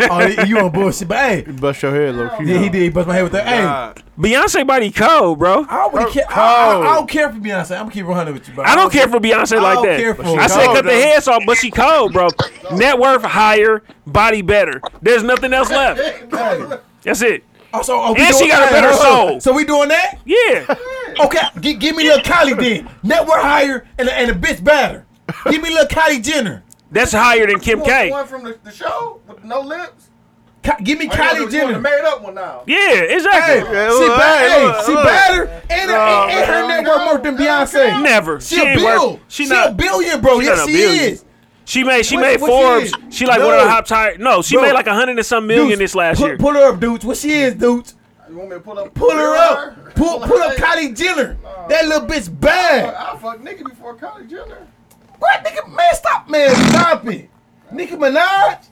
[SPEAKER 8] oh, you on bullshit, but hey. You
[SPEAKER 7] bust your head, low
[SPEAKER 14] Oh,
[SPEAKER 7] key.
[SPEAKER 8] Yeah, he did. He bust my head with that. Hey,
[SPEAKER 3] Beyonce body cold, bro.
[SPEAKER 8] I don't really care. I, I- I don't care for Beyonce. I'm gonna keep it 100 with you, bro.
[SPEAKER 3] I don't care for Beyonce
[SPEAKER 8] I
[SPEAKER 3] like
[SPEAKER 8] don't
[SPEAKER 3] that.
[SPEAKER 8] care for
[SPEAKER 3] I
[SPEAKER 8] her.
[SPEAKER 3] said
[SPEAKER 8] Cold,
[SPEAKER 3] cut the
[SPEAKER 8] though.
[SPEAKER 3] heads off, but she cold, bro. Net worth higher, body better. There's nothing else left. That's it.
[SPEAKER 8] Also, oh, we
[SPEAKER 3] And she
[SPEAKER 8] doing-
[SPEAKER 3] got a
[SPEAKER 8] hey,
[SPEAKER 3] better
[SPEAKER 8] hold on.
[SPEAKER 3] soul.
[SPEAKER 8] So we doing that?
[SPEAKER 3] Yeah.
[SPEAKER 8] Okay, gi- give me little Kylie then. Network higher and a, and a bitch better. Give me little Kylie Jenner.
[SPEAKER 3] That's higher than Kim
[SPEAKER 13] You want the
[SPEAKER 3] K.
[SPEAKER 13] One from the, the show with no lips.
[SPEAKER 8] Ki- give me
[SPEAKER 13] Or you want the-
[SPEAKER 8] Kylie
[SPEAKER 13] you want
[SPEAKER 8] Jenner.
[SPEAKER 13] the made up one now.
[SPEAKER 3] Yeah, exactly.
[SPEAKER 8] Hey, she, ba- hey, she better and, and, and her
[SPEAKER 13] no,
[SPEAKER 8] net worth more than Beyonce.
[SPEAKER 3] Never.
[SPEAKER 8] She, a
[SPEAKER 3] ain't
[SPEAKER 8] bill.
[SPEAKER 3] worth-
[SPEAKER 8] she a billion, bro.
[SPEAKER 3] she not
[SPEAKER 8] yes,
[SPEAKER 3] a
[SPEAKER 8] she
[SPEAKER 3] billion.
[SPEAKER 8] is.
[SPEAKER 3] She made she
[SPEAKER 8] What-
[SPEAKER 3] made
[SPEAKER 8] what she
[SPEAKER 3] Forbes.
[SPEAKER 8] is?
[SPEAKER 3] She, like one of the
[SPEAKER 8] No.
[SPEAKER 3] top tier. No, she
[SPEAKER 8] Bro.
[SPEAKER 3] made like a hundred and some million
[SPEAKER 8] Dudes,
[SPEAKER 3] this last
[SPEAKER 8] pull,
[SPEAKER 3] year.
[SPEAKER 8] Pull her up, dudes. What she is, dudes.
[SPEAKER 13] You want me to pull up?
[SPEAKER 8] Pull her up. Pull, pull up Kylie Jenner. That little bitch bad.
[SPEAKER 13] I fuck nigga before Kylie Jenner.
[SPEAKER 8] What nigga man stop man stop it. Nicki Minaj?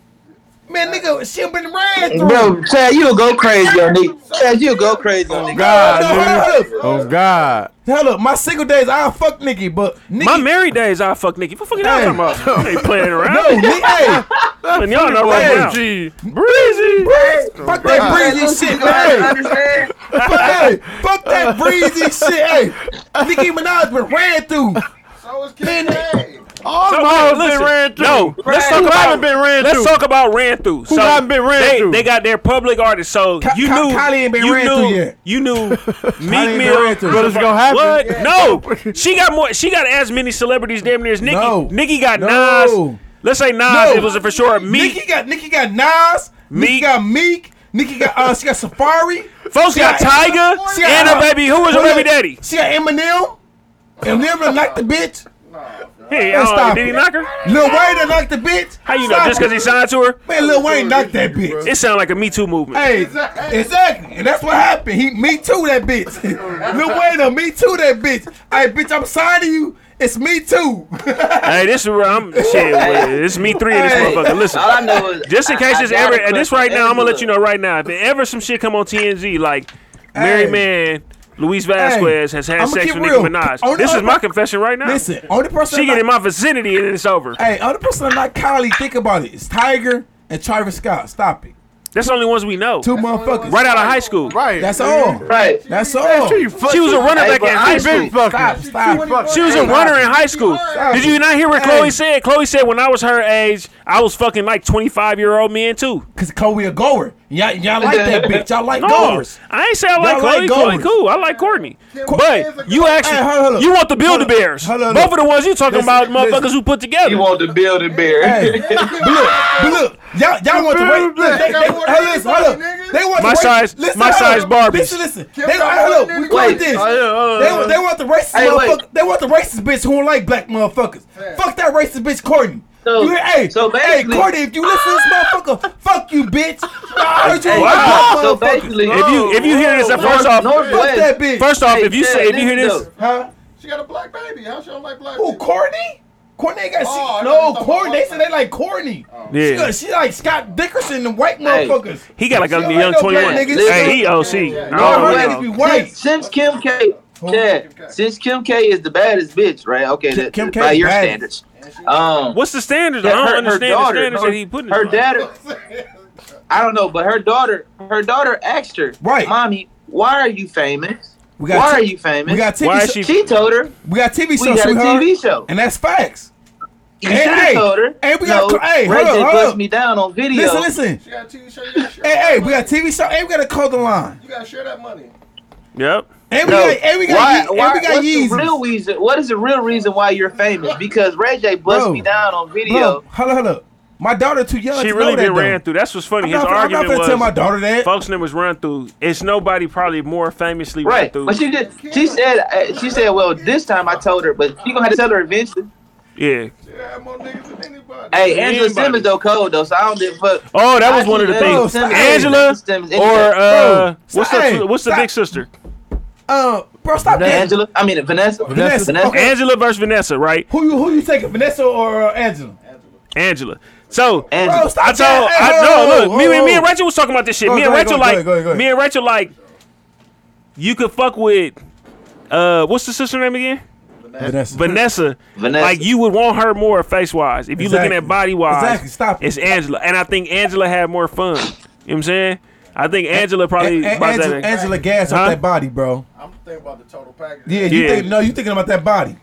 [SPEAKER 8] Man nigga she been ran through.
[SPEAKER 6] Bro, Chad, you go crazy on nigga. Chad, you go crazy on nigga.
[SPEAKER 8] God,
[SPEAKER 6] No, no,
[SPEAKER 8] nigga.
[SPEAKER 6] no, no.
[SPEAKER 7] Oh God.
[SPEAKER 8] Hell up, my single days I fuck Nicki, but Nicki
[SPEAKER 3] My married days, I fuck Nikki. What fucking y'all talking about? Ain't playing
[SPEAKER 8] No,
[SPEAKER 3] around.
[SPEAKER 8] Nick, oh, hey,
[SPEAKER 3] and y'all know right now.
[SPEAKER 7] Breezy. Breezy.
[SPEAKER 8] fuck that breezy shit, man. Fuck, hey, fuck that breezy shit, hey. Nicki Minaj been ran through.
[SPEAKER 13] So is Kim K.
[SPEAKER 7] All
[SPEAKER 3] So,
[SPEAKER 7] my hoes
[SPEAKER 3] listen,
[SPEAKER 7] been ran ran through?
[SPEAKER 2] No, let's talk
[SPEAKER 7] Who
[SPEAKER 2] about
[SPEAKER 7] haven't been ran
[SPEAKER 2] Let's
[SPEAKER 7] through?
[SPEAKER 2] talk about ran through.
[SPEAKER 7] Who
[SPEAKER 2] so
[SPEAKER 7] haven't been ran
[SPEAKER 2] they,
[SPEAKER 7] through?
[SPEAKER 2] They got their public artists. So you
[SPEAKER 7] Ka-
[SPEAKER 2] knew
[SPEAKER 7] Kylie ain't been
[SPEAKER 2] you
[SPEAKER 7] ran
[SPEAKER 2] knew,
[SPEAKER 7] through yet.
[SPEAKER 2] You knew
[SPEAKER 7] been
[SPEAKER 2] Meek Mill.
[SPEAKER 7] ran through. But it's gonna happen.
[SPEAKER 2] What?
[SPEAKER 7] Yeah.
[SPEAKER 2] No, she got more. She got as many celebrities damn near as Nicki.
[SPEAKER 8] No.
[SPEAKER 2] Nicki got
[SPEAKER 8] No.
[SPEAKER 2] Nas. Let's say Nas.
[SPEAKER 8] No.
[SPEAKER 2] It was a for sure. Meek.
[SPEAKER 8] Nikki got Nikki got Nas. Nikki got Meek. Nikki got uh, she got Safari.
[SPEAKER 2] Folks
[SPEAKER 8] She
[SPEAKER 2] got Tyga
[SPEAKER 8] she got-
[SPEAKER 2] and her baby. Who was her
[SPEAKER 8] Hold
[SPEAKER 2] baby
[SPEAKER 8] up.
[SPEAKER 2] daddy?
[SPEAKER 8] She got Eminem. Eminem done knocked the bitch.
[SPEAKER 2] Hey,
[SPEAKER 8] Man,
[SPEAKER 2] uh,
[SPEAKER 8] stop
[SPEAKER 2] did he
[SPEAKER 8] it.
[SPEAKER 2] knock her?
[SPEAKER 8] Lil Wayne done knocked the bitch.
[SPEAKER 2] How you know? Just because he signed to her?
[SPEAKER 8] Man, Lil Wayne knocked that bitch.
[SPEAKER 2] It sound like a Me Too movement.
[SPEAKER 8] Hey, exactly, and that's what happened. He me too that bitch. Lil Wayne done me too that bitch. Hey, bitch, I'm signing you. It's me too.
[SPEAKER 2] hey, this is where I'm. Shit, it's me three in this
[SPEAKER 8] Hey,
[SPEAKER 2] motherfucker. Listen,
[SPEAKER 8] all I know is
[SPEAKER 2] just in
[SPEAKER 8] I-
[SPEAKER 2] case
[SPEAKER 8] I
[SPEAKER 2] this
[SPEAKER 8] got
[SPEAKER 2] ever,
[SPEAKER 8] a
[SPEAKER 2] and this
[SPEAKER 8] clip
[SPEAKER 2] right
[SPEAKER 8] of
[SPEAKER 2] now, I'm gonna let
[SPEAKER 8] Edinburgh.
[SPEAKER 2] you know right now. If ever some shit come on TNZ, like
[SPEAKER 8] Hey.
[SPEAKER 2] Mary Man, Luis Vasquez has had
[SPEAKER 8] I'ma
[SPEAKER 2] sex
[SPEAKER 8] keep
[SPEAKER 2] with Nicki
[SPEAKER 8] real.
[SPEAKER 2] Minaj.
[SPEAKER 8] Only
[SPEAKER 2] This is
[SPEAKER 8] other-
[SPEAKER 2] my confession right now.
[SPEAKER 8] Listen, only person
[SPEAKER 2] she
[SPEAKER 8] that-
[SPEAKER 2] get in my vicinity and it's over.
[SPEAKER 8] Hey, other person I'm not Kylie, think about it. It's Tiger and Travis Scott. Stop it.
[SPEAKER 2] That's the only ones we know.
[SPEAKER 8] Two motherfuckers.
[SPEAKER 2] Right out of high school. Right.
[SPEAKER 8] That's all.
[SPEAKER 6] Right.
[SPEAKER 8] That's all.
[SPEAKER 2] She was a running back in high school.
[SPEAKER 8] Stop, stop.
[SPEAKER 2] She was a runner in high school. Did you not hear what
[SPEAKER 8] Hey.
[SPEAKER 2] Chloe said? Chloe said when I was her age, I was fucking like 25 year old men too.
[SPEAKER 8] Cause Chloe a goer. Y'all, y'all like that bitch. Y'all like goers.
[SPEAKER 2] I ain't say I like
[SPEAKER 8] Y'all
[SPEAKER 2] Chloe.
[SPEAKER 8] like
[SPEAKER 2] Chloe
[SPEAKER 8] goers.
[SPEAKER 2] cool. I like Courtney. But you actually
[SPEAKER 8] Hey, hold up.
[SPEAKER 2] you want the
[SPEAKER 8] Hold
[SPEAKER 2] Build a
[SPEAKER 8] up.
[SPEAKER 2] Bears. Both
[SPEAKER 8] Hold up.
[SPEAKER 2] of the ones you talking
[SPEAKER 8] Listen,
[SPEAKER 2] about, motherfuckers
[SPEAKER 8] listen.
[SPEAKER 2] who put together.
[SPEAKER 6] You want the building bear.
[SPEAKER 8] Hey, but look, but look, y'all, y'all want to wait. Look, they, they, hey, listen, hold up. They want
[SPEAKER 2] My
[SPEAKER 8] to wait.
[SPEAKER 2] size-
[SPEAKER 8] listen,
[SPEAKER 2] my
[SPEAKER 8] hold
[SPEAKER 2] size
[SPEAKER 8] up.
[SPEAKER 2] Barbies.
[SPEAKER 8] Listen, listen. They, hey, hold up. We call
[SPEAKER 6] Wait.
[SPEAKER 8] this. They,
[SPEAKER 6] Oh, yeah, oh, yeah,
[SPEAKER 8] want- they want the racist
[SPEAKER 6] Hey, wait.
[SPEAKER 8] motherfucker. They want the racist bitch who don't like black motherfuckers. Fuck that racist bitch, Courtney.
[SPEAKER 6] So-
[SPEAKER 8] you hear, hey,
[SPEAKER 6] so
[SPEAKER 8] hey,
[SPEAKER 6] basically- Ah!
[SPEAKER 8] Courtney, if you listen to this motherfucker, fuck you, bitch. I heard you
[SPEAKER 6] Hey,
[SPEAKER 8] don't like
[SPEAKER 6] wow.
[SPEAKER 8] black
[SPEAKER 6] So
[SPEAKER 8] motherfuckers.
[SPEAKER 6] basically,
[SPEAKER 2] If you if you hear this,
[SPEAKER 6] North-
[SPEAKER 2] first off,
[SPEAKER 6] Northwest.
[SPEAKER 8] fuck that bitch.
[SPEAKER 2] first off,
[SPEAKER 6] Hey,
[SPEAKER 2] if you
[SPEAKER 6] Ted,
[SPEAKER 2] say if you hear
[SPEAKER 6] listen
[SPEAKER 2] this,
[SPEAKER 8] Huh?
[SPEAKER 14] She got a black baby. How she don't like black
[SPEAKER 8] Who, Courtney? Courtney ain't got
[SPEAKER 14] Oh, I
[SPEAKER 8] shit.
[SPEAKER 14] thought you
[SPEAKER 8] No,
[SPEAKER 14] talking
[SPEAKER 8] Courtney. They
[SPEAKER 14] about-
[SPEAKER 8] said they like Courtney. She,
[SPEAKER 2] yeah.
[SPEAKER 8] got- she like Scott Dickerson and white motherfuckers.
[SPEAKER 2] He got like
[SPEAKER 8] She
[SPEAKER 2] a
[SPEAKER 8] don't
[SPEAKER 2] young
[SPEAKER 8] no
[SPEAKER 2] twenty one.
[SPEAKER 8] black niggas.
[SPEAKER 2] Hey, he OC. I
[SPEAKER 8] Y'all
[SPEAKER 2] don't
[SPEAKER 8] niggas
[SPEAKER 2] know.
[SPEAKER 8] be white.
[SPEAKER 6] Since Kim K, yeah, since Kim K is the baddest bitch, right? Okay, that,
[SPEAKER 8] Kim K
[SPEAKER 6] by
[SPEAKER 8] is
[SPEAKER 6] your
[SPEAKER 8] bad.
[SPEAKER 6] standards. Um,
[SPEAKER 2] What's the standard? I
[SPEAKER 6] that
[SPEAKER 2] don't
[SPEAKER 6] her- her
[SPEAKER 2] understand the
[SPEAKER 6] daughter,
[SPEAKER 2] standards
[SPEAKER 6] her-
[SPEAKER 2] that he put in
[SPEAKER 6] Her
[SPEAKER 2] his life.
[SPEAKER 6] dad, I don't know, but her daughter, her daughter asked her,
[SPEAKER 8] Right.
[SPEAKER 6] mommy, why are you famous?
[SPEAKER 8] We got
[SPEAKER 6] why
[SPEAKER 8] t-
[SPEAKER 6] are you famous?
[SPEAKER 8] we got TV Why is show- she-
[SPEAKER 6] She told her.
[SPEAKER 8] We got TV
[SPEAKER 6] We
[SPEAKER 8] show,
[SPEAKER 6] got a
[SPEAKER 8] sweetheart.
[SPEAKER 6] TV show.
[SPEAKER 8] And that's facts.
[SPEAKER 6] You
[SPEAKER 8] Hey,
[SPEAKER 6] should have
[SPEAKER 8] hey,
[SPEAKER 6] told her.
[SPEAKER 8] hey, we got
[SPEAKER 6] no,
[SPEAKER 8] cl- hey,
[SPEAKER 6] Ray
[SPEAKER 8] hold up,
[SPEAKER 6] just
[SPEAKER 8] hold
[SPEAKER 6] bust
[SPEAKER 8] up.
[SPEAKER 6] me down on video.
[SPEAKER 8] Listen, listen.
[SPEAKER 14] She got a TV show. You gotta share,
[SPEAKER 8] Hey, hey, we got TV show, and we got a code line.
[SPEAKER 14] you gotta share that money.
[SPEAKER 2] Yep.
[SPEAKER 8] And we
[SPEAKER 6] No.
[SPEAKER 8] got, and we got,
[SPEAKER 6] Why-
[SPEAKER 8] Ye- and
[SPEAKER 6] why-
[SPEAKER 8] we got
[SPEAKER 6] what's the
[SPEAKER 8] Yeezys.
[SPEAKER 6] real reason? What is the real reason why you're famous? Because Ray J bust
[SPEAKER 8] Bro.
[SPEAKER 6] me down on
[SPEAKER 8] Bro,
[SPEAKER 6] video.
[SPEAKER 8] hold up, hold up. My daughter too young.
[SPEAKER 2] She
[SPEAKER 8] to
[SPEAKER 2] really
[SPEAKER 8] know that,
[SPEAKER 2] been ran
[SPEAKER 8] though.
[SPEAKER 2] through. That's what's funny.
[SPEAKER 8] I'm
[SPEAKER 2] His
[SPEAKER 8] not- I'm not
[SPEAKER 2] argument
[SPEAKER 8] finna
[SPEAKER 2] was
[SPEAKER 8] tell my daughter that.
[SPEAKER 2] folks numbers run through. It's nobody probably more famously run
[SPEAKER 6] Right,
[SPEAKER 2] through.
[SPEAKER 6] but she did. She said. uh, She said, "Well, this time I told her, but she gonna have to tell her eventually."
[SPEAKER 2] yeah.
[SPEAKER 6] Hey, Angela
[SPEAKER 2] Anybody.
[SPEAKER 6] Simmons though cold though, so I don't give a fuck.
[SPEAKER 2] Oh, that was
[SPEAKER 6] I
[SPEAKER 2] one of the
[SPEAKER 6] keep Angela
[SPEAKER 2] things.
[SPEAKER 6] Simmons-
[SPEAKER 2] Angela
[SPEAKER 6] Simmons anyway.
[SPEAKER 2] or uh,
[SPEAKER 6] Bro,
[SPEAKER 2] what's
[SPEAKER 6] stop-
[SPEAKER 2] the
[SPEAKER 6] hey,
[SPEAKER 2] what's the
[SPEAKER 6] stop.
[SPEAKER 2] big sister?
[SPEAKER 8] Uh, bro, stop that.
[SPEAKER 6] Angela, I mean Vanessa.
[SPEAKER 8] Vanessa. Okay.
[SPEAKER 2] Angela versus Vanessa, right?
[SPEAKER 8] Who you, who you taking, Vanessa or uh, Angela?
[SPEAKER 2] Angela. So
[SPEAKER 6] Angela.
[SPEAKER 8] Bro, stop
[SPEAKER 2] I told
[SPEAKER 8] that. Hey,
[SPEAKER 2] I
[SPEAKER 8] hold
[SPEAKER 2] no
[SPEAKER 8] on,
[SPEAKER 2] look
[SPEAKER 8] hold
[SPEAKER 2] me,
[SPEAKER 8] on,
[SPEAKER 2] and
[SPEAKER 8] hold
[SPEAKER 2] me and
[SPEAKER 8] on.
[SPEAKER 2] Rachel was talking about this shit.
[SPEAKER 8] Go,
[SPEAKER 2] me and
[SPEAKER 8] go,
[SPEAKER 2] Rachel
[SPEAKER 8] go,
[SPEAKER 2] like
[SPEAKER 8] go ahead, go ahead, go ahead.
[SPEAKER 2] me and Rachel like you could fuck with uh what's the sister name again?
[SPEAKER 8] Vanessa.
[SPEAKER 2] Vanessa,
[SPEAKER 6] Vanessa.
[SPEAKER 2] like you would want her more face wise. If you looking
[SPEAKER 8] Exactly.
[SPEAKER 2] at body wise,
[SPEAKER 8] Exactly, stop it.
[SPEAKER 2] it's Angela, and I think Angela had more fun. You know what I'm saying? I think Angela probably.
[SPEAKER 8] A- A-
[SPEAKER 2] about
[SPEAKER 8] Angela,
[SPEAKER 2] that-
[SPEAKER 8] Angela gas
[SPEAKER 2] Huh?
[SPEAKER 8] off that body, bro.
[SPEAKER 14] I'm thinking about the total package.
[SPEAKER 8] Yeah, you
[SPEAKER 2] Yeah.
[SPEAKER 8] think no, you thinking about that body.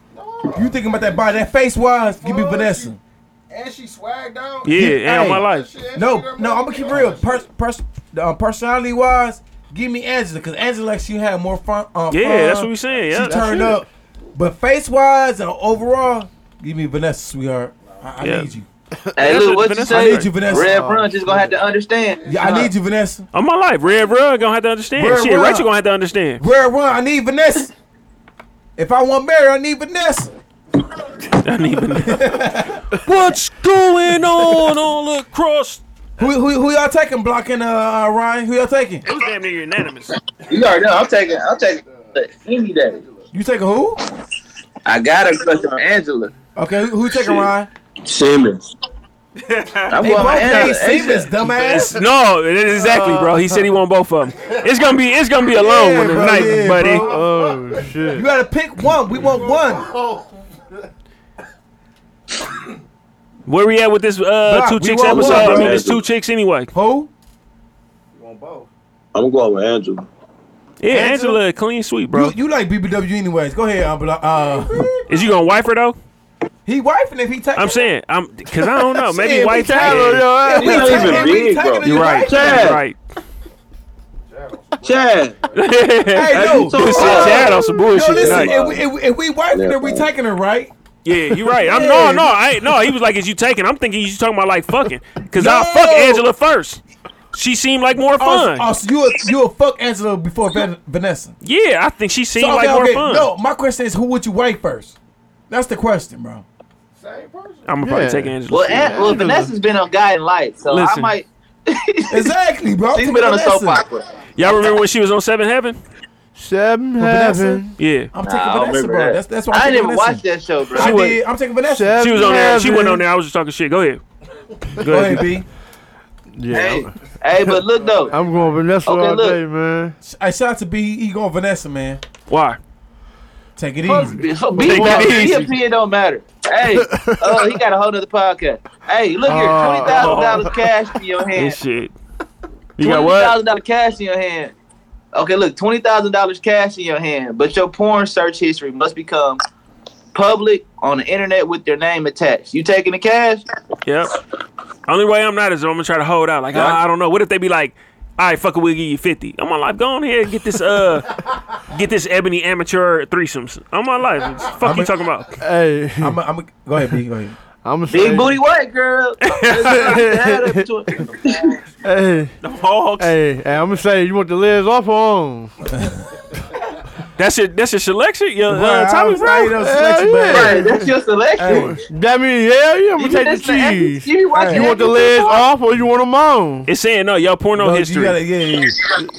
[SPEAKER 8] You thinking about that body, that face wise, you be Vanessa.
[SPEAKER 14] And she swagged out.
[SPEAKER 2] Yeah, and
[SPEAKER 8] Hey.
[SPEAKER 2] my life.
[SPEAKER 8] No, no, I'm gonna keep it real. Pers- pers- uh, personality wise, give me Angela because Angela like she had more fun. Uh,
[SPEAKER 2] Yeah,
[SPEAKER 8] fun.
[SPEAKER 2] that's what we saying, yeah,
[SPEAKER 8] she
[SPEAKER 2] that's
[SPEAKER 8] turned
[SPEAKER 2] it.
[SPEAKER 8] up, but face wise and overall, give me Vanessa, sweetheart. I, I
[SPEAKER 2] Yeah.
[SPEAKER 8] need you.
[SPEAKER 6] Hey, look, what you
[SPEAKER 2] Vanessa-
[SPEAKER 6] say?
[SPEAKER 8] I need you, Vanessa.
[SPEAKER 6] Red Brun just gonna have to understand.
[SPEAKER 8] Yeah, I need you, Vanessa.
[SPEAKER 2] On my life, Red Rug gonna have to understand.
[SPEAKER 8] Red
[SPEAKER 2] Shit,
[SPEAKER 8] Rug.
[SPEAKER 2] Rachel gonna have to understand.
[SPEAKER 8] Where one, I need Vanessa. If I want married, I need Vanessa.
[SPEAKER 2] I need Vanessa. What's going on all across?
[SPEAKER 8] Who who, who y'all taking? Blocking uh, uh Ryan. Who y'all taking?
[SPEAKER 2] It was damn near unanimous.
[SPEAKER 6] You already know. I'm taking. I'm taking any day.
[SPEAKER 8] You taking who?
[SPEAKER 6] I gotta crush on Angela
[SPEAKER 8] Okay, who, who taking
[SPEAKER 6] Shit.
[SPEAKER 8] Ryan?
[SPEAKER 6] Simmons. I
[SPEAKER 8] They
[SPEAKER 6] want my
[SPEAKER 8] both named
[SPEAKER 6] Angela.
[SPEAKER 8] Simmons,
[SPEAKER 6] Angela.
[SPEAKER 8] dumbass.
[SPEAKER 2] no, it is exactly, bro. He said he won both of them. It's gonna be it's gonna be a long
[SPEAKER 8] Yeah,
[SPEAKER 2] one
[SPEAKER 8] bro,
[SPEAKER 2] tonight,
[SPEAKER 8] yeah,
[SPEAKER 2] buddy.
[SPEAKER 8] bro.
[SPEAKER 7] Oh shit!
[SPEAKER 8] You gotta pick one. We want one.
[SPEAKER 2] Where we at with this uh,
[SPEAKER 8] Block,
[SPEAKER 2] two
[SPEAKER 8] we
[SPEAKER 2] chicks
[SPEAKER 8] want
[SPEAKER 2] episode?
[SPEAKER 8] one,
[SPEAKER 2] I
[SPEAKER 8] bro.
[SPEAKER 2] mean, it's two chicks anyway.
[SPEAKER 8] Who?
[SPEAKER 10] I'm going with Angela.
[SPEAKER 2] Yeah,
[SPEAKER 8] Angela-
[SPEAKER 2] Angela, clean sweep, bro.
[SPEAKER 8] You, you like BBW anyways. Go ahead, um, uh,
[SPEAKER 2] Is you gonna wife her though?
[SPEAKER 8] He wifing if he taking.
[SPEAKER 2] I'm saying, I'm because I don't know. Maybe
[SPEAKER 8] Shit,
[SPEAKER 2] white
[SPEAKER 8] we taking-
[SPEAKER 2] Tyler.
[SPEAKER 8] if we taking- if we taking it,
[SPEAKER 2] You're
[SPEAKER 8] you
[SPEAKER 2] right.
[SPEAKER 8] taking it.
[SPEAKER 2] You're right.
[SPEAKER 10] Chad.
[SPEAKER 8] Hey, yo,
[SPEAKER 2] You said Chad on some bullshit
[SPEAKER 8] Yo, listen,
[SPEAKER 2] tonight.
[SPEAKER 8] if we, if, we- if we wifing her, we taking her, right?
[SPEAKER 2] Yeah, you're right. I'm
[SPEAKER 8] Yeah.
[SPEAKER 2] no, no, I ain't no. He was like, "Is you taking?" I'm thinking you talking about like fucking, because I'll fuck
[SPEAKER 8] No.
[SPEAKER 2] Angela first. She seemed like more
[SPEAKER 8] Oh,
[SPEAKER 2] fun.
[SPEAKER 8] oh, so you a, you a fuck Angela before Van- Vanessa?
[SPEAKER 2] yeah, I think she seemed
[SPEAKER 8] So,
[SPEAKER 2] like more fun.
[SPEAKER 8] No, my question is, who would you wife first? That's the question, bro.
[SPEAKER 2] I'm gonna probably take Angela.
[SPEAKER 6] Well, An- well, Vanessa's been on Guiding Light, so I
[SPEAKER 2] Listen.
[SPEAKER 6] might.
[SPEAKER 8] exactly, bro.
[SPEAKER 6] She's been on the soap opera.
[SPEAKER 2] Y'all remember when she was on Seven Heaven?
[SPEAKER 7] Seven
[SPEAKER 2] Vanessa?
[SPEAKER 7] Heaven.
[SPEAKER 2] Yeah,
[SPEAKER 8] I'm
[SPEAKER 6] Nah, I don't remember that. I didn't even watch that show, bro.
[SPEAKER 2] She
[SPEAKER 8] I
[SPEAKER 2] was-
[SPEAKER 8] did. I'm taking Vanessa.
[SPEAKER 2] She was on there. She went on there. I was just talking shit. Go ahead.
[SPEAKER 8] Go ahead, B.
[SPEAKER 7] Yeah.
[SPEAKER 6] Hey, hey, but look though.
[SPEAKER 7] I'm going Vanessa
[SPEAKER 8] Okay,
[SPEAKER 7] all
[SPEAKER 8] look.
[SPEAKER 7] day, man.
[SPEAKER 8] I shout out to B. E. He going Vanessa, man.
[SPEAKER 2] Why?
[SPEAKER 8] Take it
[SPEAKER 6] Fuck
[SPEAKER 8] easy.
[SPEAKER 6] B- B- B- opinion don't matter. Hey, oh, he got a whole nother podcast. Hey, look here,
[SPEAKER 2] Oh.
[SPEAKER 6] twenty thousand dollars cash in your hand.
[SPEAKER 2] This shit. You got
[SPEAKER 6] Twenty
[SPEAKER 2] what?
[SPEAKER 6] thousand dollars cash in your hand. Okay, look, twenty thousand dollars cash in your hand, but your porn search history must become public on the internet with your name attached. You taking the cash?
[SPEAKER 2] Yep. Only way I'm not is I'm gonna try to hold out. Like
[SPEAKER 6] Right.
[SPEAKER 2] I, I don't know. What if they be like, "All right, fuck it, we'll give you 50. I'm on life. Go on here and get this uh, get this ebony amateur threesomes. I'm on life. What the Fuck you talking about?
[SPEAKER 7] Hey,
[SPEAKER 8] I'm. A, I'm. A, go ahead, B. Go ahead.
[SPEAKER 7] I'm a
[SPEAKER 6] Big booty white girl.
[SPEAKER 7] Hey,
[SPEAKER 2] the Hawks.
[SPEAKER 7] Hey, hey, I'm gonna say you want the lids off or on?
[SPEAKER 2] That's your that's your selection. Your
[SPEAKER 7] Right,
[SPEAKER 2] uh,
[SPEAKER 7] I
[SPEAKER 2] Tommy
[SPEAKER 7] was
[SPEAKER 2] Brown.
[SPEAKER 7] saying that was
[SPEAKER 2] Hell
[SPEAKER 7] selection,
[SPEAKER 2] yeah.
[SPEAKER 7] man. Right, that's
[SPEAKER 6] your selection.
[SPEAKER 7] That mean, yeah, yeah, I'm
[SPEAKER 2] You
[SPEAKER 7] gonna take the
[SPEAKER 2] listen to every-
[SPEAKER 7] cheese.
[SPEAKER 2] you be
[SPEAKER 7] You
[SPEAKER 2] watching
[SPEAKER 7] want the
[SPEAKER 2] everything,
[SPEAKER 7] lids
[SPEAKER 2] boy.
[SPEAKER 7] off or you want them on?
[SPEAKER 2] It's saying no, your porno
[SPEAKER 7] Bro, you
[SPEAKER 2] history.
[SPEAKER 7] gotta-
[SPEAKER 8] yeah, yeah.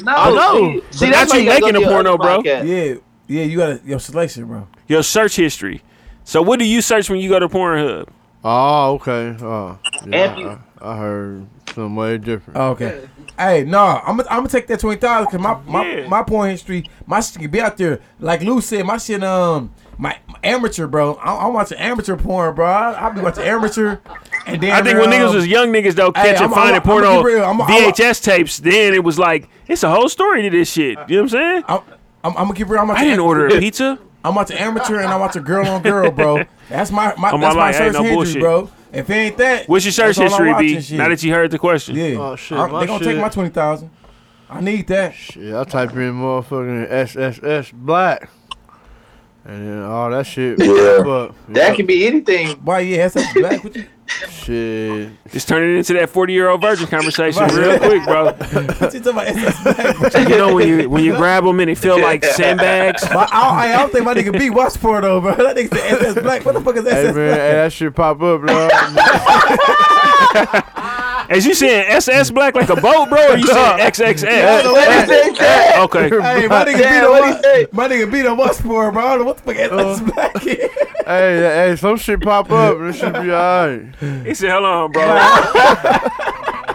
[SPEAKER 6] No,
[SPEAKER 2] I know.
[SPEAKER 6] see- see,
[SPEAKER 2] But not
[SPEAKER 6] that's why
[SPEAKER 2] you
[SPEAKER 6] you gotta
[SPEAKER 2] making
[SPEAKER 6] go
[SPEAKER 2] a
[SPEAKER 6] to your
[SPEAKER 2] porno,
[SPEAKER 6] other
[SPEAKER 2] bro.
[SPEAKER 6] podcast.
[SPEAKER 8] Yeah, yeah. You got your selection, bro.
[SPEAKER 2] Your search history. So what do you search when you go to Pornhub?
[SPEAKER 7] Oh, okay. Oh, yeah,
[SPEAKER 8] If you-
[SPEAKER 7] I, I heard some way different.
[SPEAKER 8] Oh, Okay. Hey, no, I'm gonna I'm gonna take that twenty thousand because my my,
[SPEAKER 7] Yeah.
[SPEAKER 8] my porn history, my shit can be out there. Like Lou said, my shit, um, my, my amateur, bro. I, am watching amateur porn, bro. I, I be watching amateur. And then
[SPEAKER 2] I think when
[SPEAKER 8] um,
[SPEAKER 2] niggas was young niggas though
[SPEAKER 8] hey,
[SPEAKER 2] catching
[SPEAKER 8] I'm- I'm-
[SPEAKER 2] finding
[SPEAKER 8] I'm gonna
[SPEAKER 2] porno
[SPEAKER 8] be real. I'm- I'm-
[SPEAKER 2] VHS tapes, then it was like it's a whole story to this shit. You know what I'm saying?
[SPEAKER 8] I'm, I'm, gonna keep real. I'm
[SPEAKER 2] I didn't order a pizza.
[SPEAKER 8] I'm watching amateur and I watch a girl on girl, bro. That's my my
[SPEAKER 2] On my
[SPEAKER 8] that's my
[SPEAKER 2] life, ain't no
[SPEAKER 8] search history,
[SPEAKER 2] bullshit.
[SPEAKER 8] bro. If it ain't that,
[SPEAKER 2] What's your search
[SPEAKER 8] that's all
[SPEAKER 2] history,
[SPEAKER 8] I'm
[SPEAKER 2] B?
[SPEAKER 8] watching, shit.
[SPEAKER 2] Now that you heard the question.
[SPEAKER 8] Yeah.
[SPEAKER 7] Oh, shit,
[SPEAKER 8] I-
[SPEAKER 7] my
[SPEAKER 8] they gonna take
[SPEAKER 7] shit.
[SPEAKER 8] my twenty thousand. I need that.
[SPEAKER 7] Shit, I type in motherfucking SSS black, and then all that shit.
[SPEAKER 6] Yeah.
[SPEAKER 7] pop up.
[SPEAKER 6] That can be anything.
[SPEAKER 8] Why? Yeah, that's a black. What you-
[SPEAKER 7] Shit.
[SPEAKER 2] Just turn it into that forty-year-old virgin conversation real quick, bro.
[SPEAKER 8] what you talking about?
[SPEAKER 2] you know when you when you grab them and it feel like sandbags.
[SPEAKER 8] But I, I don't think my nigga B watch porno, bro. That nigga said SS Black. What the fuck is
[SPEAKER 7] Hey
[SPEAKER 8] SS
[SPEAKER 7] man, hey, that shit pop up, bro.
[SPEAKER 2] As you saying SS black like a boat, bro, or you saying XXX? Okay.
[SPEAKER 8] Hey, my nigga B don't watch. My nigga B don't watch porn, bro. I don't know what the fuck
[SPEAKER 2] Uh,
[SPEAKER 8] SS Black is.
[SPEAKER 7] hey, hey, some shit pop up. This should be alright.
[SPEAKER 2] He said, "Hold on, bro.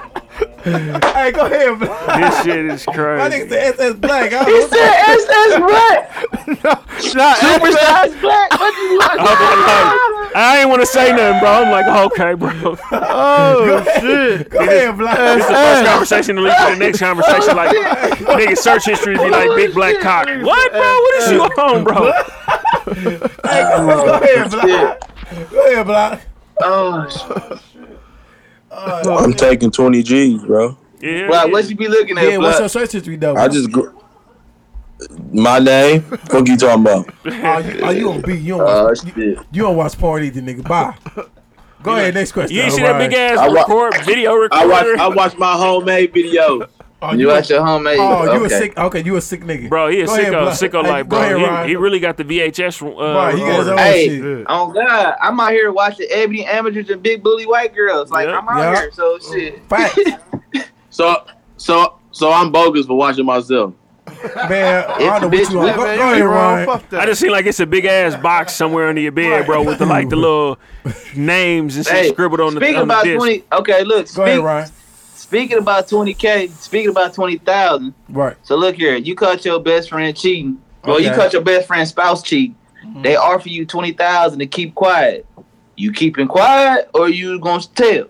[SPEAKER 8] Hey, go ahead, bro.
[SPEAKER 2] this shit is
[SPEAKER 8] My
[SPEAKER 2] crazy."
[SPEAKER 8] nigga said SS Black. I
[SPEAKER 6] He
[SPEAKER 8] don't know.
[SPEAKER 6] said SS Black.
[SPEAKER 7] Nah,
[SPEAKER 6] Superstars Black. What you
[SPEAKER 2] I was like, I ain't want to say nothing, bro. I'm like, okay, bro.
[SPEAKER 7] Oh shit.
[SPEAKER 8] Go ahead, Black.
[SPEAKER 2] This is the first conversation to lead to the next conversation. Like, nigga, search history be like big black cock. What, bro? What is you on, bro?
[SPEAKER 8] Go ahead, Black. Go ahead, Black.
[SPEAKER 6] Oh,
[SPEAKER 10] I'm taking 20 G's, bro.
[SPEAKER 2] yeah.
[SPEAKER 6] Black, what you be looking at,
[SPEAKER 8] Yeah, what's your
[SPEAKER 6] Black?
[SPEAKER 8] search history though?
[SPEAKER 10] I just gr- my name. Fuck you talking about?
[SPEAKER 8] Are you, oh, you on B? You don't
[SPEAKER 10] Uh,
[SPEAKER 8] watch?
[SPEAKER 10] shit.
[SPEAKER 8] You don't watch porn either, nigga. Bye. Go ahead, next question.
[SPEAKER 2] You ain't see that big ass
[SPEAKER 10] I wa-
[SPEAKER 2] record video
[SPEAKER 10] I watch
[SPEAKER 2] recorder,
[SPEAKER 10] I watch my homemade videos.
[SPEAKER 8] Oh,
[SPEAKER 6] You at your homemade?
[SPEAKER 8] Oh, you a
[SPEAKER 6] Okay.
[SPEAKER 8] sick? Okay, you a sick nigga.
[SPEAKER 2] bro. He a
[SPEAKER 8] Go ahead,
[SPEAKER 2] sicko,
[SPEAKER 8] Black.
[SPEAKER 2] sicko
[SPEAKER 8] Hey,
[SPEAKER 2] life,
[SPEAKER 8] go ahead,
[SPEAKER 2] bro.
[SPEAKER 8] Ryan.
[SPEAKER 2] he, he really got the VHS. Uh,
[SPEAKER 8] Right, he got his
[SPEAKER 2] recorder.
[SPEAKER 8] own
[SPEAKER 6] Hey,
[SPEAKER 8] shit.
[SPEAKER 6] Oh God, I'm out here watching ebony amateurs and big booty white girls. Like I'm out
[SPEAKER 8] Yeah.
[SPEAKER 6] here, so shit.
[SPEAKER 8] Facts,
[SPEAKER 10] So so so I'm bogus for watching myself.
[SPEAKER 8] man. I don't know what
[SPEAKER 6] bitch
[SPEAKER 8] you on. Go,
[SPEAKER 6] whip,
[SPEAKER 8] go
[SPEAKER 6] man.
[SPEAKER 8] ahead, Ryan.
[SPEAKER 2] I just seem like it's a big ass box somewhere under your bed, bro, with the like the little names and shit
[SPEAKER 6] Hey,
[SPEAKER 2] scribbled on the
[SPEAKER 6] speaking
[SPEAKER 2] on the
[SPEAKER 6] about
[SPEAKER 2] disc.
[SPEAKER 6] twenty, okay, look.
[SPEAKER 8] Go ahead,
[SPEAKER 6] speak-
[SPEAKER 8] Ryan.
[SPEAKER 6] Speaking about twenty k, speaking about twenty thousand.
[SPEAKER 8] Right.
[SPEAKER 6] So look here, you caught your best friend cheating. Well, you
[SPEAKER 8] Okay.
[SPEAKER 6] caught your best friend's spouse cheating.
[SPEAKER 2] Mm-hmm.
[SPEAKER 6] They offer you twenty thousand to keep quiet. You keeping quiet, or you gonna tell?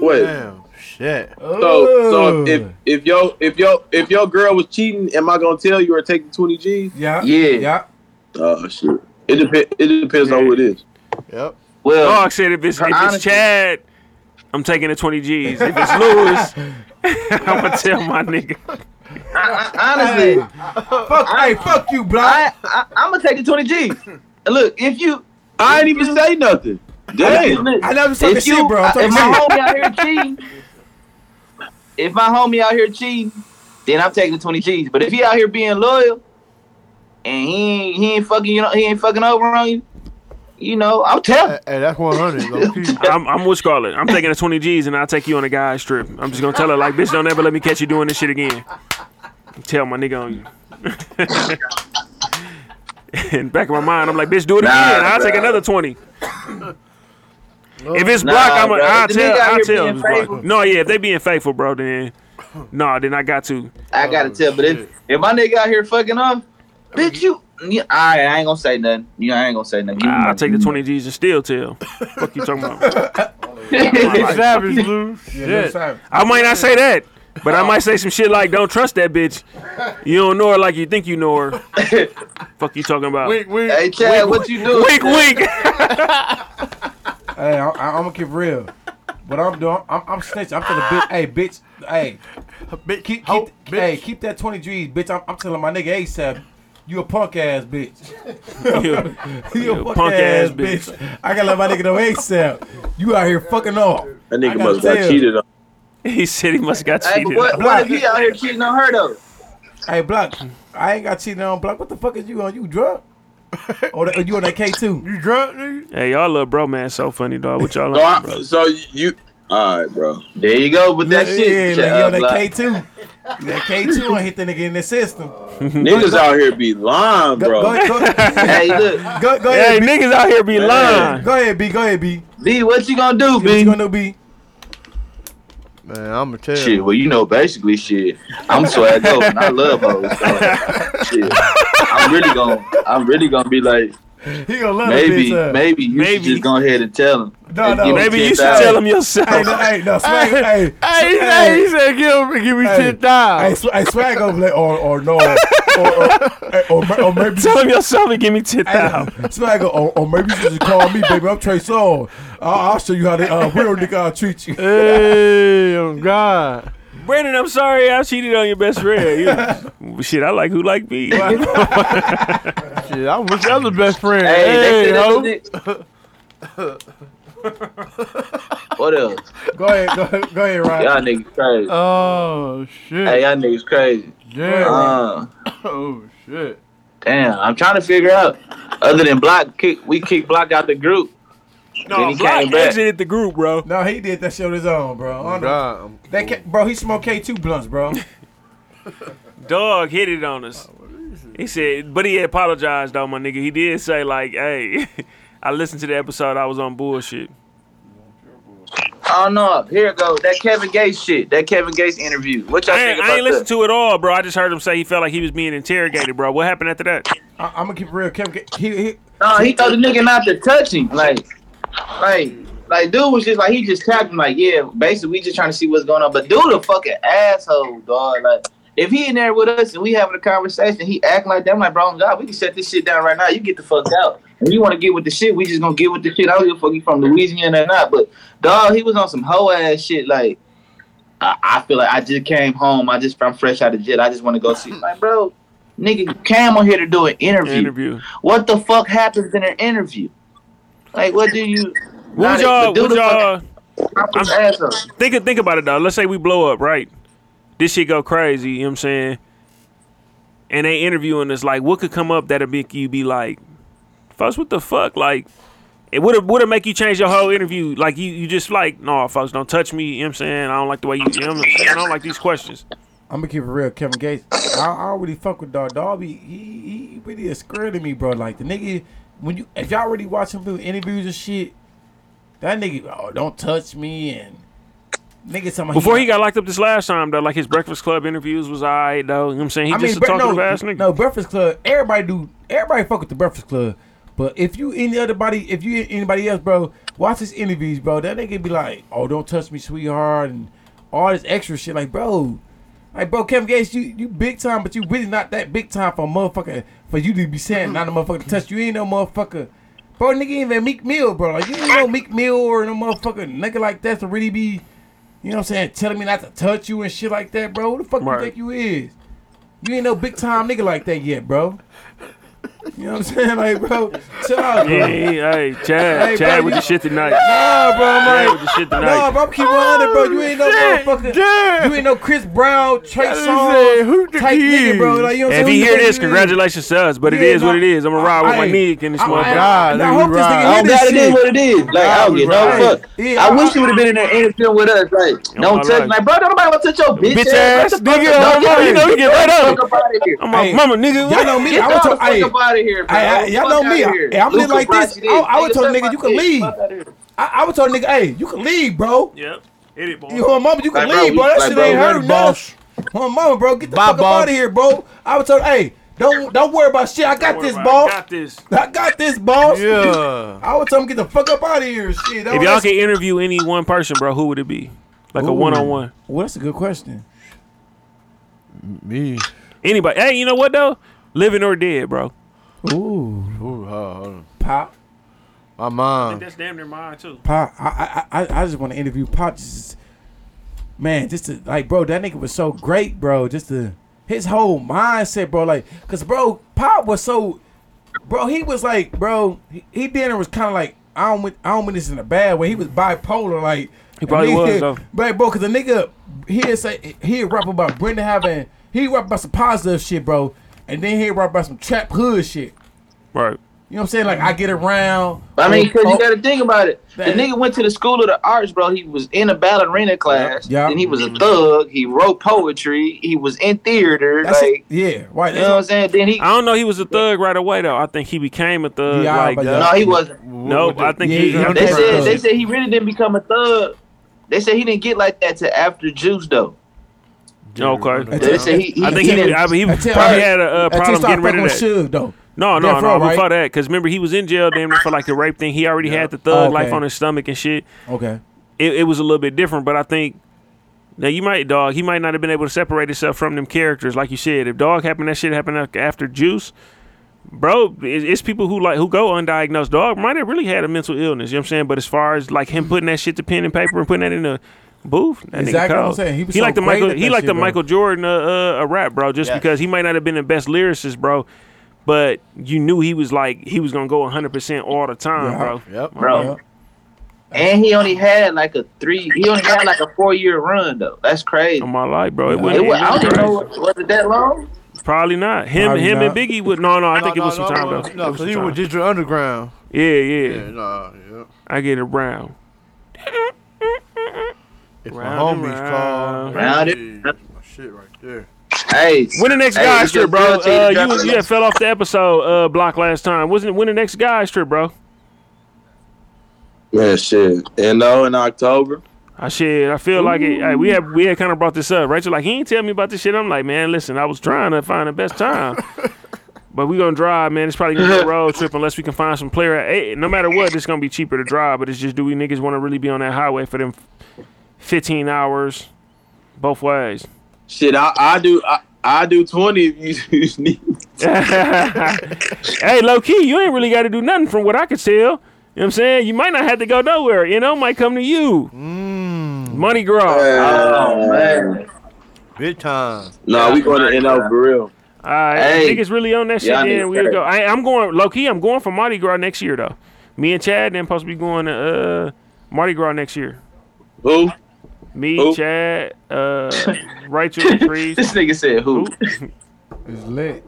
[SPEAKER 10] Wait.
[SPEAKER 7] Damn. Shit.
[SPEAKER 10] So so if if yo if yo if your girl was cheating, am I gonna tell you or take the 20 G's?
[SPEAKER 8] Yeah.
[SPEAKER 6] Yeah.
[SPEAKER 8] Yeah.
[SPEAKER 10] Oh shit. It depends. It depends on who it is.
[SPEAKER 7] Yep.
[SPEAKER 6] Well,
[SPEAKER 2] dog said if it's, if
[SPEAKER 6] honestly-
[SPEAKER 2] it's Chad, I'm taking the 20 G's. If it's Lewis, I'm gonna tell my nigga.
[SPEAKER 6] honestly, fuck, hey, fuck you, bro. I, I, I'm gonna take the 20 G. Look, if you, I ain't even say nothing.
[SPEAKER 10] Damn. I know I'm
[SPEAKER 6] if
[SPEAKER 10] talking
[SPEAKER 6] uh,
[SPEAKER 10] shit, bro. I'm
[SPEAKER 6] if
[SPEAKER 10] talking
[SPEAKER 6] my
[SPEAKER 10] shit.
[SPEAKER 6] homie out here cheating, if my homie out here cheating, then I'm taking the 20 G's. But if he out here being loyal and he ain't, he ain't fucking you know he ain't fucking over on you, you know I'll tell. Hey,
[SPEAKER 7] that's 100.
[SPEAKER 2] I'm, I'm with Scarlett. I'm taking the 20 G's and I'll take you on a guy's trip. I'm just gonna tell her like, bitch, don't ever let me catch you doing this shit again. Tell my nigga on you. In the back of my mind, I'm like, bitch, do it
[SPEAKER 1] Nah,
[SPEAKER 2] again. I'll
[SPEAKER 1] bruh.
[SPEAKER 2] take another 20. If it's block, I'm gonna. I'll tell. I'll tell. if it's block. No, yeah, if they being faithful, bro, then no, then I got to.
[SPEAKER 6] I gotta tell, but if, if my nigga out here fucking off, bitch, you. Yeah, all right, I ain't gonna say nothing. You know, I ain't gonna say nothing. You
[SPEAKER 2] Nah,
[SPEAKER 6] know.
[SPEAKER 2] I'll take the 20 G's and still tell. Fuck you talking about?
[SPEAKER 7] Savage, Lou.
[SPEAKER 2] Shit. I might not say that, but I might say some shit like, "Don't trust that bitch. You don't know her like you think you know her." Fuck you talking about?
[SPEAKER 7] Wink, wink.
[SPEAKER 6] Hey, Chad, what you doing?
[SPEAKER 2] Wink, wink.
[SPEAKER 8] Hey, I, I, I'm gonna keep real. What I'm doing, I'm, I'm snitching. I'm telling bitch, hey, bitch, hey, bitch, keep, keep, hey, keep that 20 G's, bitch. I'm, I'm telling my nigga ASAP, you a punk ass bitch.
[SPEAKER 2] you a,
[SPEAKER 8] punk, ass, bitch. I gotta let my nigga know ASAP. You out here fucking off.
[SPEAKER 10] That
[SPEAKER 8] I
[SPEAKER 10] nigga
[SPEAKER 8] gotta
[SPEAKER 10] must got
[SPEAKER 8] tell.
[SPEAKER 10] cheated on.
[SPEAKER 2] He said he must got
[SPEAKER 6] Hey, but what, what if he out here cheating on her though?
[SPEAKER 8] Hey, Block, I ain't got cheated on. Block, what the fuck is you on? You drunk? or, the, or you on that K two?
[SPEAKER 7] You drunk, nigga?
[SPEAKER 2] Hey, y'all little bro, man, so funny, dog. What y'all
[SPEAKER 10] So,
[SPEAKER 2] on,
[SPEAKER 10] I,
[SPEAKER 2] bro?
[SPEAKER 10] so you, all right, bro.
[SPEAKER 6] There you go with
[SPEAKER 8] Yeah, yeah, like, you on that K two. That K two, I hit that nigga in the system.
[SPEAKER 10] Niggas out here be lying, bro.
[SPEAKER 8] Go, go,
[SPEAKER 6] hey, look.
[SPEAKER 8] Go, go ahead. B.
[SPEAKER 10] Man.
[SPEAKER 8] Go ahead, B. Go ahead, B.
[SPEAKER 6] B, what you gonna do, B?
[SPEAKER 8] What you gonna do, B?
[SPEAKER 7] Man, I'm gonna tell
[SPEAKER 6] Shit, well, you know, basically, shit. I'm swag up and I love hoes. so, shit, I'm really gonna, I'm really gonna be like,
[SPEAKER 8] He gonna love uh, that
[SPEAKER 6] maybe,
[SPEAKER 8] bitch, huh?
[SPEAKER 6] maybe you should just go ahead and tell him.
[SPEAKER 8] No,
[SPEAKER 6] And
[SPEAKER 8] no.
[SPEAKER 6] give him
[SPEAKER 8] Maybe you should
[SPEAKER 6] 10,000.
[SPEAKER 8] tell him yourself. Hey, no, hey, no, swag- hey,
[SPEAKER 7] hey,
[SPEAKER 8] hey.
[SPEAKER 7] hey, he said, give, him- give me
[SPEAKER 8] Hey,
[SPEAKER 7] 10,000.
[SPEAKER 8] Hey, sw- hey, swag over there, or or no, or or, or, or maybe
[SPEAKER 2] tell him yourself and give me ten
[SPEAKER 8] thousand. Swag, or, or maybe you should just call me, baby. I'm Trey Song. I'll, I'll show you how the uh, real nigga I'll treat you.
[SPEAKER 7] Hey, oh God.
[SPEAKER 2] Brandon, I'm sorry I cheated on your best friend. You- shit, I like who like me.
[SPEAKER 7] Shit, I wish I was the best friend.
[SPEAKER 6] Hey,
[SPEAKER 7] Hey,
[SPEAKER 6] they
[SPEAKER 7] ho.
[SPEAKER 6] said What else?
[SPEAKER 8] Go ahead, go, ahead- go ahead, Ryan.
[SPEAKER 6] Y'all niggas crazy.
[SPEAKER 8] Uh,
[SPEAKER 7] Oh shit.
[SPEAKER 6] Hey, y'all niggas crazy.
[SPEAKER 7] Damn.
[SPEAKER 6] Uh,
[SPEAKER 7] oh shit.
[SPEAKER 6] damn, I'm trying to figure out. Other than block, kick, we kicked block out the group. then he came back.
[SPEAKER 2] the group, bro.
[SPEAKER 8] No, he did that shit on his own, bro. On the-
[SPEAKER 7] God.
[SPEAKER 8] that ca- bro, he smoked K two blunts, bro.
[SPEAKER 2] Dog hit it on us. He said, but he apologized though, my nigga. He did say like, "Hey, I listened to the episode. I was on bullshit."
[SPEAKER 6] Oh no, here it goes. That Kevin Gates shit. That Kevin Gates interview. What y'all
[SPEAKER 2] I
[SPEAKER 6] think
[SPEAKER 2] ain't,
[SPEAKER 6] about
[SPEAKER 2] I ain't
[SPEAKER 6] that?
[SPEAKER 2] listened to it all, bro. I just heard him say he felt like he was being interrogated, bro. What happened after that?
[SPEAKER 8] I, I'm gonna keep it real. Kevin, Ga- he, he
[SPEAKER 6] No, he told the nigga not to touch him. Like, like, like, dude was just like he just tapped him. Like, yeah, basically we just trying to see what's going on. But dude, a fucking asshole, dog. Like, if he in there with us and we having a conversation, he acting like that. I'm like, bro, oh, God, we can shut this shit down right now. You get the fuck out. And you want to get with the shit? We just gonna get with the shit. I don't give a fuck you from Louisiana or not. But dog, he was on some hoe ass shit. Like, I, I feel like I just came home. I just I'm fresh out of jail. I just want to go see. Like, bro, nigga came on here to do an interview.
[SPEAKER 2] Interview.
[SPEAKER 6] What the fuck happens in an interview? Like, what do you?
[SPEAKER 2] What would y'all? What would y'all?
[SPEAKER 6] I'm,
[SPEAKER 2] think think about it though. Let's say we blow up, right? This shit go crazy. You know what I'm saying? And they interviewing us like, what could come up that'll make you be like, folks, what the fuck? Like, it would have would have make you change your whole interview. Like you you just like, no, folks, don't touch me. You know what I'm saying? I don't like the way you. you know what I'm saying? I don't like these questions.
[SPEAKER 8] I'm gonna keep it real, Kevin Gates. I, I don't really fuck with Dog Darby. He, he really is scared of me, bro. Like the nigga, when you if y'all really watch him do interviews and shit, that nigga, oh, don't touch me and nigga, something
[SPEAKER 2] Before he got locked up this last time though, like his Breakfast Club interviews was alright though. You know what I'm saying? He just a
[SPEAKER 8] bre-
[SPEAKER 2] talkative
[SPEAKER 8] no,
[SPEAKER 2] ass nigga.
[SPEAKER 8] No, Breakfast Club. Everybody do. Everybody fuck with the Breakfast Club. But if you any other body, if you anybody else, bro, watch his interviews, bro. That nigga be like, "Oh, don't touch me, sweetheart," and all this extra shit. Like, bro, like, bro, Kevin Gates, you you big time, but you really not that big time for a motherfucker for you to be saying not a motherfucker to touch you. You Ain't no motherfucker Bro, nigga ain't even Meek Mill, bro. Like, you ain't no Meek Mill or no motherfucker nigga like that to really be, you know what I'm saying, telling me not to touch you and shit like that, bro. Who the fuck
[SPEAKER 2] Right.
[SPEAKER 8] you think you is? You ain't no big time nigga like that yet, bro. You know what I'm saying? Like, bro, chill out, bro.
[SPEAKER 2] Yeah, yeah, hey, Chad,
[SPEAKER 8] Hey,
[SPEAKER 2] Chad
[SPEAKER 8] bro,
[SPEAKER 2] with the
[SPEAKER 8] you-
[SPEAKER 2] shit tonight.
[SPEAKER 8] Nah, bro, I'm
[SPEAKER 2] Chad
[SPEAKER 8] like-
[SPEAKER 2] with the shit tonight.
[SPEAKER 8] Nah, bro, I'm keep 100, bro. You ain't no motherfucker. You ain't no Chris Brown, Trey
[SPEAKER 2] That's
[SPEAKER 8] Songz
[SPEAKER 2] it. Who the
[SPEAKER 8] type nigga,
[SPEAKER 2] kid?
[SPEAKER 8] bro. Like, you know what I'm
[SPEAKER 2] if
[SPEAKER 8] saying?
[SPEAKER 2] he
[SPEAKER 8] Who
[SPEAKER 2] hear
[SPEAKER 8] the fuck
[SPEAKER 2] this,
[SPEAKER 8] you
[SPEAKER 2] congratulations to us. But it
[SPEAKER 8] Yeah,
[SPEAKER 2] is what
[SPEAKER 8] nah,
[SPEAKER 2] it is. I'm gonna ride with my
[SPEAKER 8] I-
[SPEAKER 2] nigga in this
[SPEAKER 8] I- I-
[SPEAKER 2] motherfucker.
[SPEAKER 8] God, and I hope this nigga
[SPEAKER 6] I'm glad it is what it is. Like, I don't get no fuck. I wish you would have been in there interfering with us. Like,
[SPEAKER 2] my
[SPEAKER 6] don't touch.
[SPEAKER 2] life.
[SPEAKER 6] Like, bro, don't nobody want to touch your bitch,
[SPEAKER 2] Bitch ass,
[SPEAKER 6] What the fuck?
[SPEAKER 2] nigga, I
[SPEAKER 6] Don't
[SPEAKER 2] know,
[SPEAKER 6] touch
[SPEAKER 2] you know,
[SPEAKER 6] me.
[SPEAKER 2] you get right
[SPEAKER 6] Get
[SPEAKER 2] up.
[SPEAKER 6] the fuck up out of here.
[SPEAKER 2] I'm a mama, nigga.
[SPEAKER 8] Y'all know me.
[SPEAKER 6] Get
[SPEAKER 8] I would
[SPEAKER 6] the
[SPEAKER 8] tell.
[SPEAKER 6] fuck
[SPEAKER 8] Hey,
[SPEAKER 6] up out of here, bro.
[SPEAKER 8] hey, hey, y'all
[SPEAKER 6] Fuck
[SPEAKER 8] know
[SPEAKER 6] outta
[SPEAKER 8] me.
[SPEAKER 6] here.
[SPEAKER 8] Hey, I'm lit
[SPEAKER 6] Luca
[SPEAKER 8] like this.
[SPEAKER 6] Brasi
[SPEAKER 8] I, I would
[SPEAKER 6] Nigga,
[SPEAKER 8] tell
[SPEAKER 6] suck
[SPEAKER 8] nigga
[SPEAKER 6] my
[SPEAKER 8] you can
[SPEAKER 6] dick.
[SPEAKER 8] leave.
[SPEAKER 6] Fuck outta here.
[SPEAKER 8] I, I would tell nigga, hey, you can leave, bro.
[SPEAKER 2] Yep, hit it, boy.
[SPEAKER 8] You on mama, you can
[SPEAKER 6] Like, bro,
[SPEAKER 8] leave, bro.
[SPEAKER 6] we-
[SPEAKER 8] That
[SPEAKER 6] like,
[SPEAKER 8] shit
[SPEAKER 6] bro,
[SPEAKER 8] ain't
[SPEAKER 6] we're
[SPEAKER 8] hurt
[SPEAKER 6] the
[SPEAKER 8] nothing. On mama, bro, get the fuck up out of here, bro. I would tell, hey, don't don't worry about shit. I got this,
[SPEAKER 2] I
[SPEAKER 8] boss.
[SPEAKER 2] got this.
[SPEAKER 8] I got this, boss.
[SPEAKER 7] Yeah.
[SPEAKER 8] I would tell him get the fuck up out of here, shit.
[SPEAKER 2] If y'all could interview any one person, bro, who would it be? Like a
[SPEAKER 8] Ooh.
[SPEAKER 2] one on one.
[SPEAKER 8] well, that's a good question.
[SPEAKER 7] Me.
[SPEAKER 2] Anybody? Hey, you know what though? Living or dead, bro.
[SPEAKER 8] Ooh,
[SPEAKER 7] Ooh, hold on, hold on.
[SPEAKER 8] pop.
[SPEAKER 7] My mom.
[SPEAKER 2] That's damn near mine too.
[SPEAKER 8] Pop, I, I, I, I just want to interview Pop. Just, man, just to, like, bro, that nigga was so great, bro. Just to, his whole mindset, bro. Like, cause, bro, Pop was so, bro, he was like, bro, he, he then was kind of like, I don't, mean- I don't mean this in a bad way. He was bipolar, like.
[SPEAKER 2] He probably
[SPEAKER 8] and
[SPEAKER 2] was, though.
[SPEAKER 8] But, bro, cause the nigga, he'd say, he'd rap about Brenda having, he'd rap about some positive shit, bro. And then he'd rap about some trap hood shit.
[SPEAKER 2] Right.
[SPEAKER 8] You know what I'm saying? Like, I get around.
[SPEAKER 6] I mean, because
[SPEAKER 8] Oh,
[SPEAKER 6] you got to think about it. The
[SPEAKER 8] That-
[SPEAKER 6] nigga went to the school of the arts, bro. He was in a ballerina class.
[SPEAKER 8] Yeah.
[SPEAKER 6] Yeah. And he was a thug. He wrote poetry. He was in theater.
[SPEAKER 8] That's
[SPEAKER 6] like,
[SPEAKER 8] it. Yeah, right.
[SPEAKER 6] you know what I'm saying? Then he.
[SPEAKER 2] I don't know. He was a thug right away though. I think he became a thug.
[SPEAKER 8] Yeah,
[SPEAKER 2] like
[SPEAKER 8] but
[SPEAKER 2] uh,
[SPEAKER 6] No, he wasn't.
[SPEAKER 2] Nope. I think
[SPEAKER 8] Yeah,
[SPEAKER 2] he.
[SPEAKER 8] he was
[SPEAKER 2] I
[SPEAKER 8] a
[SPEAKER 6] They
[SPEAKER 2] think-
[SPEAKER 8] thug.
[SPEAKER 6] said they said he really didn't become a thug. They said he didn't get like that till after Juice though.
[SPEAKER 2] Okay.
[SPEAKER 6] They said he. he
[SPEAKER 2] I think he,
[SPEAKER 6] didn't-
[SPEAKER 2] I mean, he
[SPEAKER 8] Until-
[SPEAKER 2] probably had a uh,
[SPEAKER 8] Until he
[SPEAKER 2] problem
[SPEAKER 8] started
[SPEAKER 2] getting rid
[SPEAKER 8] fucking
[SPEAKER 2] of that.
[SPEAKER 8] with Suge, though.
[SPEAKER 2] No, no,
[SPEAKER 8] Yeah, for
[SPEAKER 2] no.
[SPEAKER 8] real, right?
[SPEAKER 2] Before that, because remember he was in jail damn near for like the rape thing. He already had the
[SPEAKER 8] Oh,
[SPEAKER 2] thug
[SPEAKER 8] okay.
[SPEAKER 2] life on his stomach and shit.
[SPEAKER 8] Okay.
[SPEAKER 2] It, it was a little bit different, but I think now you might dog. He might not have been able to separate himself from them characters, like you said. If dog happened, that shit happened af- after Juice, bro. It, it's people who like who go undiagnosed. Dog might have really had a mental illness. You know what I'm saying? But as far as like him putting that shit to pen and paper and putting that in the Booth, that nigga
[SPEAKER 8] Exactly what I'm
[SPEAKER 2] cold.
[SPEAKER 8] saying. He was so
[SPEAKER 2] like the
[SPEAKER 8] great
[SPEAKER 2] Michael.
[SPEAKER 8] at
[SPEAKER 2] He
[SPEAKER 8] that
[SPEAKER 2] like
[SPEAKER 8] shit,
[SPEAKER 2] the
[SPEAKER 8] bro.
[SPEAKER 2] Michael Jordan uh, uh, a rap, bro. Just because he might not have been the best lyricist, bro, but you knew he was like he was gonna go 100 percent all the time,
[SPEAKER 8] Yeah.
[SPEAKER 2] bro.
[SPEAKER 7] Yep.
[SPEAKER 6] bro. And he only had like a three. He only had like a four year run though. That's crazy.
[SPEAKER 2] In my life, bro. It
[SPEAKER 6] It
[SPEAKER 2] wasn't.
[SPEAKER 6] wa- I
[SPEAKER 2] even
[SPEAKER 6] don't even
[SPEAKER 2] crazy.
[SPEAKER 6] know was it that long.
[SPEAKER 2] Probably not. Him,
[SPEAKER 8] Probably
[SPEAKER 2] him,
[SPEAKER 8] not.
[SPEAKER 2] and Biggie would. No, no. I
[SPEAKER 7] No,
[SPEAKER 2] think it
[SPEAKER 7] no,
[SPEAKER 2] was some
[SPEAKER 7] no,
[SPEAKER 2] time
[SPEAKER 7] no,
[SPEAKER 2] though.
[SPEAKER 7] No,
[SPEAKER 2] It was
[SPEAKER 7] because
[SPEAKER 2] some
[SPEAKER 7] he was
[SPEAKER 2] time.
[SPEAKER 7] Digital Underground.
[SPEAKER 2] yeah, yeah,
[SPEAKER 7] Yeah, nah, yeah.
[SPEAKER 2] I get around.
[SPEAKER 7] If my
[SPEAKER 2] Round and
[SPEAKER 7] homies call,
[SPEAKER 2] round.
[SPEAKER 6] Round
[SPEAKER 7] hey,
[SPEAKER 6] and-
[SPEAKER 7] my shit right there.
[SPEAKER 6] Hey,
[SPEAKER 2] When the next
[SPEAKER 6] hey,
[SPEAKER 2] guy
[SPEAKER 6] it's
[SPEAKER 2] strip,
[SPEAKER 6] just
[SPEAKER 2] bro?
[SPEAKER 6] guilty to
[SPEAKER 2] Uh,
[SPEAKER 6] drop
[SPEAKER 2] you
[SPEAKER 6] the
[SPEAKER 2] you had
[SPEAKER 6] next-
[SPEAKER 2] fell off the episode uh, block last time, wasn't it? When the next guy strip, bro?
[SPEAKER 6] Yeah, shit. And no, in October.
[SPEAKER 2] I said, I feel like it. Hey, we had we had kind of brought this up. Rachel, like he ain't tell me about this shit. I'm like, man, listen, I was trying to find the best time, but we gonna drive, man. It's probably gonna be a road trip unless we can find some player. Hey, no matter what, it's gonna be cheaper to drive. But it's just, do we niggas want to really be on that highway for them 15 hours, both ways?
[SPEAKER 10] Shit, I, I do I, I do twenty if you need.
[SPEAKER 2] hey, low key, you ain't really got to do nothing from what I could tell. You know what I'm saying? You might not have to go nowhere. You know, might come to you. Money Gras.
[SPEAKER 6] Oh man,
[SPEAKER 7] Big time.
[SPEAKER 6] no, we going to NO for real.
[SPEAKER 2] All right,
[SPEAKER 6] Hey.
[SPEAKER 2] niggas really on that shit.
[SPEAKER 6] Yeah, I need
[SPEAKER 2] then
[SPEAKER 6] to
[SPEAKER 2] we'll
[SPEAKER 6] say.
[SPEAKER 2] go. I, I'm going low key. I'm going for Mardi Gras next year though. Me and Chad then supposed to be going to uh, Mardi Gras next year.
[SPEAKER 6] Who?
[SPEAKER 2] Me,
[SPEAKER 6] Who?
[SPEAKER 2] Chad, uh, Rachel, Trees.
[SPEAKER 6] This nigga said who?
[SPEAKER 8] It's lit.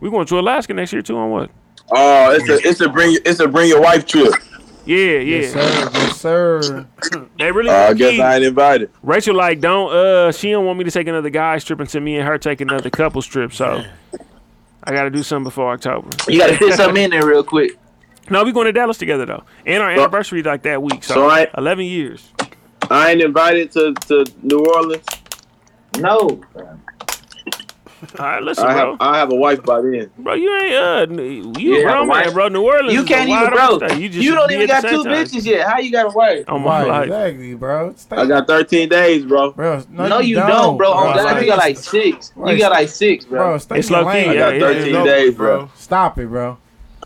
[SPEAKER 2] We going to Alaska next year too. On what?
[SPEAKER 10] Oh, it's a it's a bring it's a bring your wife trip.
[SPEAKER 2] Yeah, yeah.
[SPEAKER 8] Yes, sir. Yes, sir.
[SPEAKER 2] They really.
[SPEAKER 10] Uh, I
[SPEAKER 2] low
[SPEAKER 10] guess
[SPEAKER 2] key-
[SPEAKER 10] I ain't invited.
[SPEAKER 2] Rachel like don't uh she don't want me to take another guy's trip until me and her take another couple's trip, so I gotta do something before October.
[SPEAKER 6] You got to fit something in there real quick.
[SPEAKER 2] No, we going to Dallas together though. And our
[SPEAKER 10] So-
[SPEAKER 2] anniversary like that week. So,
[SPEAKER 10] so I-
[SPEAKER 2] eleven years.
[SPEAKER 10] I ain't invited to, to New Orleans.
[SPEAKER 6] No,
[SPEAKER 2] All right, listen,
[SPEAKER 10] I
[SPEAKER 2] bro.
[SPEAKER 10] have I have a wife by then.
[SPEAKER 2] bro, you ain't uh n- you
[SPEAKER 6] Yeah,
[SPEAKER 2] a grown man,
[SPEAKER 6] why-
[SPEAKER 2] bro. New Orleans.
[SPEAKER 6] you
[SPEAKER 2] is a
[SPEAKER 6] can't
[SPEAKER 2] wide
[SPEAKER 6] even,
[SPEAKER 2] open
[SPEAKER 6] bro.
[SPEAKER 2] state.
[SPEAKER 6] You,
[SPEAKER 2] just
[SPEAKER 6] don't
[SPEAKER 2] be
[SPEAKER 6] even
[SPEAKER 2] at
[SPEAKER 6] got
[SPEAKER 2] the
[SPEAKER 6] two
[SPEAKER 2] same time.
[SPEAKER 6] bitches yet. How you got a wife?
[SPEAKER 2] Oh my
[SPEAKER 8] Right,
[SPEAKER 2] life.
[SPEAKER 8] exactly, bro. Stay-
[SPEAKER 10] I got thirteen days, bro.
[SPEAKER 8] bro,
[SPEAKER 6] No, you don't, bro. On that, you got like six.
[SPEAKER 8] Right.
[SPEAKER 6] You got like six, bro.
[SPEAKER 8] bro. Stay
[SPEAKER 2] It's
[SPEAKER 8] in your
[SPEAKER 2] low-key,
[SPEAKER 8] lane.
[SPEAKER 10] I
[SPEAKER 2] yeah.
[SPEAKER 10] got thirteen days, bro.
[SPEAKER 8] Stop it, bro.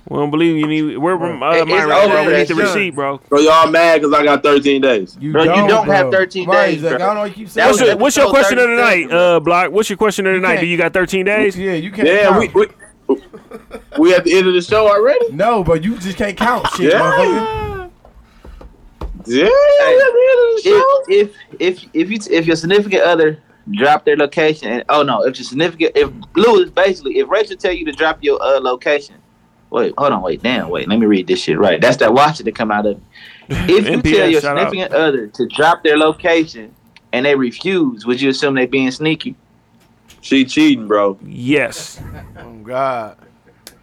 [SPEAKER 3] We don't believe you need. Where uh,
[SPEAKER 10] It- it's
[SPEAKER 3] my
[SPEAKER 10] over,
[SPEAKER 3] receipt? Need
[SPEAKER 10] that's
[SPEAKER 3] the
[SPEAKER 10] done.
[SPEAKER 3] receipt, bro.
[SPEAKER 10] So y'all mad because I got 13 days. You
[SPEAKER 3] Bro, you don't, don't have bro.
[SPEAKER 6] 13
[SPEAKER 8] Right,
[SPEAKER 6] days,
[SPEAKER 8] Zach,
[SPEAKER 6] bro.
[SPEAKER 8] I don't know. You keep saying
[SPEAKER 3] What's your,
[SPEAKER 8] that.
[SPEAKER 3] what's your question of the
[SPEAKER 8] Thirty-
[SPEAKER 3] night, uh, Block? What's your question of the night? Do you got 13 days?
[SPEAKER 8] Yeah, you can't.
[SPEAKER 3] Yeah,
[SPEAKER 8] count.
[SPEAKER 3] we-
[SPEAKER 10] we at the end of the show already?
[SPEAKER 8] No, but you just can't count shit,
[SPEAKER 6] Yeah.
[SPEAKER 8] motherfucker.
[SPEAKER 10] Yeah.
[SPEAKER 6] If if if if, you, if your significant other drop their location, and oh no, if your significant if blue is basically if Rachel tell you to drop your uh, location, wait, hold on, wait, damn, wait, let me read this shit right. That's that watch that come out of. me. If you
[SPEAKER 3] NPS,
[SPEAKER 6] tell your
[SPEAKER 3] shout out.
[SPEAKER 6] significant other to drop their location and they refuse, would you assume they being sneaky?
[SPEAKER 10] She cheating, bro.
[SPEAKER 3] Yes.
[SPEAKER 7] Oh God.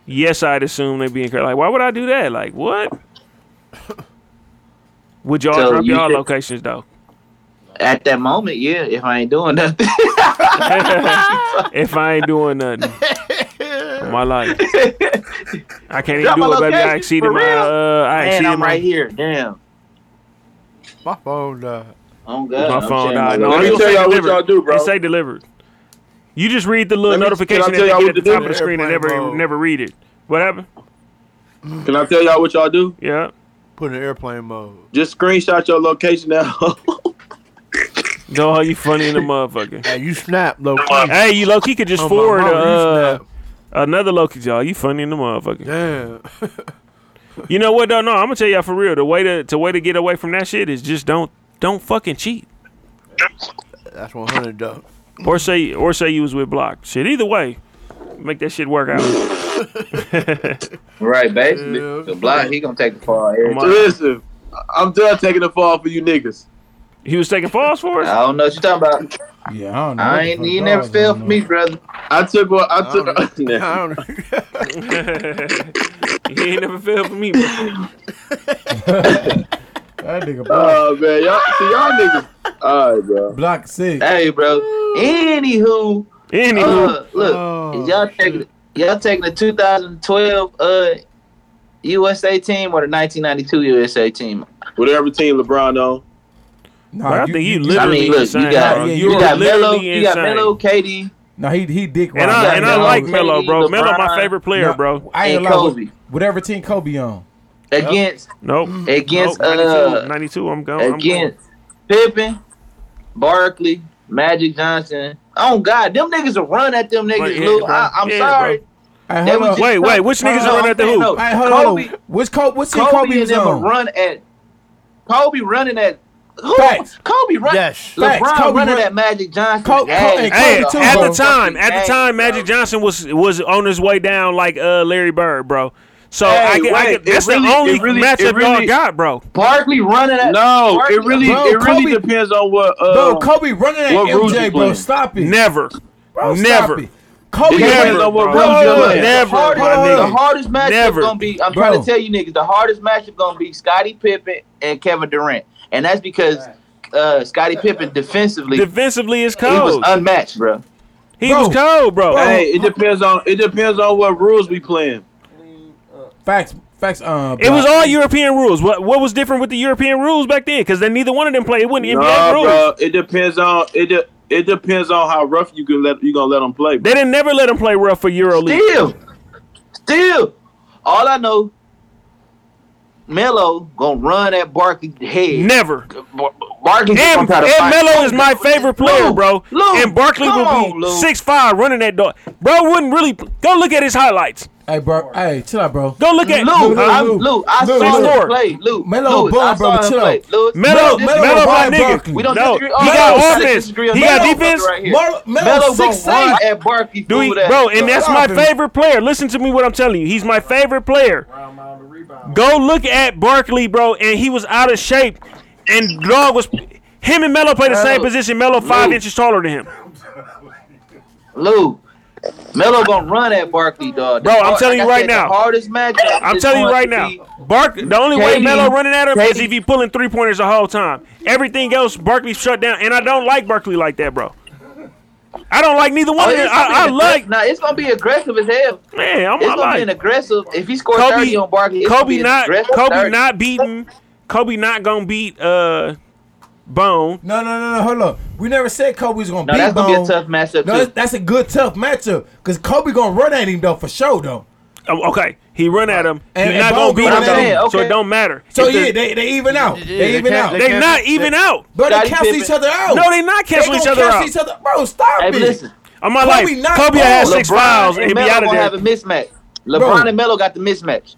[SPEAKER 3] Yes, I'd assume they'd be incorrect. Like, why would I do that? Like, what? Would y'all
[SPEAKER 6] So
[SPEAKER 3] drop
[SPEAKER 6] you
[SPEAKER 3] y'all
[SPEAKER 6] should-
[SPEAKER 3] locations though?
[SPEAKER 6] At that moment, yeah. If I ain't doing nothing,
[SPEAKER 3] if I ain't doing nothing, in my life, I can't even
[SPEAKER 6] Drop my
[SPEAKER 3] do it, baby. I
[SPEAKER 6] location,
[SPEAKER 3] exceeded
[SPEAKER 6] for
[SPEAKER 3] my.
[SPEAKER 6] real?
[SPEAKER 3] Uh, I
[SPEAKER 6] Man,
[SPEAKER 3] exceeded
[SPEAKER 6] I'm
[SPEAKER 3] my
[SPEAKER 6] right here. Damn.
[SPEAKER 7] My phone died.
[SPEAKER 6] Oh
[SPEAKER 3] my phone died. No,
[SPEAKER 10] Let
[SPEAKER 3] it
[SPEAKER 10] me
[SPEAKER 3] don't
[SPEAKER 10] tell
[SPEAKER 3] say
[SPEAKER 10] y'all what
[SPEAKER 3] delivered.
[SPEAKER 10] y'all do, bro.
[SPEAKER 3] It say delivered. You just read the little
[SPEAKER 10] Let me-
[SPEAKER 3] notification
[SPEAKER 10] can I
[SPEAKER 3] that
[SPEAKER 10] tell
[SPEAKER 3] they
[SPEAKER 10] y'all
[SPEAKER 3] get
[SPEAKER 10] what
[SPEAKER 3] at the
[SPEAKER 10] to do?
[SPEAKER 3] top of the screen and never
[SPEAKER 10] Airplane mode.
[SPEAKER 3] never read it. What happened?
[SPEAKER 10] Can I tell y'all what y'all do?
[SPEAKER 3] Yeah.
[SPEAKER 7] Put it in airplane mode.
[SPEAKER 10] Just screenshot your location now.
[SPEAKER 3] No, you funny in the motherfucker.
[SPEAKER 7] Hey, you snap, low
[SPEAKER 3] Hey, you low key could just
[SPEAKER 7] Oh, my
[SPEAKER 3] forward
[SPEAKER 7] mama, you
[SPEAKER 3] uh, another low key, y'all. You funny in the motherfucker.
[SPEAKER 7] Damn.
[SPEAKER 3] You know what though? No, I'm gonna tell y'all for real. The way to to way to get away from that shit is just don't don't fucking cheat.
[SPEAKER 7] That's 100 though.
[SPEAKER 3] Or say or say you was with Block. Shit, either way, make that shit work out.
[SPEAKER 6] Right, basically. The block, he gonna take the fall here.
[SPEAKER 3] My-
[SPEAKER 10] Listen, I'm done taking the fall for you niggas.
[SPEAKER 3] He was taking falls for us.
[SPEAKER 6] I don't know what you talking about.
[SPEAKER 8] Yeah, I don't
[SPEAKER 10] know.
[SPEAKER 6] I ain't. You never fell for me, brother.
[SPEAKER 10] I took what I took.
[SPEAKER 3] he ain't never failed for me. Bro.
[SPEAKER 8] That nigga block.
[SPEAKER 10] Oh man, y'all see y'all niggas. All right, bro.
[SPEAKER 8] Block six.
[SPEAKER 6] Hey, bro. Anywho,
[SPEAKER 3] Anywho.
[SPEAKER 6] uh, look, is y'all taking y'all taking the 2012 uh USA team or the 1992 USA team?
[SPEAKER 10] Whatever team LeBron on.
[SPEAKER 8] Nah,
[SPEAKER 3] Bro, I think you literally
[SPEAKER 6] I mean, look,
[SPEAKER 3] insane,
[SPEAKER 6] you got
[SPEAKER 3] bro. You
[SPEAKER 6] you,
[SPEAKER 3] are
[SPEAKER 6] got Melo,
[SPEAKER 3] literally
[SPEAKER 6] you got
[SPEAKER 3] insane.
[SPEAKER 6] Melo, KD,
[SPEAKER 8] No, he he dick
[SPEAKER 3] And
[SPEAKER 8] riding.
[SPEAKER 3] I and I
[SPEAKER 8] Nah,
[SPEAKER 3] like
[SPEAKER 8] nah,
[SPEAKER 3] Melo, bro.
[SPEAKER 6] LeBron,
[SPEAKER 3] Melo, my favorite player, bro.
[SPEAKER 8] I ain't
[SPEAKER 6] and
[SPEAKER 8] lie. what-
[SPEAKER 6] Kobe.
[SPEAKER 8] Whatever team Kobe on.
[SPEAKER 6] against
[SPEAKER 3] Nope.
[SPEAKER 6] against
[SPEAKER 3] nope. 92,
[SPEAKER 6] uh
[SPEAKER 3] 92. I'm going. I'm going.
[SPEAKER 6] against Pippen, Barkley, Magic Johnson. Oh God, them niggas will run at them niggas.
[SPEAKER 3] Right, yeah,
[SPEAKER 6] Lou,
[SPEAKER 3] bro.
[SPEAKER 6] I, I'm
[SPEAKER 3] Yeah,
[SPEAKER 6] sorry.
[SPEAKER 3] bro.
[SPEAKER 8] Hey,
[SPEAKER 6] They
[SPEAKER 8] hold
[SPEAKER 6] was
[SPEAKER 8] on.
[SPEAKER 6] just
[SPEAKER 3] Wait, wait, which
[SPEAKER 6] Kobe-
[SPEAKER 3] niggas
[SPEAKER 6] no,
[SPEAKER 3] run
[SPEAKER 6] I'm
[SPEAKER 3] at the
[SPEAKER 6] saying
[SPEAKER 3] hoop?
[SPEAKER 6] no.
[SPEAKER 8] Hey, hold
[SPEAKER 6] Kobe,
[SPEAKER 8] on. What's Kobe? What team
[SPEAKER 6] Kobe,
[SPEAKER 8] Kobe
[SPEAKER 6] and
[SPEAKER 8] was
[SPEAKER 6] them will
[SPEAKER 8] on?
[SPEAKER 6] run at Kobe running at who?
[SPEAKER 8] Facts.
[SPEAKER 6] Kobe run.
[SPEAKER 7] Yes.
[SPEAKER 6] LeBron
[SPEAKER 8] Facts. Kobe
[SPEAKER 6] running
[SPEAKER 8] run-
[SPEAKER 6] at Magic Johnson.
[SPEAKER 8] Kobe- Kobe-
[SPEAKER 6] Hey,
[SPEAKER 3] Hey,
[SPEAKER 8] Kobe too,
[SPEAKER 3] at
[SPEAKER 8] bro.
[SPEAKER 3] the time, at the
[SPEAKER 6] Hey,
[SPEAKER 3] time, Magic Johnson was was on his way down like uh, Larry Bird, bro. So
[SPEAKER 10] Hey,
[SPEAKER 3] I, get, I
[SPEAKER 10] wait,
[SPEAKER 3] get,
[SPEAKER 10] it
[SPEAKER 3] that's
[SPEAKER 10] really-
[SPEAKER 3] the only
[SPEAKER 10] it really-
[SPEAKER 3] matchup
[SPEAKER 10] it really-
[SPEAKER 3] y'all got, bro.
[SPEAKER 6] Barkley running at
[SPEAKER 10] No,
[SPEAKER 6] Barkley-
[SPEAKER 10] it really,
[SPEAKER 8] Bro,
[SPEAKER 10] it really
[SPEAKER 8] Kobe-
[SPEAKER 10] depends on what. Uh,
[SPEAKER 8] Bro, Kobe running at
[SPEAKER 10] what rules
[SPEAKER 8] MJ,
[SPEAKER 10] you
[SPEAKER 8] bro.
[SPEAKER 10] playing?
[SPEAKER 8] Stop it.
[SPEAKER 3] Never,
[SPEAKER 8] Bro, stop
[SPEAKER 3] never.
[SPEAKER 8] it. Kobe
[SPEAKER 10] It depends
[SPEAKER 3] Never,
[SPEAKER 10] on what
[SPEAKER 3] bro.
[SPEAKER 10] rules you
[SPEAKER 8] Bro,
[SPEAKER 10] playing.
[SPEAKER 3] Never,
[SPEAKER 6] hardest-
[SPEAKER 3] my
[SPEAKER 6] the
[SPEAKER 3] nigga.
[SPEAKER 6] hardest matchup
[SPEAKER 3] Never.
[SPEAKER 6] gonna be. I'm
[SPEAKER 8] Bro.
[SPEAKER 6] trying to tell you niggas, the hardest matchup gonna be Scottie Pippen and Kevin Durant, and that's because uh, Scottie Pippen defensively
[SPEAKER 3] Defensively, it's
[SPEAKER 6] he was
[SPEAKER 3] cold.
[SPEAKER 6] unmatched, bro.
[SPEAKER 3] He
[SPEAKER 8] Bro.
[SPEAKER 3] was cold, bro.
[SPEAKER 10] Hey, it depends on it depends on what rules we playing.
[SPEAKER 8] Facts. Facts. Um.
[SPEAKER 3] It was all European rules. What what was different with the European rules back then? Because then neither one of them played. It wasn't NBA
[SPEAKER 10] Nah,
[SPEAKER 3] rules.
[SPEAKER 10] bro, it depends on it. De- it depends on how rough you can let you gonna let them play.
[SPEAKER 3] They didn't never let him play rough for EuroLeague.
[SPEAKER 6] Still, still, all I know, Melo gonna run at Barkley's head.
[SPEAKER 3] Never.
[SPEAKER 6] Bar- Barkley's
[SPEAKER 3] And,
[SPEAKER 6] gonna try to
[SPEAKER 3] and
[SPEAKER 6] fight.
[SPEAKER 3] Melo is my favorite player,
[SPEAKER 6] Lou,
[SPEAKER 3] bro.
[SPEAKER 6] Lou,
[SPEAKER 3] and Barkley
[SPEAKER 6] come
[SPEAKER 3] will
[SPEAKER 6] on,
[SPEAKER 3] be
[SPEAKER 6] Lou.
[SPEAKER 3] six five running that dog. Bro wouldn't really go look at his highlights.
[SPEAKER 8] Hey, bro. Hey, chill out, bro.
[SPEAKER 3] Go look at
[SPEAKER 6] Lou,
[SPEAKER 8] Lou,
[SPEAKER 6] I'm,
[SPEAKER 8] Lou,
[SPEAKER 6] Lou, I
[SPEAKER 8] Lou,
[SPEAKER 6] saw
[SPEAKER 3] Lou.
[SPEAKER 6] him play. Lou,
[SPEAKER 8] Melo
[SPEAKER 6] Lou,
[SPEAKER 8] bum,
[SPEAKER 6] I
[SPEAKER 8] brother,
[SPEAKER 6] saw him
[SPEAKER 8] chill
[SPEAKER 6] play.
[SPEAKER 8] out.
[SPEAKER 6] Lou,
[SPEAKER 3] Melo,
[SPEAKER 6] this-
[SPEAKER 8] Melo
[SPEAKER 3] Melo, my
[SPEAKER 8] Brian
[SPEAKER 3] nigga.
[SPEAKER 8] Barkley.
[SPEAKER 6] We don't
[SPEAKER 3] no,
[SPEAKER 6] disagree.
[SPEAKER 3] he
[SPEAKER 6] Oh,
[SPEAKER 3] got
[SPEAKER 6] no, we
[SPEAKER 3] offense.
[SPEAKER 6] disagree on
[SPEAKER 3] He
[SPEAKER 6] that.
[SPEAKER 3] got
[SPEAKER 6] Melo
[SPEAKER 3] defense.
[SPEAKER 6] right here.
[SPEAKER 8] Melo,
[SPEAKER 6] Melo
[SPEAKER 8] Melo
[SPEAKER 6] gonna
[SPEAKER 8] six
[SPEAKER 6] run
[SPEAKER 8] eight.
[SPEAKER 6] at Barkley.
[SPEAKER 3] Do he,
[SPEAKER 6] fool that.
[SPEAKER 3] bro, and that's my
[SPEAKER 8] Stop him.
[SPEAKER 3] favorite player. Listen to me what I'm telling you. He's my favorite player. Go look at Barkley, bro, and he was out of shape. And dog was him and Melo play the same
[SPEAKER 6] Bro.
[SPEAKER 3] position. Melo five
[SPEAKER 6] Lou.
[SPEAKER 3] inches taller than him.
[SPEAKER 6] Lou. Melo gonna run at Barkley, dog. The
[SPEAKER 3] Bro, I'm
[SPEAKER 6] hard-
[SPEAKER 3] telling
[SPEAKER 6] like
[SPEAKER 3] you
[SPEAKER 6] I
[SPEAKER 3] right
[SPEAKER 6] said,
[SPEAKER 3] now.
[SPEAKER 6] The hardest matchup.
[SPEAKER 3] I'm
[SPEAKER 6] is
[SPEAKER 3] telling you
[SPEAKER 6] going
[SPEAKER 3] right
[SPEAKER 6] to
[SPEAKER 3] now,
[SPEAKER 6] be-
[SPEAKER 3] Bark. The only way
[SPEAKER 6] KD,
[SPEAKER 3] Melo running at him is
[SPEAKER 6] KD.
[SPEAKER 3] if he pulling three pointers the whole time. Everything else, Barkley's shut down, and I don't like Barkley like that, bro. I don't like neither one
[SPEAKER 6] Oh,
[SPEAKER 3] of them.
[SPEAKER 6] it's gonna
[SPEAKER 3] I, I
[SPEAKER 6] be
[SPEAKER 3] like
[SPEAKER 6] aggressive. Nah, it's gonna be aggressive as hell.
[SPEAKER 3] man. I'm
[SPEAKER 6] It's
[SPEAKER 3] I
[SPEAKER 6] gonna be an
[SPEAKER 3] like
[SPEAKER 6] aggressive. If he scores
[SPEAKER 3] Kobe.
[SPEAKER 6] thirty on Barkley, it's gonna
[SPEAKER 3] Kobe
[SPEAKER 6] be an
[SPEAKER 3] not
[SPEAKER 6] aggressive
[SPEAKER 3] Kobe
[SPEAKER 6] 30.
[SPEAKER 3] not beating. Kobe not gonna beat uh Bone.
[SPEAKER 8] No, no, no, no. Hold on. We never said Kobe was gonna
[SPEAKER 6] No,
[SPEAKER 8] beat
[SPEAKER 6] that's gonna be a
[SPEAKER 8] Bone.
[SPEAKER 6] tough matchup
[SPEAKER 8] No,
[SPEAKER 6] too.
[SPEAKER 8] that's, that's a good tough matchup because Kobe gonna run at him though for sure though.
[SPEAKER 3] Oh, okay,
[SPEAKER 2] He run at him. He's
[SPEAKER 8] And- and
[SPEAKER 2] not
[SPEAKER 8] Bo
[SPEAKER 2] gonna beat
[SPEAKER 8] got
[SPEAKER 2] him
[SPEAKER 8] that in,
[SPEAKER 2] though, so
[SPEAKER 8] okay.
[SPEAKER 2] it don't matter.
[SPEAKER 8] So
[SPEAKER 2] If the-
[SPEAKER 8] yeah, they, they even out. they
[SPEAKER 2] they
[SPEAKER 8] even
[SPEAKER 2] can't-
[SPEAKER 8] out.
[SPEAKER 2] they They can't- not even they- out.
[SPEAKER 8] Bro, they
[SPEAKER 2] Scottie
[SPEAKER 8] cancel
[SPEAKER 2] Pippen-
[SPEAKER 8] each other out.
[SPEAKER 2] No, they not cancel
[SPEAKER 8] They
[SPEAKER 2] each
[SPEAKER 8] gonna
[SPEAKER 2] other
[SPEAKER 8] cancel
[SPEAKER 2] out.
[SPEAKER 8] Each other. Bro, stop
[SPEAKER 6] Hey,
[SPEAKER 8] it.
[SPEAKER 6] but listen.
[SPEAKER 2] On my
[SPEAKER 8] Kobe
[SPEAKER 2] life,
[SPEAKER 8] not
[SPEAKER 2] Kobe had
[SPEAKER 8] ball.
[SPEAKER 2] six fouls and he be
[SPEAKER 6] Melo
[SPEAKER 2] out of
[SPEAKER 6] gonna
[SPEAKER 2] there.
[SPEAKER 6] have a mismatch. LeBron
[SPEAKER 2] Bro.
[SPEAKER 6] and Melo got the mismatch.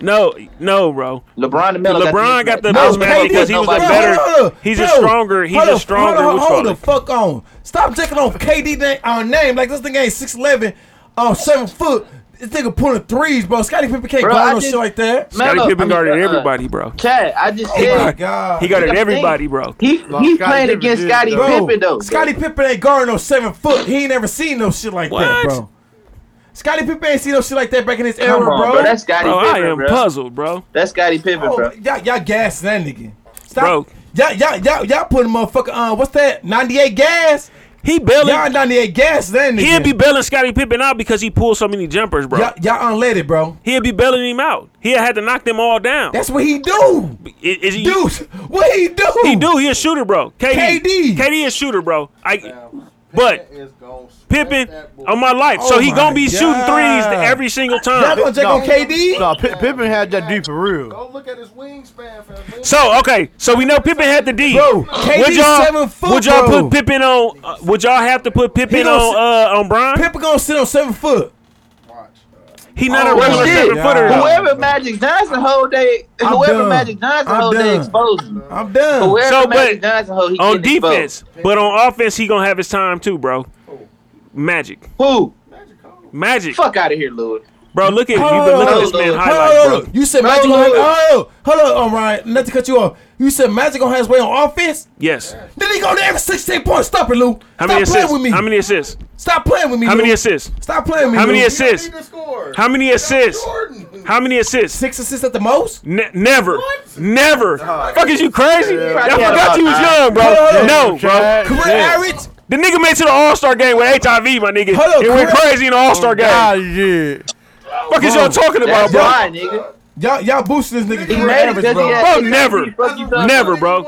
[SPEAKER 2] No, no, bro.
[SPEAKER 6] LeBron and Melo.
[SPEAKER 2] LeBron got the
[SPEAKER 6] mismatch.
[SPEAKER 2] mismatch because he was a
[SPEAKER 8] Bro, hold
[SPEAKER 2] better.
[SPEAKER 8] up.
[SPEAKER 2] He's a
[SPEAKER 8] Bro,
[SPEAKER 2] stronger. He's
[SPEAKER 8] hold
[SPEAKER 2] a
[SPEAKER 8] up,
[SPEAKER 2] stronger.
[SPEAKER 8] Hold,
[SPEAKER 2] What's
[SPEAKER 8] up,
[SPEAKER 2] called
[SPEAKER 8] hold the
[SPEAKER 2] it?
[SPEAKER 8] fuck on. Stop taking on KD na- uh, name like this thing ain't six eleven, um, seven foot. This nigga pulling threes, bro. Scotty Pippen can't
[SPEAKER 6] Bro, I
[SPEAKER 8] guard no
[SPEAKER 6] just-
[SPEAKER 8] shit like that.
[SPEAKER 2] Scottie
[SPEAKER 6] Melo- I
[SPEAKER 2] Pippen
[SPEAKER 6] mean,
[SPEAKER 2] guarded
[SPEAKER 6] uh,
[SPEAKER 2] everybody, bro.
[SPEAKER 6] Cat, I just
[SPEAKER 8] Oh my
[SPEAKER 6] said
[SPEAKER 8] God.
[SPEAKER 2] He guarded everybody, bro.
[SPEAKER 6] He
[SPEAKER 8] He's
[SPEAKER 6] he's playing against Scottie Pippen though.
[SPEAKER 8] Scottie Pippen ain't guarding no seven foot. He ain't never seen no shit like that,
[SPEAKER 2] What?
[SPEAKER 8] bro. Scottie Pippen ain't seen no shit like that back in his era,
[SPEAKER 6] Come on,
[SPEAKER 8] bro.
[SPEAKER 6] bro. That's Scottie
[SPEAKER 2] Bro, I
[SPEAKER 6] Pippen,
[SPEAKER 2] am
[SPEAKER 6] bro.
[SPEAKER 2] puzzled, bro.
[SPEAKER 6] That's Scottie Pippen,
[SPEAKER 8] Oh,
[SPEAKER 6] bro.
[SPEAKER 8] Y'all, y'all gas that nigga. Stop.
[SPEAKER 2] Bro.
[SPEAKER 8] Y'all, y'all, y'all, y'all putting motherfucker. Uh, what's that? Ninety eight gas.
[SPEAKER 2] He barely.
[SPEAKER 8] Y'all ninety eight gas that nigga.
[SPEAKER 2] He'd be bailing Scottie Pippen out because he pulled so many jumpers, bro.
[SPEAKER 8] Y'all, y'all unleaded, bro.
[SPEAKER 2] He'd be bailing him out. He had to knock them all down.
[SPEAKER 8] That's what he do.
[SPEAKER 2] Is, is he,
[SPEAKER 8] Dude, what he do?
[SPEAKER 2] He do. He a shooter, bro. KD.
[SPEAKER 8] KD.
[SPEAKER 2] KD is shooter, bro. I. But Pippen on my life, so
[SPEAKER 7] Oh
[SPEAKER 2] he
[SPEAKER 7] my
[SPEAKER 2] gonna be shooting threes
[SPEAKER 7] God.
[SPEAKER 2] every single time.
[SPEAKER 7] Y'all gonna check on
[SPEAKER 8] KD?
[SPEAKER 7] No, Pi Pippen had that D for real.
[SPEAKER 2] So okay, so we know Pippen had the D.
[SPEAKER 7] Bro,
[SPEAKER 2] would
[SPEAKER 7] KD
[SPEAKER 2] y'all,
[SPEAKER 7] seven foot,
[SPEAKER 2] would y'all
[SPEAKER 7] bro.
[SPEAKER 2] put Pippen on? Uh, would y'all have to put Pippen
[SPEAKER 8] gonna
[SPEAKER 2] on uh, on Brian?
[SPEAKER 8] Pippen gonna sit on seven foot.
[SPEAKER 2] He not
[SPEAKER 8] Oh,
[SPEAKER 2] a regular
[SPEAKER 8] shit.
[SPEAKER 2] seven footer.
[SPEAKER 8] Yeah.
[SPEAKER 2] though.
[SPEAKER 6] Whoever Magic Johnson hold they,
[SPEAKER 8] I'm
[SPEAKER 6] whoever
[SPEAKER 8] done.
[SPEAKER 6] Magic Johnson
[SPEAKER 8] I'm
[SPEAKER 6] hold they
[SPEAKER 8] done.
[SPEAKER 6] exposed him.
[SPEAKER 8] I'm done.
[SPEAKER 6] Whoever
[SPEAKER 2] So,
[SPEAKER 6] Magic
[SPEAKER 2] but
[SPEAKER 6] Johnson hold, he
[SPEAKER 2] on
[SPEAKER 6] getting
[SPEAKER 2] defense,
[SPEAKER 6] exposed.
[SPEAKER 2] but on offense, he gonna have his time too, bro. Magic.
[SPEAKER 6] Who?
[SPEAKER 2] Magic.
[SPEAKER 6] Fuck out of here, Lord.
[SPEAKER 2] Bro, look at you.
[SPEAKER 8] Hold
[SPEAKER 2] Been looking
[SPEAKER 8] on,
[SPEAKER 2] at
[SPEAKER 8] hold
[SPEAKER 2] this man
[SPEAKER 8] on, hold on.
[SPEAKER 2] highlight, bro.
[SPEAKER 8] You said
[SPEAKER 6] Bro,
[SPEAKER 8] Magic gonna have.
[SPEAKER 6] look.
[SPEAKER 8] Oh, hold on, all right. Not to cut you off. You said Magic gonna have his way on offense.
[SPEAKER 2] Yes.
[SPEAKER 8] Then he go there for sixteen points. Stop it, Lou.
[SPEAKER 2] How many
[SPEAKER 8] Stop playing
[SPEAKER 2] assists?
[SPEAKER 8] with me.
[SPEAKER 2] How many assists?
[SPEAKER 8] Stop playing with me.
[SPEAKER 2] How many
[SPEAKER 8] Lou.
[SPEAKER 2] assists?
[SPEAKER 8] Stop playing with me.
[SPEAKER 2] How many
[SPEAKER 8] Lou.
[SPEAKER 2] assists? How many assists? How many assists?
[SPEAKER 8] Six assists at the most?
[SPEAKER 2] Ne- never. Never.
[SPEAKER 8] Oh,
[SPEAKER 2] Fuck is you crazy? I
[SPEAKER 6] Yeah.
[SPEAKER 2] forgot you was young, bro.
[SPEAKER 8] Hold on.
[SPEAKER 2] No, bro.
[SPEAKER 8] Career average?
[SPEAKER 2] The nigga made it to the All Star game with HIV, my nigga.
[SPEAKER 8] Hold on, Oh,
[SPEAKER 2] it went
[SPEAKER 8] career-
[SPEAKER 2] crazy in the All Star game.
[SPEAKER 7] God, yeah.
[SPEAKER 2] Fuck is y'all talking about,
[SPEAKER 6] That's
[SPEAKER 2] bro?
[SPEAKER 6] why, nigga.
[SPEAKER 8] Y'all, y'all boosting this nigga
[SPEAKER 6] He
[SPEAKER 8] career
[SPEAKER 6] made it
[SPEAKER 8] average,
[SPEAKER 6] because
[SPEAKER 8] bro.
[SPEAKER 6] he
[SPEAKER 2] Bro,
[SPEAKER 6] had.
[SPEAKER 2] never.
[SPEAKER 6] Fuck you, dog.
[SPEAKER 2] Never, bro.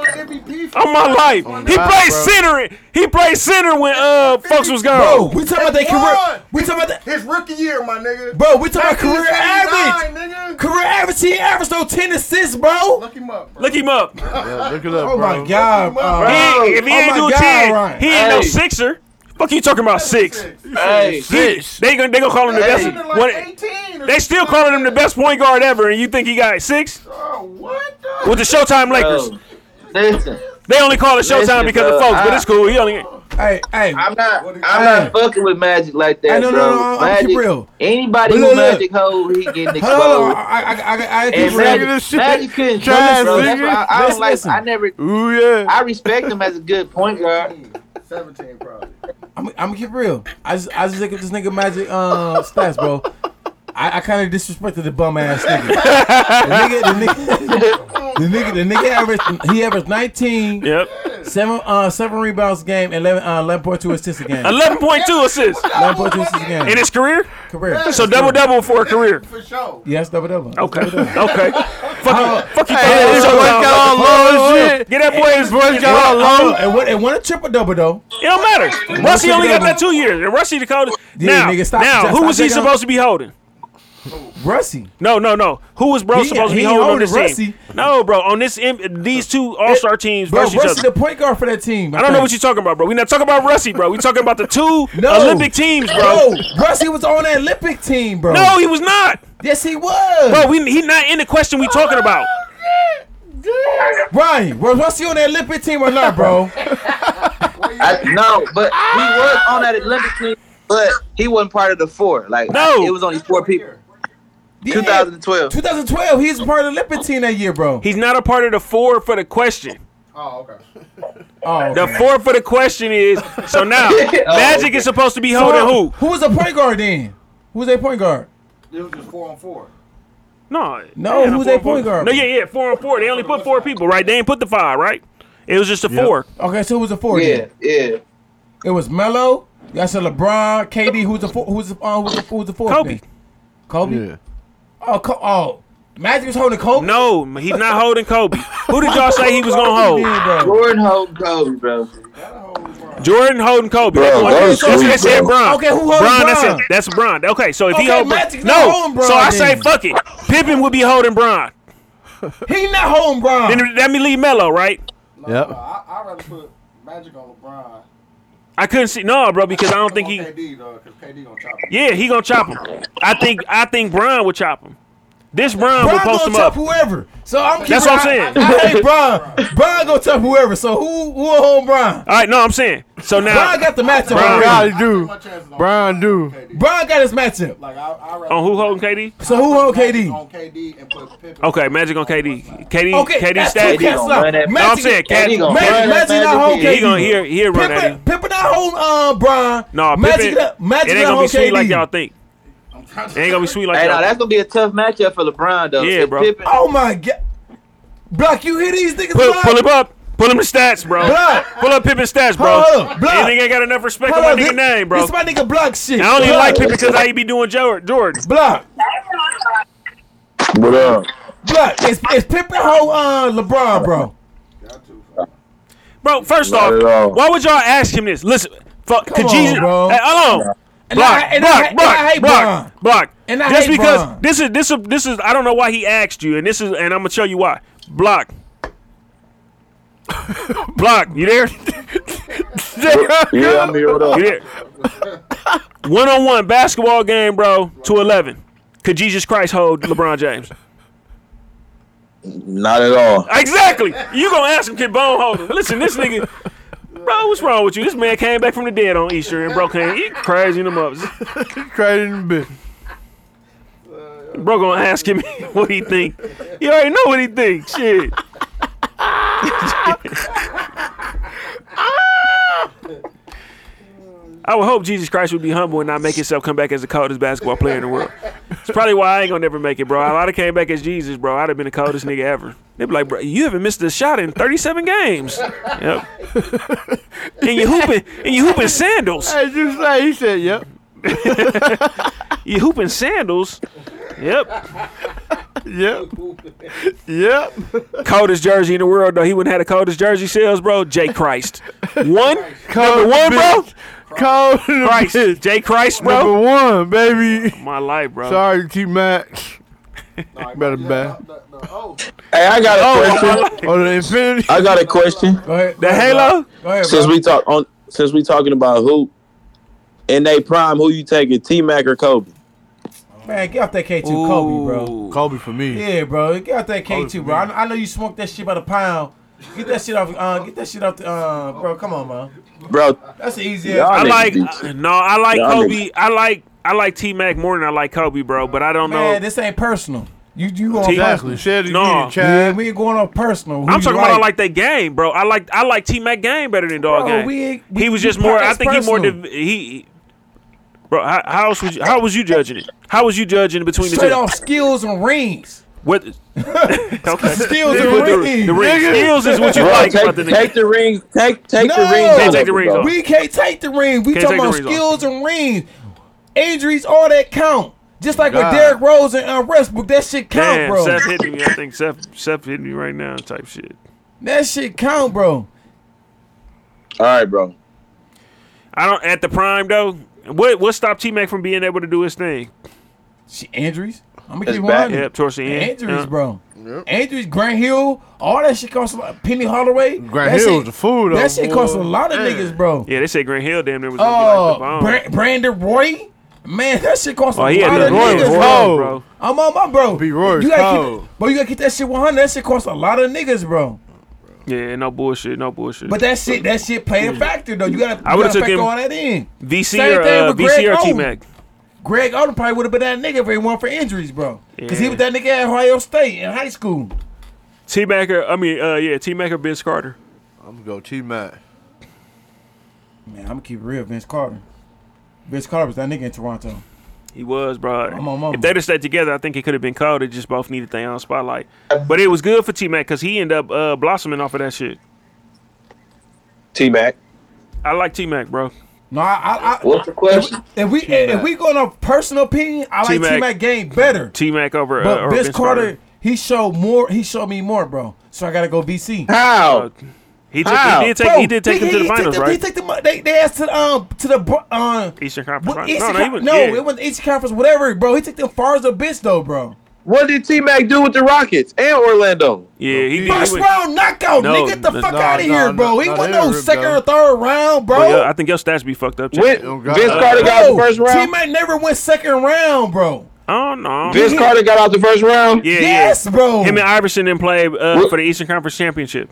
[SPEAKER 2] On my life, he
[SPEAKER 7] God,
[SPEAKER 2] played
[SPEAKER 7] bro.
[SPEAKER 2] center. He played center when uh folks was
[SPEAKER 8] Bro,
[SPEAKER 2] gone.
[SPEAKER 8] we talking about that career. We talking about that.
[SPEAKER 14] His rookie year, my nigga.
[SPEAKER 8] Bro, we talking about career
[SPEAKER 14] 1979,
[SPEAKER 8] average. Career average. He averaged no ten assists, bro.
[SPEAKER 14] Look him up.
[SPEAKER 2] Look him up. He,
[SPEAKER 7] Yeah, look it up,
[SPEAKER 8] Oh
[SPEAKER 7] bro.
[SPEAKER 8] my god, uh,
[SPEAKER 2] ain't- if he
[SPEAKER 8] Oh
[SPEAKER 2] ain't
[SPEAKER 8] my
[SPEAKER 2] do
[SPEAKER 8] God,
[SPEAKER 2] ten,
[SPEAKER 8] Ryan.
[SPEAKER 2] he ain't no
[SPEAKER 6] Hey.
[SPEAKER 2] sixer. Fuck you talking about six?
[SPEAKER 6] Hey,
[SPEAKER 2] He, they gonna they gonna call him the
[SPEAKER 6] Hey.
[SPEAKER 2] best. What, they still calling him the best point guard ever, and you think he got six
[SPEAKER 14] Oh, what? The?
[SPEAKER 2] with the Showtime Lakers?
[SPEAKER 6] bro. Listen,
[SPEAKER 2] They only call it Showtime
[SPEAKER 6] Listen,
[SPEAKER 2] because of
[SPEAKER 6] bro,
[SPEAKER 2] folks, but
[SPEAKER 6] I-
[SPEAKER 2] it's cool. He only
[SPEAKER 8] Hey, hey.
[SPEAKER 6] I'm not. I'm
[SPEAKER 8] Hey.
[SPEAKER 6] not fucking with Magic like that,
[SPEAKER 8] Hey, no, no,
[SPEAKER 6] bro.
[SPEAKER 8] no, I'm- I'm
[SPEAKER 6] Magic,
[SPEAKER 8] keep real. But
[SPEAKER 6] Anybody who
[SPEAKER 8] look, look.
[SPEAKER 6] Magic hold, he getting exposed.
[SPEAKER 8] Hold on, I, I, I, I, I keep
[SPEAKER 6] And
[SPEAKER 8] real.
[SPEAKER 7] this
[SPEAKER 6] Magic,
[SPEAKER 7] shit.
[SPEAKER 6] Magic couldn't do
[SPEAKER 7] Trash
[SPEAKER 6] it, bro. That's
[SPEAKER 7] nigga.
[SPEAKER 6] why I, I don't
[SPEAKER 8] Listen,
[SPEAKER 6] like.
[SPEAKER 8] listen.
[SPEAKER 6] I never.
[SPEAKER 7] Ooh yeah.
[SPEAKER 6] I respect him as a good point guard.
[SPEAKER 14] 17 probably.
[SPEAKER 8] I'm, I'm gonna keep real. I just, I just look at this nigga Magic uh, stats, bro. I, I kind of disrespected the bum ass nigga. the nigga, the nigga, the nigga, the nigga averaged, he averaged 19,
[SPEAKER 2] yep.
[SPEAKER 8] seven, uh, seven rebounds a game, and 11, uh, 11.2 assists a game.
[SPEAKER 2] Eleven point two assists
[SPEAKER 8] 11.2 assists a game.
[SPEAKER 2] in his career.
[SPEAKER 8] career.
[SPEAKER 2] So double double for a career.
[SPEAKER 14] For sure.
[SPEAKER 8] Yes, double double.
[SPEAKER 2] Okay. Okay. Fuck you. Fuck you.
[SPEAKER 7] Hey,
[SPEAKER 2] talking
[SPEAKER 7] this
[SPEAKER 2] about Showtime.
[SPEAKER 7] boy got all low and shit.
[SPEAKER 2] Get that boy his
[SPEAKER 7] Boy got all low.
[SPEAKER 8] And what? And one a triple double though.
[SPEAKER 2] It don't matter. Rusty only got that two years. And Rusty the coldest.
[SPEAKER 8] Yeah,
[SPEAKER 2] now,
[SPEAKER 8] nigga, stop-
[SPEAKER 2] now,
[SPEAKER 8] stop-
[SPEAKER 2] who was he
[SPEAKER 8] stop-
[SPEAKER 2] supposed to be holding?
[SPEAKER 8] Rusty.
[SPEAKER 2] No, no, no. Who was bro
[SPEAKER 8] He-
[SPEAKER 2] supposed to be
[SPEAKER 8] he
[SPEAKER 2] holding on
[SPEAKER 8] holding
[SPEAKER 2] this team? No, bro. On this, M- these two All Star teams
[SPEAKER 8] Bro,
[SPEAKER 2] versus each
[SPEAKER 8] Rusty
[SPEAKER 2] other.
[SPEAKER 8] the point guard for that team.
[SPEAKER 2] I don't know what you're talking about, bro. We not talking about Rusty, bro. We talking about the two
[SPEAKER 8] No.
[SPEAKER 2] Olympic teams, bro.
[SPEAKER 8] Bro, Rusty was on that Olympic team, bro.
[SPEAKER 2] No, he was not,
[SPEAKER 8] yes, he was.
[SPEAKER 2] bro. We he not in the question we talking about.
[SPEAKER 8] Ryan, was Rusty on that Olympic team or not, bro?
[SPEAKER 6] I, no, but he was on that Olympic team, but he wasn't part of the four. Like,
[SPEAKER 2] No.
[SPEAKER 6] it was only four people.
[SPEAKER 8] Yeah.
[SPEAKER 6] 2012.
[SPEAKER 8] 2012, he's part of the Olympic team that year, bro.
[SPEAKER 2] He's not a part of the four for the question.
[SPEAKER 14] Oh, okay.
[SPEAKER 8] oh,
[SPEAKER 2] The
[SPEAKER 8] okay.
[SPEAKER 2] four for the question is so now Magic is supposed to be holding who?
[SPEAKER 8] Who was the point guard then? Who was their point guard?
[SPEAKER 14] It was just four on four.
[SPEAKER 2] No, no,
[SPEAKER 8] No, who's
[SPEAKER 2] four
[SPEAKER 8] their
[SPEAKER 2] on four.
[SPEAKER 8] point guard?
[SPEAKER 2] No, yeah, yeah, four on four. They only put four people, right? They ain't put the five, right? It was just the four.
[SPEAKER 8] Okay, so who was the four?
[SPEAKER 6] Yeah,
[SPEAKER 8] Then?
[SPEAKER 6] yeah.
[SPEAKER 8] It was Melo. Y'all said LeBron, KD. Who's the four, who's the, uh, who's the, who's the fourth?
[SPEAKER 2] Kobe.
[SPEAKER 8] then? Kobe.
[SPEAKER 7] Yeah.
[SPEAKER 8] Oh, Co- oh, Magic was holding Kobe.
[SPEAKER 2] No, he's not holding Kobe. Who did y'all say he was gonna hold?
[SPEAKER 8] Kobe did, bro.
[SPEAKER 6] Jordan Hope Kobe, bro.
[SPEAKER 2] Jordan holding Kobe. That's
[SPEAKER 3] Bro,
[SPEAKER 2] one.
[SPEAKER 3] that
[SPEAKER 2] that's
[SPEAKER 3] is sweet,
[SPEAKER 2] that's it,
[SPEAKER 3] bro.
[SPEAKER 2] Bron.
[SPEAKER 3] Okay, who holding
[SPEAKER 2] Bron? That's
[SPEAKER 3] Bron?
[SPEAKER 2] it. That's Bron. Okay, so if he
[SPEAKER 3] Okay,
[SPEAKER 2] hold Bron,
[SPEAKER 3] Magic's not
[SPEAKER 2] no.
[SPEAKER 3] holding Bron
[SPEAKER 2] so I say
[SPEAKER 3] then.
[SPEAKER 2] fuck it. Pippen would be holding Bron.
[SPEAKER 8] He not holding Bron.
[SPEAKER 2] Then that me leave Melo, right?
[SPEAKER 7] Yep.
[SPEAKER 14] I, I'd rather put Magic on LeBron.
[SPEAKER 2] I couldn't see no, bro, because I don't think he.
[SPEAKER 14] KD, though, because KD gonna chop him.
[SPEAKER 2] Yeah, he gonna chop him. I think I think Bron would chop him. This Bron
[SPEAKER 8] Bron
[SPEAKER 2] would post
[SPEAKER 8] gonna
[SPEAKER 2] him
[SPEAKER 8] tough
[SPEAKER 2] up.
[SPEAKER 8] whoever. So I'm
[SPEAKER 2] That's
[SPEAKER 8] keeping-
[SPEAKER 2] what I'm saying.
[SPEAKER 8] I, I, I hate Bron. Bron gonna tough whoever. So who who will hold Bron?
[SPEAKER 2] All right, no, I'm saying. So now
[SPEAKER 8] Bron got the matchup.
[SPEAKER 2] Bron-
[SPEAKER 8] already.
[SPEAKER 7] do. Brian do.
[SPEAKER 8] Bron got his matchup.
[SPEAKER 2] on who holding KD?
[SPEAKER 8] So who hold KD?
[SPEAKER 2] Okay, Magic on KD. KD,
[SPEAKER 8] Okay,
[SPEAKER 2] KD
[SPEAKER 8] that's
[SPEAKER 2] stat.
[SPEAKER 8] two cats
[SPEAKER 2] No,
[SPEAKER 8] left.
[SPEAKER 2] I'm
[SPEAKER 8] Magic-
[SPEAKER 2] saying cat.
[SPEAKER 8] Magic gonna run Magic that not hold
[SPEAKER 2] He
[SPEAKER 8] KD.
[SPEAKER 2] gonna hear he'll run at him.
[SPEAKER 8] Pippen, Pippen not hold uh, Bron.
[SPEAKER 2] No,
[SPEAKER 8] Magic,
[SPEAKER 2] Pippen,
[SPEAKER 8] not- Magic
[SPEAKER 2] it ain't
[SPEAKER 8] not
[SPEAKER 2] gonna be
[SPEAKER 8] hold
[SPEAKER 2] sweet
[SPEAKER 8] KD.
[SPEAKER 2] like y'all think. It ain't gonna be sweet like
[SPEAKER 6] Hey,
[SPEAKER 2] y'all.
[SPEAKER 6] no, that's gonna be a tough matchup for LeBron though.
[SPEAKER 2] Yeah,
[SPEAKER 6] If
[SPEAKER 2] bro.
[SPEAKER 6] Pippen-
[SPEAKER 8] oh my god, Block, you hear these niggas?
[SPEAKER 2] Pull,
[SPEAKER 8] Block?
[SPEAKER 2] pull him up. Pull him the stats, bro.
[SPEAKER 8] Block.
[SPEAKER 2] Pull up Pippin stats, bro.
[SPEAKER 8] Hold up, Block.
[SPEAKER 2] He ain't got enough respect for
[SPEAKER 8] Hold
[SPEAKER 2] my
[SPEAKER 8] up,
[SPEAKER 2] nigga
[SPEAKER 8] this-
[SPEAKER 2] name, bro.
[SPEAKER 8] This my nigga Block shit.
[SPEAKER 2] I don't even
[SPEAKER 8] Block.
[SPEAKER 2] like Pippin because how he be doing Jor- Jordan.
[SPEAKER 8] Block.
[SPEAKER 3] What up?
[SPEAKER 8] Block. It's, it's Pippen hold uh, LeBron, bro.
[SPEAKER 2] Bro, first
[SPEAKER 3] Not at all.
[SPEAKER 2] off, why would y'all ask him this? Listen, fuck,
[SPEAKER 8] Come
[SPEAKER 2] could Jesus?
[SPEAKER 8] on, bro.
[SPEAKER 2] Hey, hold on.
[SPEAKER 8] And
[SPEAKER 2] Block,
[SPEAKER 8] I- and I-
[SPEAKER 2] block,
[SPEAKER 8] and
[SPEAKER 2] block,
[SPEAKER 8] I hate
[SPEAKER 2] block,
[SPEAKER 8] Bron.
[SPEAKER 2] block.
[SPEAKER 8] And I
[SPEAKER 2] Just
[SPEAKER 8] hate
[SPEAKER 2] because
[SPEAKER 8] Bron.
[SPEAKER 2] this is this is this is I don't know why he asked you, and this is and I'm gonna tell you why. Block. block. You there?
[SPEAKER 3] Yeah, I'm here. What up?
[SPEAKER 2] You there? One on one basketball game, bro. To eleven. Could Jesus Christ hold LeBron James?
[SPEAKER 3] Not at all.
[SPEAKER 2] Exactly. You gonna ask him can bone hold him? Listen, this nigga, bro, what's wrong with you? This man came back from the dead on Easter and broke him. He crazy him up.
[SPEAKER 7] Crazy in the
[SPEAKER 2] bitch. Bro gonna ask him what he think. You already know what he think. Shit. I would hope Jesus Christ would be humble and not make himself come back as the coldest basketball player in the world. It's probably why I ain't gonna never make it, bro. If I'd have came back as Jesus, bro, I'd have been the coldest nigga ever. They'd be like, bro, you haven't missed a shot in 37 games. Yep. and you hooping, and you hooping sandals.
[SPEAKER 7] As you say, he said, yep.
[SPEAKER 2] You hooping sandals. Yep.
[SPEAKER 7] Yep. Yep.
[SPEAKER 2] Coldest jersey in the world, though. He wouldn't have the coldest jersey sales, bro. Jay Christ. One. Number one, bro.
[SPEAKER 7] Cold in the
[SPEAKER 2] Christ.
[SPEAKER 7] bitch.
[SPEAKER 2] Jay Christ, bro.
[SPEAKER 7] Number one, baby.
[SPEAKER 2] My life, bro.
[SPEAKER 7] Sorry, T Max. Better back.
[SPEAKER 3] Hey, I got a
[SPEAKER 7] question. Oh, the infinity.
[SPEAKER 3] I got a question.
[SPEAKER 2] The Halo?
[SPEAKER 3] Since we talk on, since we talking about hoop, in they prime, who you taking, T Mac or Kobe?
[SPEAKER 8] Man, get off that K2 Kobe, bro.
[SPEAKER 7] Kobe for me.
[SPEAKER 8] Yeah, bro. Get off that
[SPEAKER 7] Kobe
[SPEAKER 8] K2,
[SPEAKER 7] for
[SPEAKER 8] bro.
[SPEAKER 7] me.
[SPEAKER 8] I, I know you smoked that shit by the pound. Get that shit off. Uh, get that shit off. The, uh, bro, come on, man.
[SPEAKER 3] Bro,
[SPEAKER 8] That's the easiest.
[SPEAKER 3] Y'all
[SPEAKER 2] I
[SPEAKER 3] niggas
[SPEAKER 2] like
[SPEAKER 3] be-
[SPEAKER 2] uh, no, I like
[SPEAKER 3] Y'all
[SPEAKER 2] Kobe. I like I like T Mac more than I like Kobe, bro. But I don't
[SPEAKER 8] Man,
[SPEAKER 2] know.
[SPEAKER 8] this ain't personal. You you going
[SPEAKER 2] T-
[SPEAKER 8] personal?
[SPEAKER 7] Said it
[SPEAKER 2] No.
[SPEAKER 7] again,
[SPEAKER 8] Yeah,
[SPEAKER 7] Chad.
[SPEAKER 8] we ain't going on personal. Who
[SPEAKER 2] I'm
[SPEAKER 8] you
[SPEAKER 2] talking about I like that game, bro. I like I like T Mac game better than dog
[SPEAKER 8] Bro,
[SPEAKER 2] game.
[SPEAKER 8] we ain't- we-
[SPEAKER 2] he was
[SPEAKER 8] we
[SPEAKER 2] just more. I
[SPEAKER 8] practice
[SPEAKER 2] think he more.
[SPEAKER 8] personal.
[SPEAKER 2] Div- he, bro. How, how else was you, how was you judging it? How was you judging between the
[SPEAKER 8] straight
[SPEAKER 2] two?
[SPEAKER 8] off skills and rings.
[SPEAKER 2] What? okay.
[SPEAKER 8] Skills
[SPEAKER 2] With
[SPEAKER 8] and
[SPEAKER 2] the,
[SPEAKER 8] rings,
[SPEAKER 2] The ring.
[SPEAKER 8] nigga.
[SPEAKER 2] Skills is what you
[SPEAKER 3] Bro,
[SPEAKER 2] like about
[SPEAKER 3] take,
[SPEAKER 2] the nigga.
[SPEAKER 3] take the rings. Take take
[SPEAKER 8] no,
[SPEAKER 3] the rings.
[SPEAKER 2] Can't
[SPEAKER 3] off,
[SPEAKER 2] take the rings
[SPEAKER 3] bro.
[SPEAKER 2] off.
[SPEAKER 8] we can't take the ring. We
[SPEAKER 2] Can't
[SPEAKER 8] talking
[SPEAKER 2] take the
[SPEAKER 8] about
[SPEAKER 2] rings off.
[SPEAKER 8] skills and rings, injuries, all that count. Just like with
[SPEAKER 7] God.
[SPEAKER 8] Derrick Rose and uh, Westbrook, that shit count,
[SPEAKER 2] Damn,
[SPEAKER 8] bro.
[SPEAKER 2] Seth hitting me. I think Seth Seth hitting me right now. Type shit.
[SPEAKER 8] That shit count, bro.
[SPEAKER 3] All right, bro.
[SPEAKER 2] I don't at the prime though. What what stopped T Mac from being able to do his thing?
[SPEAKER 8] She, injuries. I'm gonna
[SPEAKER 3] That's
[SPEAKER 8] keep
[SPEAKER 3] bad.
[SPEAKER 8] on
[SPEAKER 2] Yeah, towards the end.
[SPEAKER 8] Injuries,
[SPEAKER 2] Yeah.
[SPEAKER 8] bro. Injuries, Grant Hill, all that shit costs a lot. Penny Holloway.
[SPEAKER 7] Grant
[SPEAKER 8] that
[SPEAKER 7] Hill
[SPEAKER 8] shit-
[SPEAKER 7] was the fool, though.
[SPEAKER 8] That shit costs a
[SPEAKER 7] boy.
[SPEAKER 8] lot of
[SPEAKER 7] Yeah.
[SPEAKER 8] niggas, bro.
[SPEAKER 2] Yeah, they said Grant Hill damn near was gonna be like the
[SPEAKER 8] Oh,
[SPEAKER 2] bomb.
[SPEAKER 8] Bra- Brandon Roy. Man, that shit costs
[SPEAKER 2] Oh,
[SPEAKER 8] a
[SPEAKER 2] he had
[SPEAKER 8] lot
[SPEAKER 2] that
[SPEAKER 8] of
[SPEAKER 2] Roy was
[SPEAKER 8] niggas, bro.
[SPEAKER 2] cold,
[SPEAKER 7] cold.
[SPEAKER 2] bro.
[SPEAKER 8] I'm on my bro.
[SPEAKER 7] B. Roy was
[SPEAKER 8] you gotta
[SPEAKER 7] cold.
[SPEAKER 8] keep, bro. You gotta keep that shit 100. That shit costs a lot of niggas, bro.
[SPEAKER 2] Yeah, no bullshit, no bullshit.
[SPEAKER 8] But that shit, that shit play a factor though. You gotta,
[SPEAKER 2] I
[SPEAKER 8] you
[SPEAKER 2] would've
[SPEAKER 8] gotta
[SPEAKER 2] took
[SPEAKER 8] factor
[SPEAKER 2] him-
[SPEAKER 8] all that in.
[SPEAKER 2] VC
[SPEAKER 8] Same
[SPEAKER 2] or
[SPEAKER 8] thing
[SPEAKER 2] uh,
[SPEAKER 8] with
[SPEAKER 2] VC
[SPEAKER 8] Greg
[SPEAKER 2] or T
[SPEAKER 8] Oden.
[SPEAKER 2] Mac.
[SPEAKER 8] Greg Oden probably would have been that nigga if he won for injuries, bro. Cause he
[SPEAKER 2] Yeah.
[SPEAKER 8] was that nigga at Ohio State in high school.
[SPEAKER 2] T Mac or I mean, uh, yeah, T Mac or Vince Carter.
[SPEAKER 7] I'm gonna go T Mac.
[SPEAKER 8] Man, I'm gonna keep it real, Vince Carter. Vince Carter was that nigga in Toronto.
[SPEAKER 2] He was, bro.
[SPEAKER 8] I'm on mama.
[SPEAKER 2] If they'd have stayed together, I think it could have been called. They just both needed their own spotlight. But it was good for T Mac because he ended up uh, blossoming off of that shit.
[SPEAKER 3] T Mac.
[SPEAKER 2] I like T Mac, bro.
[SPEAKER 8] No, I, I, I
[SPEAKER 3] What's the question?
[SPEAKER 8] if we if we going on personal opinion, I like
[SPEAKER 2] T-Mac.
[SPEAKER 8] T Mac game better.
[SPEAKER 2] T Mac over uh,
[SPEAKER 8] But
[SPEAKER 2] or
[SPEAKER 8] Vince
[SPEAKER 2] Vince Carter.
[SPEAKER 8] Carter, he showed more. He showed me more, bro. So I gotta go VC.
[SPEAKER 3] How?
[SPEAKER 2] Uh,
[SPEAKER 3] He took- he
[SPEAKER 8] How?
[SPEAKER 3] did take- he did take them to the
[SPEAKER 8] he took
[SPEAKER 3] finals,
[SPEAKER 8] them- He
[SPEAKER 3] right?
[SPEAKER 8] took them. They, they asked to the um to the bro- um
[SPEAKER 3] Eastern
[SPEAKER 8] what-
[SPEAKER 3] Conference. Finals.
[SPEAKER 8] Eastern
[SPEAKER 3] no, no, he was,
[SPEAKER 8] Con- no,
[SPEAKER 3] yeah.
[SPEAKER 8] it wasn't Eastern Conference. Whatever, bro. He took them far as a bitch though, bro.
[SPEAKER 10] What did T Mac do with the Rockets and Orlando?
[SPEAKER 3] Yeah, he did.
[SPEAKER 8] First round knockout,
[SPEAKER 3] No,
[SPEAKER 8] nigga. Get the
[SPEAKER 3] no,
[SPEAKER 8] fuck
[SPEAKER 3] no,
[SPEAKER 8] out of
[SPEAKER 3] no,
[SPEAKER 8] here,
[SPEAKER 3] no,
[SPEAKER 8] bro. He
[SPEAKER 3] no,
[SPEAKER 8] won
[SPEAKER 3] they
[SPEAKER 8] no
[SPEAKER 3] ripped
[SPEAKER 8] second
[SPEAKER 3] them.
[SPEAKER 8] or third round, bro.
[SPEAKER 3] But, yeah, I think your stats be fucked up.
[SPEAKER 10] Win-
[SPEAKER 3] Chad.
[SPEAKER 10] Vince Carter got the first round.
[SPEAKER 8] T-Mac never went second round, bro.
[SPEAKER 3] Oh no.
[SPEAKER 10] Vince Carter got out the first round.
[SPEAKER 3] Yeah,
[SPEAKER 8] Yes,
[SPEAKER 3] yeah.
[SPEAKER 8] bro.
[SPEAKER 3] Him and Iverson didn't play uh, for the Eastern Conference Championship.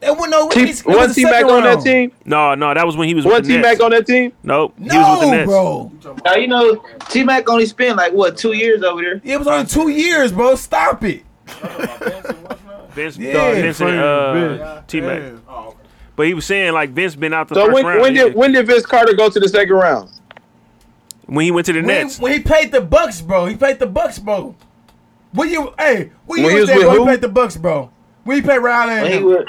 [SPEAKER 8] It went no.
[SPEAKER 10] T-
[SPEAKER 8] it
[SPEAKER 10] one
[SPEAKER 8] was the
[SPEAKER 10] T-Mac
[SPEAKER 8] second
[SPEAKER 10] on that
[SPEAKER 8] round.
[SPEAKER 10] team.
[SPEAKER 3] No, no, that was when he was.
[SPEAKER 10] One
[SPEAKER 3] with the
[SPEAKER 10] T
[SPEAKER 3] Nets.
[SPEAKER 10] Mac on that team.
[SPEAKER 3] Nope. he was with the
[SPEAKER 8] No,
[SPEAKER 3] Nets.
[SPEAKER 8] bro.
[SPEAKER 6] Now you know T Mac only spent like what two years over there.
[SPEAKER 8] It was only two years, bro. Stop it.
[SPEAKER 3] Vince,
[SPEAKER 8] Yeah.
[SPEAKER 3] dog, Vince and,
[SPEAKER 8] Vince.
[SPEAKER 3] uh, T Mac. But he was saying like Vince been out the
[SPEAKER 10] So
[SPEAKER 3] first
[SPEAKER 10] when,
[SPEAKER 3] round.
[SPEAKER 10] when
[SPEAKER 3] He-
[SPEAKER 10] did when did Vince Carter go to the second round?
[SPEAKER 3] when he went to the
[SPEAKER 8] When,
[SPEAKER 3] Nets?
[SPEAKER 8] when he played the Bucks, bro. He played the Bucks, bro. When you hey, when,
[SPEAKER 10] When
[SPEAKER 8] you
[SPEAKER 10] he
[SPEAKER 8] was
[SPEAKER 10] was
[SPEAKER 8] there,
[SPEAKER 10] with
[SPEAKER 8] bro, he
[SPEAKER 10] who?
[SPEAKER 8] played the Bucks, bro. When he played Riley and
[SPEAKER 6] When he
[SPEAKER 8] them.
[SPEAKER 6] was,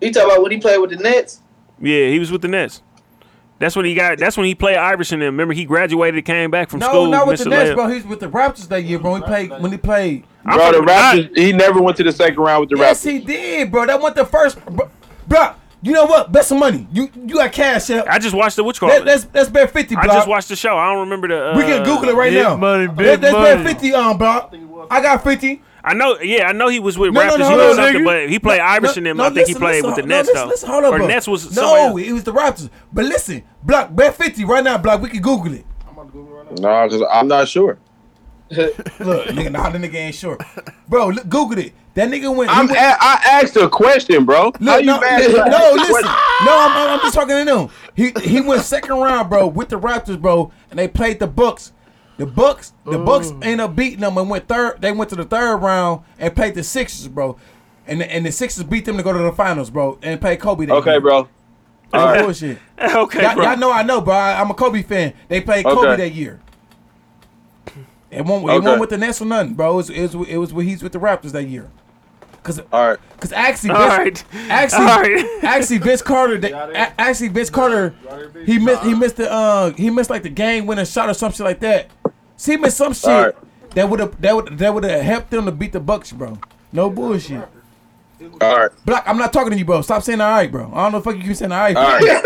[SPEAKER 6] you talk about when he played with the Nets.
[SPEAKER 3] Yeah, he was with the Nets. That's when he got. That's when he played Iverson. And remember, he graduated, came back from
[SPEAKER 8] no,
[SPEAKER 3] school.
[SPEAKER 8] not with
[SPEAKER 3] missed
[SPEAKER 8] the
[SPEAKER 3] a
[SPEAKER 8] Nets,
[SPEAKER 3] layup.
[SPEAKER 8] bro. He was with the Raptors that year, bro. He played when he played.
[SPEAKER 10] Bro, the Raptors. He never went to the second round with the
[SPEAKER 8] Yes,
[SPEAKER 10] Raptors.
[SPEAKER 8] he did, bro. That went the first, bro. bro you know what? Bet some money. You you got cash up.
[SPEAKER 3] I just watched the which call.
[SPEAKER 8] Let, let's let's bet fifty.
[SPEAKER 3] I
[SPEAKER 8] Bro.
[SPEAKER 3] just watched the show. I don't remember the. Uh,
[SPEAKER 8] we can Google it right now. Let, let's bet fifty on, bro. I got fifty.
[SPEAKER 3] I know. Yeah, I know he was with
[SPEAKER 8] No, no,
[SPEAKER 3] Raptors. he
[SPEAKER 8] no, no,
[SPEAKER 3] was
[SPEAKER 8] no,
[SPEAKER 3] something,
[SPEAKER 8] nigga.
[SPEAKER 3] but he played
[SPEAKER 8] No,
[SPEAKER 3] Iverson.
[SPEAKER 8] no,
[SPEAKER 3] and
[SPEAKER 8] no,
[SPEAKER 3] I think he
[SPEAKER 8] listen,
[SPEAKER 3] played
[SPEAKER 8] listen,
[SPEAKER 3] with the
[SPEAKER 8] no,
[SPEAKER 3] Nets
[SPEAKER 8] listen,
[SPEAKER 3] though.
[SPEAKER 8] listen, hold up,
[SPEAKER 3] or
[SPEAKER 8] bro.
[SPEAKER 3] Nets was somebody
[SPEAKER 8] no,
[SPEAKER 3] else.
[SPEAKER 8] it was the Raptors. But listen, block bet fifty right now, block. We can Google it.
[SPEAKER 10] No, because I'm not sure.
[SPEAKER 8] Look, nigga, nah, the nigga ain't sure, bro. Look, Google it. That nigga went. he
[SPEAKER 10] I'm a-
[SPEAKER 8] went-
[SPEAKER 10] I asked a question, bro. How
[SPEAKER 8] Look,
[SPEAKER 10] you
[SPEAKER 8] no,
[SPEAKER 10] mad
[SPEAKER 8] li-
[SPEAKER 10] that I
[SPEAKER 8] no,
[SPEAKER 10] asked a
[SPEAKER 8] listen.
[SPEAKER 10] question?
[SPEAKER 8] No, I'm, I'm- I'm just talking to them. He he went second round, bro, with the Raptors, bro, and they played the Bucks. The Bucks, the
[SPEAKER 10] Oh.
[SPEAKER 8] Bucks ended up beating them and went third. They went to the third round and played the Sixers, bro, and the, and the Sixers beat them to go to the finals, bro, and played Kobe. that
[SPEAKER 10] Okay,
[SPEAKER 8] year.
[SPEAKER 10] bro.
[SPEAKER 8] That's
[SPEAKER 10] All right.
[SPEAKER 8] bullshit.
[SPEAKER 3] Okay,
[SPEAKER 8] y'all,
[SPEAKER 3] bro.
[SPEAKER 8] y'all know I know, bro. I, am a Kobe fan. They played Kobe
[SPEAKER 10] Okay.
[SPEAKER 8] that year. It won't. It
[SPEAKER 10] Okay.
[SPEAKER 8] won't with the Nets or nothing, bro. It was, it was. It was when he's with the Raptors that year. Cause,
[SPEAKER 10] all right.
[SPEAKER 8] Cause actually,
[SPEAKER 3] All
[SPEAKER 8] Vince,
[SPEAKER 3] right.
[SPEAKER 8] actually,
[SPEAKER 3] All right.
[SPEAKER 8] actually, Vince Carter. They, a- actually, Vince Carter. He missed. He missed the. Uh, he missed like the game winning shot or some shit like that. See, he missed some shit
[SPEAKER 10] All right.
[SPEAKER 8] that would have that would that would have helped them to beat the Bucks, bro. No bullshit.
[SPEAKER 10] All right.
[SPEAKER 8] Black, I'm not talking to you, bro. Stop saying all right, bro. I don't know the fuck you keep saying all right.
[SPEAKER 10] All right.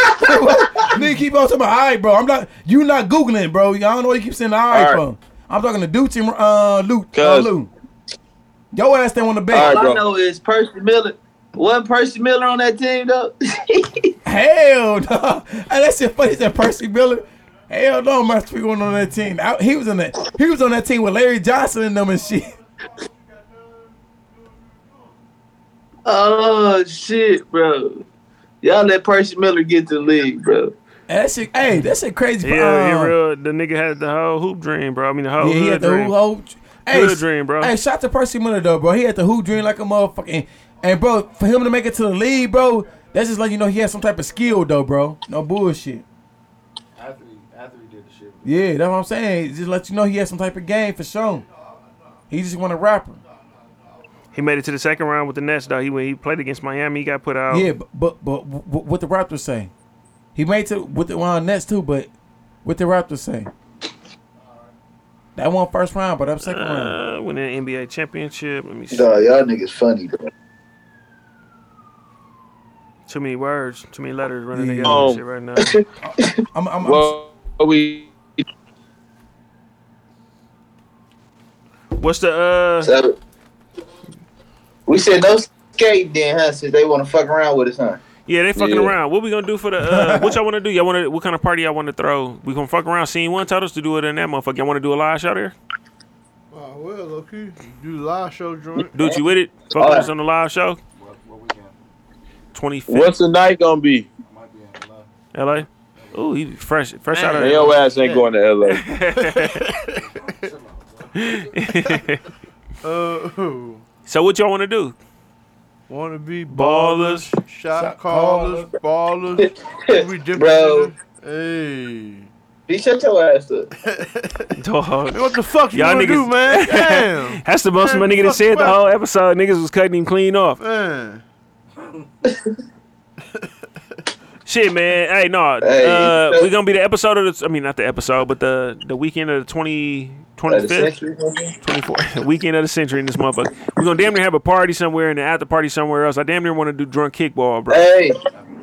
[SPEAKER 8] Nigga keep on talking about all right, bro. I'm not. You not googling, bro. I don't know what you keep saying all right,
[SPEAKER 10] All right.
[SPEAKER 8] bro. I'm talking to Dudes and uh, Luke. Uh,
[SPEAKER 10] Cuz-
[SPEAKER 8] Lou. Your ass didn't want to bet.
[SPEAKER 6] All I know is Percy Miller. Wasn't Percy Miller on that team though?
[SPEAKER 8] Hell no. Hey, that shit funny. That Percy Miller. Hell no, my street one on that team. I- he was on that. He was on that team with Larry Johnson and them and shit.
[SPEAKER 6] oh shit, bro. Y'all let Percy Miller get to the league, bro.
[SPEAKER 8] That shit. Hey, that shit crazy.
[SPEAKER 3] Yeah,
[SPEAKER 8] um,
[SPEAKER 3] he real. The nigga had the whole hoop dream, bro. I mean, the whole
[SPEAKER 8] Yeah, he
[SPEAKER 3] hood
[SPEAKER 8] had the
[SPEAKER 3] dream.
[SPEAKER 8] who whole.
[SPEAKER 3] Hood dream, bro.
[SPEAKER 8] Hey, shout out to Percy Miller though, bro. He had the who dream like a motherfucker. And, and, bro, for him to make it to the league, bro, that's just like you know he had some type of skill though, bro. No bullshit.
[SPEAKER 15] After he, after he did the shit.
[SPEAKER 8] Yeah, that's what I'm saying. Just let you know he had some type of game for sure. He just want a rapper.
[SPEAKER 3] He made it to the second round with the Nets, though. He when he played against Miami, he got put out.
[SPEAKER 8] Yeah, but but, but w- w- what the Raptors say? He made to with the uh, Nets too, but what the Raptors say? That one first round, but up second round.
[SPEAKER 3] uh, won an NBA championship. Let me see.
[SPEAKER 6] Nah, y'all niggas funny, bro.
[SPEAKER 3] Too many words, too many letters running
[SPEAKER 8] Yeah.
[SPEAKER 3] together
[SPEAKER 10] Oh.
[SPEAKER 3] and shit right now.
[SPEAKER 8] I'm, I'm,
[SPEAKER 10] Well, we
[SPEAKER 3] What's the uh?
[SPEAKER 6] So we said no skating then, huh? Since they want to fuck around with us, huh?
[SPEAKER 3] Yeah, they fucking
[SPEAKER 6] Yeah.
[SPEAKER 3] around. What we gonna do for the uh? what y'all want to do? Y'all want to? What kind of party y'all want to throw? We gonna fuck around. Scene one told us to do it in that motherfucker. Y'all want to do a live show there?
[SPEAKER 7] Wow, Oh, well, okay. Do the live show joint.
[SPEAKER 3] Dude, you with it? Fuck with us on the live show. Twenty
[SPEAKER 10] What's
[SPEAKER 3] fifth,
[SPEAKER 10] the night gonna be?
[SPEAKER 3] L.A. Ooh, he fresh, fresh out of
[SPEAKER 10] Man, your ass ain't going to
[SPEAKER 3] LA.
[SPEAKER 7] Uh,
[SPEAKER 3] so what y'all want to do?
[SPEAKER 7] want to be
[SPEAKER 3] Ballers.
[SPEAKER 7] ballers, shot callers, ballers. we different.
[SPEAKER 6] Bro.
[SPEAKER 7] Hey.
[SPEAKER 6] Be shut your ass up.
[SPEAKER 3] Dog.
[SPEAKER 7] What the fuck you
[SPEAKER 3] Y'all
[SPEAKER 7] want to
[SPEAKER 3] niggas,
[SPEAKER 7] do, man? Damn.
[SPEAKER 3] that's the most
[SPEAKER 7] Man,
[SPEAKER 3] my nigga that
[SPEAKER 7] fuck
[SPEAKER 3] said the
[SPEAKER 7] back.
[SPEAKER 3] whole episode. Niggas was cutting him clean off.
[SPEAKER 7] Man.
[SPEAKER 3] Shit, man. Hey, no.
[SPEAKER 16] Hey,
[SPEAKER 3] uh,
[SPEAKER 16] so-
[SPEAKER 3] we're gonna be the episode of the. I mean, not the episode, but the the weekend of the 20, 25th, twenty fourth, the weekend of the century in this motherfucker. We're gonna damn near have a party somewhere and an after party somewhere else. I damn near want to do drunk kickball, bro.
[SPEAKER 6] Hey,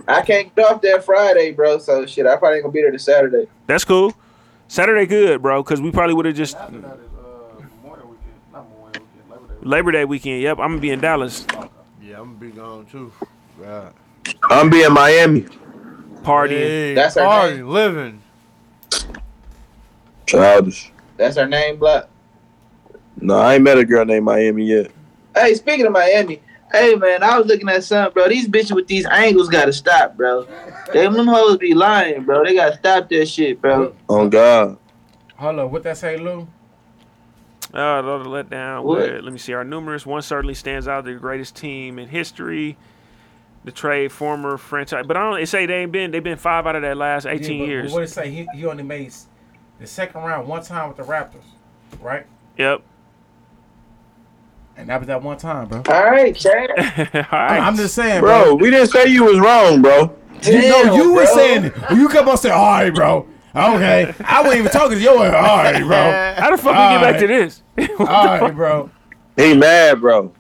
[SPEAKER 6] I can't get off that Friday, bro. So shit, I probably ain't gonna be there to Saturday.
[SPEAKER 3] That's cool. Saturday, good, bro, because we probably would have just. uh, Labor Day weekend. Yep, I'm gonna be in Dallas.
[SPEAKER 7] Yeah, I'm gonna be gone too. Right.
[SPEAKER 10] I'm be in Miami.
[SPEAKER 3] Partying.
[SPEAKER 7] Hey,
[SPEAKER 6] That's her
[SPEAKER 7] party,
[SPEAKER 6] name.
[SPEAKER 7] living.
[SPEAKER 10] Childish.
[SPEAKER 6] That's her name, Block.
[SPEAKER 10] No, I ain't met a girl named Miami yet.
[SPEAKER 6] Hey, speaking of Miami, hey man, I was looking at something, bro. These bitches with these angles gotta stop, bro. Them them hoes be lying, bro. They gotta stop that shit, bro.
[SPEAKER 10] On God.
[SPEAKER 8] Hold on, what that say, Lou?
[SPEAKER 3] Uh, another letdown.
[SPEAKER 8] What?
[SPEAKER 3] Where, let me see. Our numerous one certainly stands out. The greatest team in history. The trade former franchise, but I don't. It say they ain't been. They've been five out of that last eighteen
[SPEAKER 8] Yeah, but-
[SPEAKER 3] years.
[SPEAKER 8] But what it say? He, he only made s- the second round one time with the Raptors, right?
[SPEAKER 3] Yep.
[SPEAKER 8] And that was that one time, bro.
[SPEAKER 6] All right, Chad.
[SPEAKER 8] I'm just saying,
[SPEAKER 10] bro.
[SPEAKER 8] bro.
[SPEAKER 10] We didn't say you was wrong, bro.
[SPEAKER 8] you know, you were saying it. When you come up and say, all right, bro. Okay. I wasn't even talking to you. All right, bro.
[SPEAKER 3] How the fuck
[SPEAKER 8] All
[SPEAKER 3] we get back to
[SPEAKER 8] right.
[SPEAKER 3] this?
[SPEAKER 8] All right, bro.
[SPEAKER 10] He mad, bro.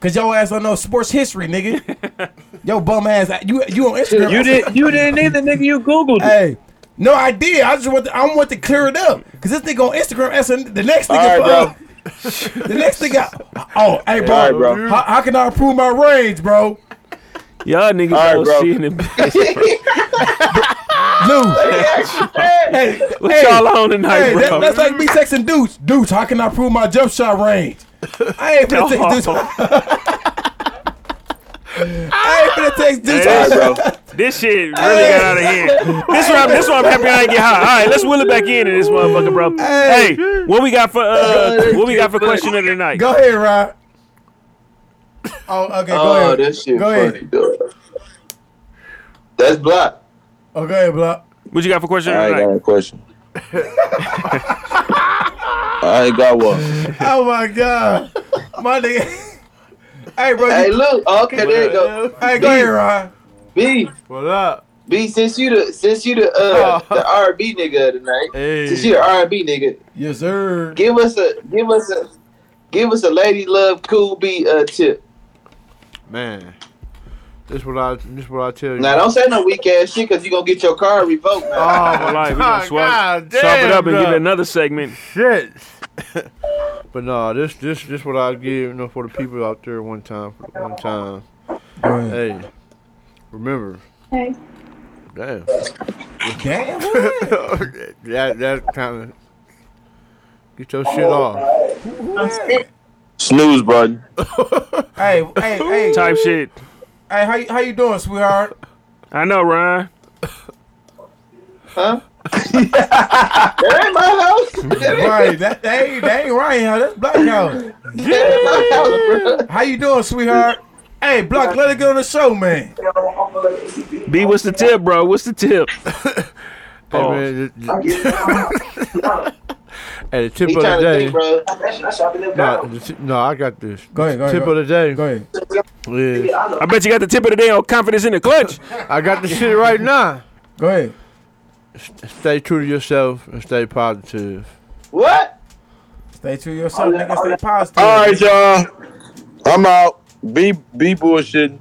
[SPEAKER 8] Cause your ass don't know sports history, nigga. Yo, bum ass, you you on Instagram?
[SPEAKER 10] You didn't- you didn't either, nigga. You googled. It.
[SPEAKER 8] Hey, no, I did. I just want to, I want to clear it up. Cause this nigga on Instagram asking the next nigga. for- the next nigga. Oh, hey, bro.
[SPEAKER 10] All right, bro.
[SPEAKER 8] How, how can I improve my range, bro?
[SPEAKER 3] Y'all niggas
[SPEAKER 10] All right,
[SPEAKER 3] all
[SPEAKER 10] bro.
[SPEAKER 3] seeing them.
[SPEAKER 8] Lou. hey,
[SPEAKER 3] What y'all on tonight,
[SPEAKER 8] hey,
[SPEAKER 3] bro?
[SPEAKER 8] That, that's like me texting dudes. Dudes, how can I prove my jump shot range? I ain't finna text this. I ain't finna text this.
[SPEAKER 3] Hey, This shit really got out of hand. This one, this one, I'm happy I didn't get high. All right, let's wheel it back in to this motherfucker, bro. Hey, what we got for uh, what we got for question of the night?
[SPEAKER 8] Go ahead, Rod. Oh, okay. Go
[SPEAKER 6] oh,
[SPEAKER 8] ahead.
[SPEAKER 6] this shit
[SPEAKER 8] Go
[SPEAKER 6] funny,
[SPEAKER 8] ahead.
[SPEAKER 6] dude. That's Block.
[SPEAKER 8] Oh, go ahead, Block.
[SPEAKER 3] What you got for question
[SPEAKER 10] I ain't got a question. I ain't got one.
[SPEAKER 8] Oh my god, my nigga. hey, bro.
[SPEAKER 6] Hey, look. Oh, Okay, there you go.
[SPEAKER 8] Hey, go ahead, Rod.
[SPEAKER 6] B. What up? B, since you the since you the uh the R B nigga tonight, since you the R B nigga,
[SPEAKER 8] Yes, sir.
[SPEAKER 6] give us a give us a give us a lady love cool B uh tip.
[SPEAKER 7] Man, this what I this what I tell you.
[SPEAKER 6] Now don't say no weak ass shit because you gonna get your car revoked. Now.
[SPEAKER 7] Oh,
[SPEAKER 3] All right,
[SPEAKER 7] my
[SPEAKER 3] we gonna
[SPEAKER 7] God,
[SPEAKER 3] swap,
[SPEAKER 7] God
[SPEAKER 3] swap it
[SPEAKER 7] damn,
[SPEAKER 3] up and get
[SPEAKER 7] bro.
[SPEAKER 3] another segment.
[SPEAKER 7] shit. but nah, this this this what I give you know for the people out there one time one time. Hey, remember.
[SPEAKER 13] Hey.
[SPEAKER 7] Damn.
[SPEAKER 8] Damn.
[SPEAKER 7] that that kind of get your shit off.
[SPEAKER 10] Snooze button.
[SPEAKER 8] Hey, hey, hey.
[SPEAKER 3] Type shit.
[SPEAKER 8] Hey, how you how you doing, sweetheart?
[SPEAKER 3] I know, Ryan.
[SPEAKER 6] Huh? that ain't my house.
[SPEAKER 8] right, that, that ain't that ain't right house. That's Black house. how you doing, sweetheart? Hey, Block, let it get on the show, man.
[SPEAKER 3] B, what's the tip, bro? What's the tip?
[SPEAKER 7] Hey,
[SPEAKER 8] Oh.
[SPEAKER 3] Pause.
[SPEAKER 7] man, th- th- hey, the tip
[SPEAKER 6] He
[SPEAKER 7] of the
[SPEAKER 6] trying to
[SPEAKER 7] day.
[SPEAKER 6] think, bro.
[SPEAKER 7] No, the t- no, I got this.
[SPEAKER 8] Go ahead, go ahead,
[SPEAKER 7] Tip
[SPEAKER 8] go
[SPEAKER 7] of the day.
[SPEAKER 8] Go ahead.
[SPEAKER 7] is-
[SPEAKER 3] I bet you got the tip of the day on confidence in the clutch.
[SPEAKER 7] I got the shit right now.
[SPEAKER 8] Go ahead.
[SPEAKER 7] Stay true to yourself and stay positive.
[SPEAKER 6] What?
[SPEAKER 8] Stay true to yourself, nigga. Stay positive.
[SPEAKER 10] All right, y'all. I'm out. Be be bullshitting.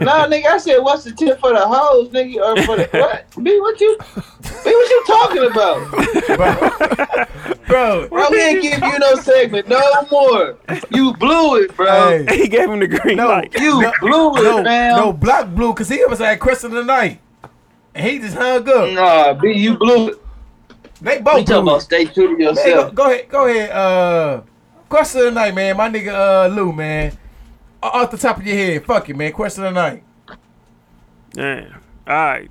[SPEAKER 6] Nah, nigga, I said, what's the tip for the hoes, nigga, or for the what? B, what you, B, what you talking about,
[SPEAKER 8] bro?
[SPEAKER 6] Bro, we ain't give you no segment no more. You blew it, bro.
[SPEAKER 3] He gave him the green light.
[SPEAKER 6] You blew it,
[SPEAKER 8] no,
[SPEAKER 6] fam.
[SPEAKER 8] no, Block blue, cause he was at question tonight. And he just hung
[SPEAKER 2] Mm.
[SPEAKER 8] up.
[SPEAKER 6] Nah, B, you blew it.
[SPEAKER 8] They both
[SPEAKER 6] We talking
[SPEAKER 8] blew it.
[SPEAKER 6] about stay true to
[SPEAKER 8] Man, go,
[SPEAKER 6] yourself.
[SPEAKER 8] go ahead, go ahead. Uh, question of the night, man. My nigga, uh, Lou, man. O- Off the top of your head, fuck it, man. Question of the night.
[SPEAKER 3] Yeah. All right.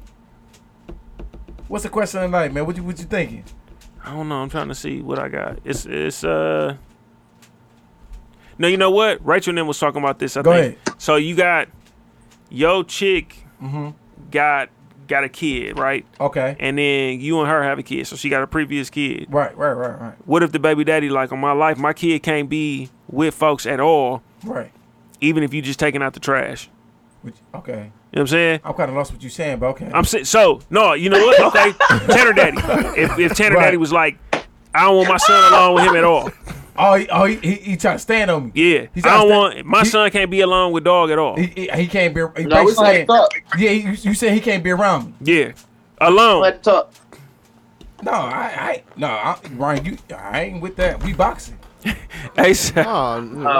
[SPEAKER 8] What's the question of the night, man? What you what you thinking?
[SPEAKER 3] I don't know. I'm trying to see what I got. It's it's uh. No, you know what? Rachel Nim was talking about this. I
[SPEAKER 8] Go
[SPEAKER 3] think. So you got yo chick
[SPEAKER 8] Mm-hmm.
[SPEAKER 3] got got a kid, right?
[SPEAKER 8] Okay.
[SPEAKER 3] And then you and her have a kid. So she got a previous kid.
[SPEAKER 8] Right, right, right, right,
[SPEAKER 3] What if the baby daddy like on my life, my kid can't be with folks at all,
[SPEAKER 8] right.
[SPEAKER 3] even if you just taking out the trash?
[SPEAKER 8] Which, okay.
[SPEAKER 2] You know what I'm saying?
[SPEAKER 8] I'm kind of lost what you're saying, but okay.
[SPEAKER 2] I'm saying so no. You know what? Okay, Tanner Daddy. If, if Tanner
[SPEAKER 8] Right.
[SPEAKER 2] Daddy was like, I don't want my son alone with him at all.
[SPEAKER 8] Oh, he, oh, he, he, he trying to stand on me.
[SPEAKER 2] Yeah,
[SPEAKER 8] He's
[SPEAKER 2] I don't
[SPEAKER 8] not-
[SPEAKER 2] want my son can't be alone with dog at all.
[SPEAKER 8] He, he can't be. He
[SPEAKER 2] No, we
[SPEAKER 8] basically
[SPEAKER 2] gotta
[SPEAKER 8] saying, yeah, you, you said he can't be around me.
[SPEAKER 2] Yeah, alone.
[SPEAKER 6] Let's talk.
[SPEAKER 8] No, I, I no, I, Ryan, you, I ain't with that. We boxing.
[SPEAKER 2] hey,
[SPEAKER 7] nah,
[SPEAKER 8] Uh,
[SPEAKER 7] Oh,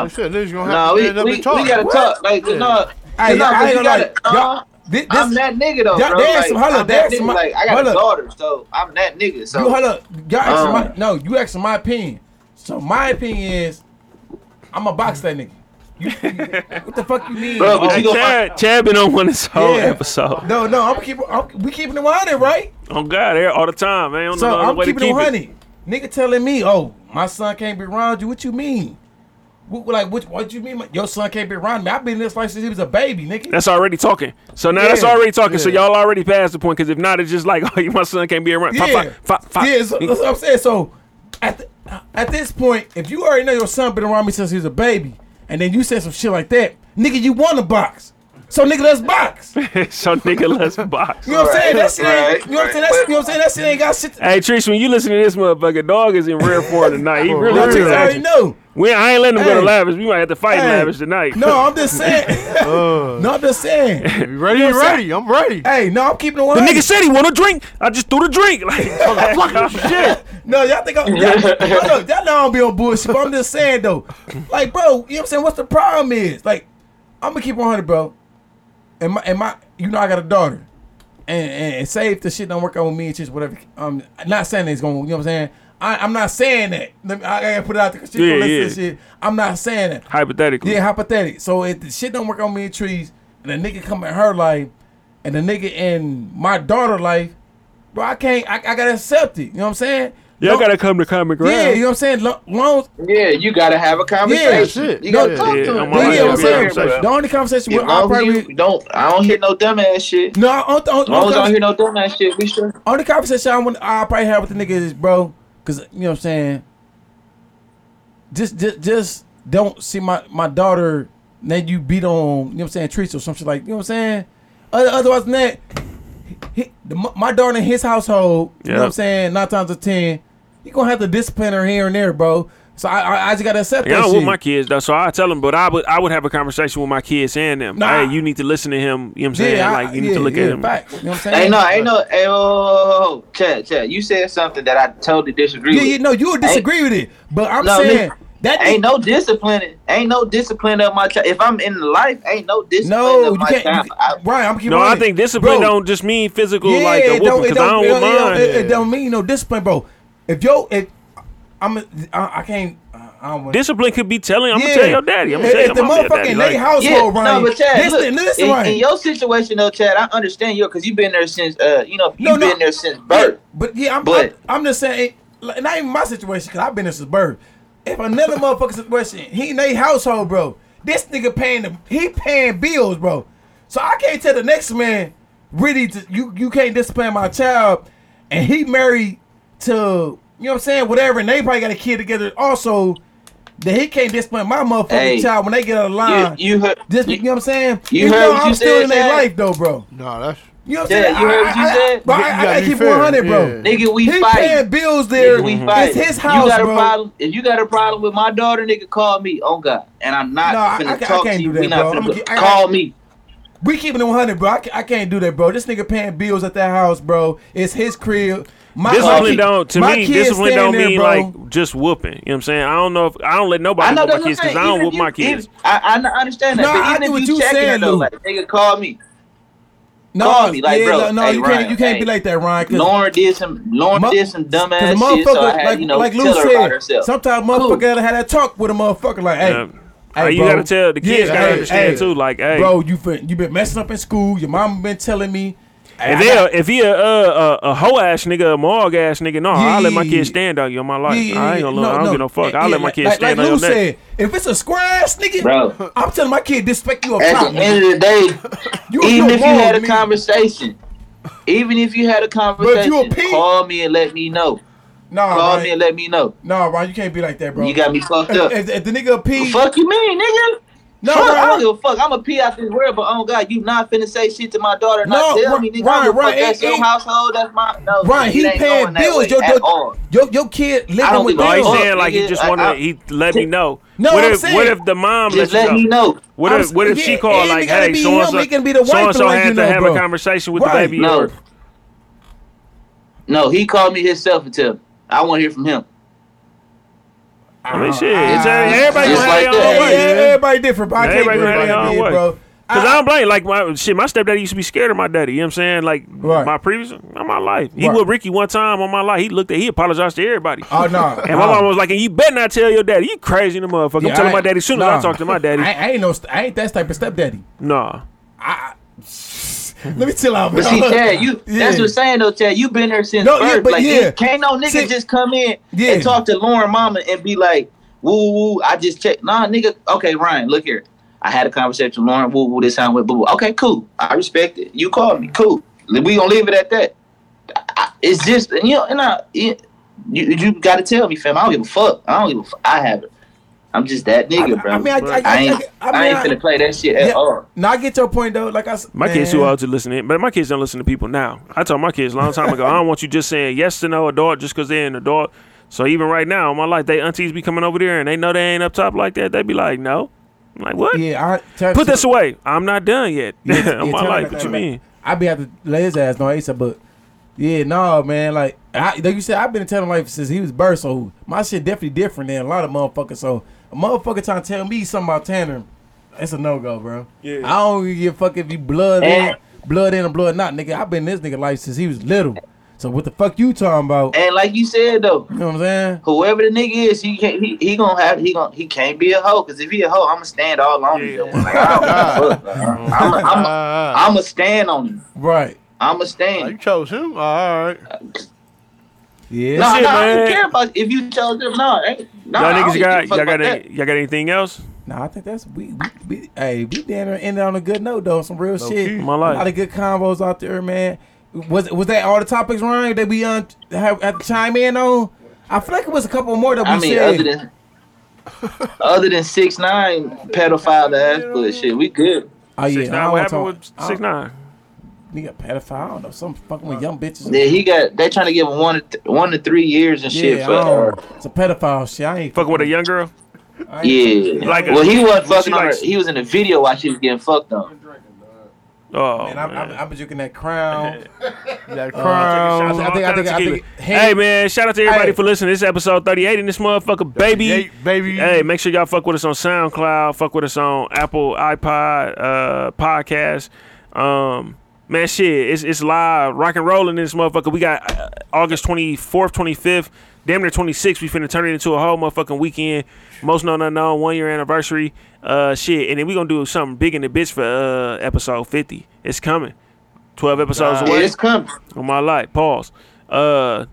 [SPEAKER 7] shit, niggas gonna
[SPEAKER 8] nah,
[SPEAKER 7] have
[SPEAKER 8] we-
[SPEAKER 7] to stand up
[SPEAKER 8] we-
[SPEAKER 7] and talk.
[SPEAKER 8] we gotta
[SPEAKER 7] What?
[SPEAKER 8] talk, like,
[SPEAKER 6] Like, no,
[SPEAKER 8] Hey,
[SPEAKER 6] no,
[SPEAKER 8] I
[SPEAKER 6] but
[SPEAKER 8] ain't
[SPEAKER 6] you
[SPEAKER 8] gonna lie.
[SPEAKER 6] gotta. uh,
[SPEAKER 8] Y'all- thi-
[SPEAKER 6] I'm
[SPEAKER 8] this-
[SPEAKER 6] that nigga though,
[SPEAKER 8] y'all-
[SPEAKER 6] bro.
[SPEAKER 8] there's
[SPEAKER 6] Like,
[SPEAKER 8] some- hold up,
[SPEAKER 6] I'm that
[SPEAKER 8] there's
[SPEAKER 6] nigga.
[SPEAKER 8] some-
[SPEAKER 6] Like, I got
[SPEAKER 8] hold
[SPEAKER 6] a
[SPEAKER 8] up.
[SPEAKER 6] daughter, so I'm that nigga. So
[SPEAKER 8] you hold up. Y'all asking
[SPEAKER 6] Um,
[SPEAKER 8] my no. You asking my opinion. So my opinion is, I'm gonna box that nigga. You, what the fuck you mean?
[SPEAKER 2] Bro, but you gonna- Chad- Chad been on one this whole episode.
[SPEAKER 8] No, no, I'm keeping. I'm, we keeping it 100, right?
[SPEAKER 2] Oh God, there all the time, man. I Don't
[SPEAKER 8] So
[SPEAKER 2] know the
[SPEAKER 8] I'm
[SPEAKER 2] way to
[SPEAKER 8] keeping it
[SPEAKER 2] keep
[SPEAKER 8] 100.
[SPEAKER 2] it.
[SPEAKER 8] Nigga telling me, oh, my son can't be around you. What you mean? What, like, what? What you mean? my- Your son can't be around me. I've been in this life since he was a baby, nigga.
[SPEAKER 2] That's already talking. So now that's
[SPEAKER 8] Yeah.
[SPEAKER 2] already talking. So
[SPEAKER 8] Yeah.
[SPEAKER 2] y'all already passed the point. Because if not, it's just like, oh, my son can't be around. Fa- fa-
[SPEAKER 8] Yeah,
[SPEAKER 2] fa- fa-
[SPEAKER 8] yeah. So, that's what I'm saying. So at the, at this point, if you already know your son been around me since he was a baby, and then you said some shit like that, nigga, you want to box. So nigga, let's box. you
[SPEAKER 2] so nigga, let's box.
[SPEAKER 8] know what I'm saying? That shit ain't. You know what I'm saying? That's, you know what I'm saying? That shit ain't got shit. To,
[SPEAKER 2] Hey Trish, when you listen to this motherfucker, dog is in rare form tonight. He
[SPEAKER 8] For
[SPEAKER 2] really is.
[SPEAKER 8] real. I already know.
[SPEAKER 2] We, I ain't letting him go
[SPEAKER 8] Oh, Hey.
[SPEAKER 2] to lavish. We might have to fight
[SPEAKER 8] Hey.
[SPEAKER 2] lavish tonight.
[SPEAKER 8] no, I'm just saying.
[SPEAKER 2] Uh.
[SPEAKER 8] no, I'm just saying. You
[SPEAKER 7] ready?
[SPEAKER 8] I'm
[SPEAKER 7] ready. I'm ready.
[SPEAKER 8] Hey, no, I'm keeping it
[SPEAKER 2] the
[SPEAKER 8] 100.
[SPEAKER 2] nigga said he want a drink. I just threw the drink. Like, motherfucker, shit.
[SPEAKER 8] No, y'all think I'm. Y'all, y'all, know- y'all know I don't be on bullshit, but I'm just saying, though. Like, bro, you know what I'm saying? What's the problem is? Like, I'm going to keep 100, bro. And my, and my, you know, I got a daughter. And, and, and say if the shit don't work out with me, it's just whatever. I'm not saying that it's going to, you know what I'm saying? I, I'm not saying that. Let me, I got to put it out there 'cause she
[SPEAKER 2] Yeah,
[SPEAKER 8] gonna listen to
[SPEAKER 2] yeah.
[SPEAKER 8] this shit. I'm not saying that.
[SPEAKER 2] Hypothetically.
[SPEAKER 8] Yeah, hypothetically. So if the shit don't work on me and trees, and the nigga come in her life, and the nigga in my daughter life, bro, I can't. I, I gotta accept it. You know what I'm saying?
[SPEAKER 2] Y'all
[SPEAKER 8] Don't-
[SPEAKER 2] gotta come to common ground.
[SPEAKER 8] Yeah, you know what I'm saying. Lo- long,
[SPEAKER 6] yeah, you gotta have a conversation.
[SPEAKER 8] Yeah,
[SPEAKER 6] You gotta
[SPEAKER 8] No,
[SPEAKER 6] talk
[SPEAKER 8] yeah,
[SPEAKER 6] to him.
[SPEAKER 8] I'm always Yeah, I'm saying, the only conversation
[SPEAKER 6] As
[SPEAKER 8] where I
[SPEAKER 6] long as
[SPEAKER 8] probably
[SPEAKER 6] you don't, I don't hear no dumbass shit.
[SPEAKER 8] no, I don't,
[SPEAKER 6] As long as I don't hear no dumbass shit, we sure.
[SPEAKER 8] Only conversation I want, I probably have with the nigga is, bro, cause you know what I'm saying. Just, just, just don't see my my daughter that you beat on. You know what I'm saying, treats or some shit like. You know what I'm saying. Other, otherwise than that, he, the, my my daughter in his household. You know what I'm
[SPEAKER 2] Yep.
[SPEAKER 8] saying. Nine times out of ten, you gonna have to discipline her here and there, bro. So I, I, I just gotta accept
[SPEAKER 2] Yeah, I
[SPEAKER 8] that
[SPEAKER 2] don't
[SPEAKER 8] shit.
[SPEAKER 2] want my kids though, so I tell them. But I would, I would have a conversation with my kids and them.
[SPEAKER 8] Nah.
[SPEAKER 2] Hey, you need to listen to him. You know what I'm saying? like you need to look at him.
[SPEAKER 8] You know what I'm saying?
[SPEAKER 6] Ain't no, ain't no, hey, oh, oh, oh, Chad, Chad, you said something that I totally disagree
[SPEAKER 8] Yeah,
[SPEAKER 6] with.
[SPEAKER 8] yeah, no, you would disagree with it, but I'm
[SPEAKER 6] No,
[SPEAKER 8] saying
[SPEAKER 6] nigga,
[SPEAKER 8] that
[SPEAKER 6] ain't no discipline. Ain't no discipline of my child. If I'm in life, ain't no discipline
[SPEAKER 8] No,
[SPEAKER 6] of
[SPEAKER 8] you
[SPEAKER 6] my
[SPEAKER 8] can't.
[SPEAKER 6] child.
[SPEAKER 8] You, Ryan, I'm keeping
[SPEAKER 2] No, I think discipline don't just mean physical, like a
[SPEAKER 8] it don't-
[SPEAKER 2] whooping.
[SPEAKER 8] it
[SPEAKER 2] Because I
[SPEAKER 8] don't-
[SPEAKER 2] don't want
[SPEAKER 8] it don't-
[SPEAKER 2] mine.
[SPEAKER 8] It, it don't mean no discipline, bro. If yo, if I'm, a, I, I can't. I I don't want.
[SPEAKER 2] Discipline could be telling. I'm gonna tell your daddy. I'm gonna
[SPEAKER 8] If-
[SPEAKER 2] tell
[SPEAKER 8] if the
[SPEAKER 2] your mom, your daddy,
[SPEAKER 8] motherfucking
[SPEAKER 2] like-
[SPEAKER 8] they household, Ryan.
[SPEAKER 6] No, but Chad,
[SPEAKER 8] Listen,
[SPEAKER 6] look,
[SPEAKER 8] listen,
[SPEAKER 6] in,
[SPEAKER 8] Ryan.
[SPEAKER 6] in your situation though, Chad, I understand you because you've been there since. Uh, you know, you've
[SPEAKER 8] No, no.
[SPEAKER 6] been there since birth.
[SPEAKER 8] But yeah, I'm,
[SPEAKER 6] But-
[SPEAKER 8] I'm, I'm just saying, like, not even my situation, because I've been in this birth. If another motherfucker situation, he in they household, bro. This nigga paying the, he paying bills, bro. So I can't tell the next man, really, to, you you can't discipline my child, and he married to, you know what I'm saying, whatever, and they probably got a kid together also. That he can't discipline my motherfucking
[SPEAKER 6] Hey,
[SPEAKER 8] child when they get out of line.
[SPEAKER 6] You, you heard.
[SPEAKER 8] Just, you, know what I'm saying?
[SPEAKER 6] you
[SPEAKER 8] Even
[SPEAKER 6] heard
[SPEAKER 8] though
[SPEAKER 6] what
[SPEAKER 8] I'm
[SPEAKER 6] you
[SPEAKER 8] still
[SPEAKER 6] said,
[SPEAKER 8] in their
[SPEAKER 6] Chad?
[SPEAKER 8] life though, bro.
[SPEAKER 7] Nah, that's
[SPEAKER 8] You know what I'm
[SPEAKER 6] Yeah,
[SPEAKER 8] saying?
[SPEAKER 6] you heard
[SPEAKER 8] I-
[SPEAKER 6] what you
[SPEAKER 8] I- I-
[SPEAKER 6] said?
[SPEAKER 8] Bro, I,
[SPEAKER 6] You
[SPEAKER 8] I
[SPEAKER 6] gotta
[SPEAKER 8] gotta
[SPEAKER 6] be
[SPEAKER 8] keep
[SPEAKER 6] fair,
[SPEAKER 8] 100, bro.
[SPEAKER 6] yeah. Nigga, we
[SPEAKER 8] he
[SPEAKER 6] fighting.
[SPEAKER 8] paying bills there.
[SPEAKER 6] Nigga, we fight.
[SPEAKER 8] It's his
[SPEAKER 6] You
[SPEAKER 8] house,
[SPEAKER 6] got a
[SPEAKER 8] bro.
[SPEAKER 6] problem? If you got a problem with my daughter, nigga, call me. Oh God, and I'm not
[SPEAKER 8] No, I-
[SPEAKER 6] finna
[SPEAKER 8] I ca- I
[SPEAKER 6] talk
[SPEAKER 8] can't
[SPEAKER 6] to you.
[SPEAKER 8] do that,
[SPEAKER 6] we not
[SPEAKER 8] bro.
[SPEAKER 6] finna
[SPEAKER 8] I'ma
[SPEAKER 6] go-
[SPEAKER 8] get- I-
[SPEAKER 6] call
[SPEAKER 8] I-
[SPEAKER 6] me.
[SPEAKER 8] We keeping it 100, bro. I, ca- I can't do that, bro. This nigga paying bills at that house, bro. It's his crib. My
[SPEAKER 2] discipline
[SPEAKER 8] kid-
[SPEAKER 2] don't to
[SPEAKER 8] my
[SPEAKER 2] me.
[SPEAKER 8] kid
[SPEAKER 2] Discipline
[SPEAKER 8] staying
[SPEAKER 2] don't
[SPEAKER 8] there,
[SPEAKER 2] mean
[SPEAKER 8] bro.
[SPEAKER 2] like just whooping. You know what I'm saying? I don't know if I don't let
[SPEAKER 6] I
[SPEAKER 2] nobody
[SPEAKER 6] know
[SPEAKER 2] whoop my
[SPEAKER 6] that's what I'm
[SPEAKER 2] kids because
[SPEAKER 6] saying.
[SPEAKER 2] I don't
[SPEAKER 6] Even
[SPEAKER 2] whoop
[SPEAKER 6] if
[SPEAKER 2] my
[SPEAKER 6] you-
[SPEAKER 2] kids.
[SPEAKER 6] even- I, I understand that.
[SPEAKER 8] No,
[SPEAKER 6] but
[SPEAKER 8] I
[SPEAKER 6] even
[SPEAKER 8] get
[SPEAKER 6] if
[SPEAKER 8] what
[SPEAKER 6] you
[SPEAKER 8] you
[SPEAKER 6] checking
[SPEAKER 8] saying,
[SPEAKER 6] it though,
[SPEAKER 8] Lou.
[SPEAKER 6] like nigga, call me.
[SPEAKER 8] No,
[SPEAKER 6] call me, like
[SPEAKER 8] yeah,
[SPEAKER 6] bro.
[SPEAKER 8] no, no,
[SPEAKER 6] hey,
[SPEAKER 8] you
[SPEAKER 6] Ryan,
[SPEAKER 8] can't, you can't
[SPEAKER 6] hey,
[SPEAKER 8] be like that, Ryan. 'cause-
[SPEAKER 6] Lauren did some. Lauren
[SPEAKER 8] Mo-
[SPEAKER 6] did some
[SPEAKER 8] Cause
[SPEAKER 6] dumbass shit,
[SPEAKER 8] motherfucker,
[SPEAKER 6] so I had
[SPEAKER 8] like,
[SPEAKER 6] you know
[SPEAKER 8] like
[SPEAKER 6] tell
[SPEAKER 8] Lou
[SPEAKER 6] her about
[SPEAKER 8] said,
[SPEAKER 6] herself.
[SPEAKER 8] sometimes motherfucker gotta have that talk with a motherfucker. Like, hey,
[SPEAKER 2] Yeah.
[SPEAKER 8] hey,
[SPEAKER 2] Hey, you
[SPEAKER 8] bro.
[SPEAKER 2] gotta tell the kids
[SPEAKER 8] Yeah,
[SPEAKER 2] gotta
[SPEAKER 8] hey,
[SPEAKER 2] understand
[SPEAKER 8] hey.
[SPEAKER 2] too. Like, hey,
[SPEAKER 8] bro, you fin- you been messing up in school. Your mom been telling me. hey,
[SPEAKER 2] if
[SPEAKER 8] I
[SPEAKER 2] he
[SPEAKER 8] got-
[SPEAKER 2] a, if he a uh, a, a hoe ass nigga, a morgue ass nigga, no,
[SPEAKER 8] Yeah,
[SPEAKER 2] I'll let
[SPEAKER 8] yeah,
[SPEAKER 2] my
[SPEAKER 8] yeah.
[SPEAKER 2] kids stand on you on my life.
[SPEAKER 8] Yeah, yeah,
[SPEAKER 2] I ain't gonna
[SPEAKER 8] yeah.
[SPEAKER 2] no, I don't give no fuck. I'll
[SPEAKER 8] Yeah,
[SPEAKER 2] let my
[SPEAKER 8] like-
[SPEAKER 2] kids
[SPEAKER 8] like,
[SPEAKER 2] stand
[SPEAKER 8] like
[SPEAKER 2] on
[SPEAKER 8] Lou
[SPEAKER 2] your neck.
[SPEAKER 8] said, if it's a square ass nigga,
[SPEAKER 6] Bro.
[SPEAKER 8] I'm telling my kid disrespect you up
[SPEAKER 6] At
[SPEAKER 8] top.
[SPEAKER 6] the end of the day,
[SPEAKER 8] You-
[SPEAKER 6] even
[SPEAKER 8] you
[SPEAKER 6] if you
[SPEAKER 8] wrong,
[SPEAKER 6] had a
[SPEAKER 8] nigga.
[SPEAKER 6] conversation, even if you had a conversation, call me and let me know.
[SPEAKER 8] Nah,
[SPEAKER 6] call
[SPEAKER 8] Ryan.
[SPEAKER 6] me and let me know.
[SPEAKER 8] Nah, Ryan, you can't be like that, bro.
[SPEAKER 6] You got me fucked up.
[SPEAKER 8] If, if the nigga a pee,
[SPEAKER 6] fuck you mean, nigga? No, fuck, I don't give a fuck. I'm a pee out this world, but oh god, you not finna say shit to my daughter. and Not
[SPEAKER 8] No,
[SPEAKER 6] tell
[SPEAKER 8] Ron-
[SPEAKER 6] me, nigga.
[SPEAKER 8] Ron,
[SPEAKER 6] I don't give a
[SPEAKER 8] Ron,
[SPEAKER 6] fuck. that's
[SPEAKER 8] it-
[SPEAKER 6] your
[SPEAKER 8] it-
[SPEAKER 6] household. That's my no.
[SPEAKER 8] Right,
[SPEAKER 6] it
[SPEAKER 8] he
[SPEAKER 6] ain't
[SPEAKER 8] paying
[SPEAKER 6] going that
[SPEAKER 8] bills.
[SPEAKER 6] way
[SPEAKER 8] Your,
[SPEAKER 6] at all.
[SPEAKER 8] your, your, your kid
[SPEAKER 6] I
[SPEAKER 8] living
[SPEAKER 6] don't
[SPEAKER 8] with
[SPEAKER 6] give a
[SPEAKER 2] No, he's
[SPEAKER 8] bills.
[SPEAKER 2] saying like he just
[SPEAKER 6] I-
[SPEAKER 2] wanted.
[SPEAKER 6] I-
[SPEAKER 2] he let me know.
[SPEAKER 8] No,
[SPEAKER 2] what
[SPEAKER 8] I'm
[SPEAKER 2] if
[SPEAKER 8] saying-
[SPEAKER 2] what if the mom
[SPEAKER 8] Just
[SPEAKER 2] let,
[SPEAKER 8] let
[SPEAKER 2] you
[SPEAKER 8] me know.
[SPEAKER 2] What
[SPEAKER 8] I'm
[SPEAKER 2] if what if
[SPEAKER 8] saying-
[SPEAKER 2] she
[SPEAKER 8] yeah,
[SPEAKER 2] called
[SPEAKER 8] and
[SPEAKER 2] like,
[SPEAKER 8] it gotta
[SPEAKER 2] hey,
[SPEAKER 8] be
[SPEAKER 2] so and so,
[SPEAKER 8] him. It can be the wife
[SPEAKER 2] so and
[SPEAKER 8] to
[SPEAKER 2] so
[SPEAKER 8] let
[SPEAKER 2] had
[SPEAKER 8] you
[SPEAKER 2] to
[SPEAKER 8] know,
[SPEAKER 2] have a
[SPEAKER 8] bro.
[SPEAKER 2] conversation with
[SPEAKER 8] Right.
[SPEAKER 2] the baby.
[SPEAKER 6] No.
[SPEAKER 2] Or,
[SPEAKER 6] No, he called me himself and tell me. I want to hear from him.
[SPEAKER 2] I mean, shit. it's-
[SPEAKER 8] Ah.
[SPEAKER 2] everybody gonna
[SPEAKER 6] Just
[SPEAKER 2] have
[SPEAKER 6] like
[SPEAKER 2] their
[SPEAKER 6] that.
[SPEAKER 2] own way.
[SPEAKER 6] Yeah,
[SPEAKER 2] man.
[SPEAKER 8] everybody different. But I can't
[SPEAKER 2] Everybody
[SPEAKER 8] do it
[SPEAKER 2] gonna have
[SPEAKER 8] like
[SPEAKER 2] their
[SPEAKER 8] I
[SPEAKER 2] own
[SPEAKER 8] did,
[SPEAKER 2] way.
[SPEAKER 8] bro.
[SPEAKER 2] Cause I, don't blame like my shit. My stepdaddy used to be scared of my daddy. You know what I'm saying? Like my previous, not my life. He
[SPEAKER 8] Right.
[SPEAKER 2] with Ricky one time on my life. He looked at, he apologized to everybody.
[SPEAKER 8] Oh, nah.
[SPEAKER 2] And my
[SPEAKER 8] Nah.
[SPEAKER 2] mom was like, "And you better not tell your daddy. You crazy in the motherfucker."
[SPEAKER 8] Yeah,
[SPEAKER 2] I'm telling
[SPEAKER 8] I-
[SPEAKER 2] my daddy. As soon
[SPEAKER 8] nah.
[SPEAKER 2] as I talk to my daddy,
[SPEAKER 8] I, I ain't no, st- I ain't that type of stepdaddy.
[SPEAKER 2] nah.
[SPEAKER 8] Let me chill out.
[SPEAKER 6] But
[SPEAKER 8] bro.
[SPEAKER 6] see, Chad, you that's what I'm saying though, Chad. You been there since
[SPEAKER 8] No, yeah,
[SPEAKER 6] birth.
[SPEAKER 8] but
[SPEAKER 6] like,
[SPEAKER 8] yeah.
[SPEAKER 6] it- can't no nigga
[SPEAKER 8] See-
[SPEAKER 6] just come in
[SPEAKER 8] Yeah.
[SPEAKER 6] and talk to Lauren Mama and be like, "Woo, woo, I just checked." Nah, nigga. Okay, Ryan, look here. I had a conversation with Lauren. Woo, woo. This time with Boo. Okay, cool. I respect it. You called me. Cool. We gonna leave it at that. I- I- It's just you know, and I, you, you, you got to tell me, fam. I don't give a fuck. I don't give a fuck. I have it. I'm just that nigga, bro. I,
[SPEAKER 8] mean, I- I-
[SPEAKER 6] ain't,
[SPEAKER 8] I-
[SPEAKER 6] I,
[SPEAKER 8] I mean,
[SPEAKER 6] ain't
[SPEAKER 8] I-
[SPEAKER 6] finna play that shit at
[SPEAKER 8] Yeah.
[SPEAKER 6] all.
[SPEAKER 8] No, I get your point though. Like I, s-
[SPEAKER 2] My
[SPEAKER 8] man.
[SPEAKER 2] kids too old to listen to it, but my kids don't listen to people now. I told my kids a long time ago, I don't want you just saying yes to no adult just because they're an adult. So even right now in my life, they aunties be coming over there and they know they ain't up top like that. They be like, no. I'm like, what?
[SPEAKER 8] Yeah, I
[SPEAKER 2] Put this away. I'm not done yet. my
[SPEAKER 8] Yeah, tell
[SPEAKER 2] life.
[SPEAKER 8] him
[SPEAKER 2] What
[SPEAKER 8] that.
[SPEAKER 2] you mean?
[SPEAKER 8] I be have to let his ass know ASAP, but yeah, no, man. Like, I, like you said, I've been telling life since he was birth, so my shit definitely different than a lot of motherfuckers. So a motherfucker trying to tell me something about Tanner, it's a no go, bro. Yeah. I don't really give a fuck if you blood
[SPEAKER 6] And-
[SPEAKER 8] in, blood in or blood not, nigga. I've been this nigga life since he was little. So what the fuck you talking about?
[SPEAKER 6] And like you said though,
[SPEAKER 8] You know what I'm saying?
[SPEAKER 6] whoever the nigga is, he can't he, he gonna have he gonna he can't be a hoe because if he a hoe, I'ma stand all on him. Like, I don't give a fuck. I'ma I'ma- I'ma stand on him.
[SPEAKER 8] Right.
[SPEAKER 6] I'ma stand.
[SPEAKER 7] uh, You chose him? All right.
[SPEAKER 8] Uh, Yeah.
[SPEAKER 6] No, no, I don't care about if you chose him. No, eh, no. I
[SPEAKER 2] y'all
[SPEAKER 6] don't
[SPEAKER 2] niggas
[SPEAKER 6] give a
[SPEAKER 2] got
[SPEAKER 6] fuck
[SPEAKER 2] y'all got
[SPEAKER 6] about
[SPEAKER 2] any, y'all got anything else?
[SPEAKER 8] Nah, I think that's we. we, we hey, we damn near ended on a good note though. Some real
[SPEAKER 2] Low
[SPEAKER 8] shit.
[SPEAKER 2] key. My life.
[SPEAKER 8] A lot of good combos out there, man. Was was that all the topics, Ryan? That we um have, have to chime in on? I feel like it was a couple more that we
[SPEAKER 6] I mean,
[SPEAKER 8] said.
[SPEAKER 6] other than other than six nine pedophile ass bullshit, we good.
[SPEAKER 8] oh yeah,
[SPEAKER 6] Six Nine,
[SPEAKER 8] I don't
[SPEAKER 6] what
[SPEAKER 8] wanna
[SPEAKER 6] happened
[SPEAKER 8] talk-
[SPEAKER 6] with
[SPEAKER 8] I don't-
[SPEAKER 6] Six
[SPEAKER 2] Nine?
[SPEAKER 8] Nigga, pedophile. I don't know. Some fucking with young bitches.
[SPEAKER 6] Yeah, he got. They trying to give him one to th- one to three years and shit
[SPEAKER 8] Yeah,
[SPEAKER 6] for.
[SPEAKER 8] I
[SPEAKER 6] uh,
[SPEAKER 8] don't- it's a pedophile shit. I ain't
[SPEAKER 2] Fuck with a young girl.
[SPEAKER 6] Yeah.
[SPEAKER 2] Like a-
[SPEAKER 6] well, he wasn't
[SPEAKER 2] she
[SPEAKER 6] fucking on her.
[SPEAKER 2] likes-
[SPEAKER 6] He was in the video while she was getting fucked on.
[SPEAKER 2] Oh,
[SPEAKER 8] man, I'm, I'm, I'm drinking that crown. that
[SPEAKER 2] Shout out to
[SPEAKER 8] I think. I
[SPEAKER 2] all
[SPEAKER 8] think.
[SPEAKER 2] kinds of
[SPEAKER 8] I think.
[SPEAKER 2] tequila. Hey man, shout out to everybody
[SPEAKER 8] Hey.
[SPEAKER 2] for listening. This is episode 38 in this motherfucker, baby.
[SPEAKER 7] 38, baby.
[SPEAKER 2] Hey, make sure y'all fuck with us on SoundCloud, fuck with us on Apple iPod uh podcast. Um man shit, it's it's live, rock and rolling in this motherfucker. We got uh, August 24th, 25th, damn near 26th. We finna turn it into a whole motherfucking weekend. Most known unknown 1 year anniversary uh shit. And then we going to do something big in the bitch for uh episode 50. It's coming. 12 episodes
[SPEAKER 6] Yeah,
[SPEAKER 2] away.
[SPEAKER 6] it's coming.
[SPEAKER 2] On my life. Pause. Uh,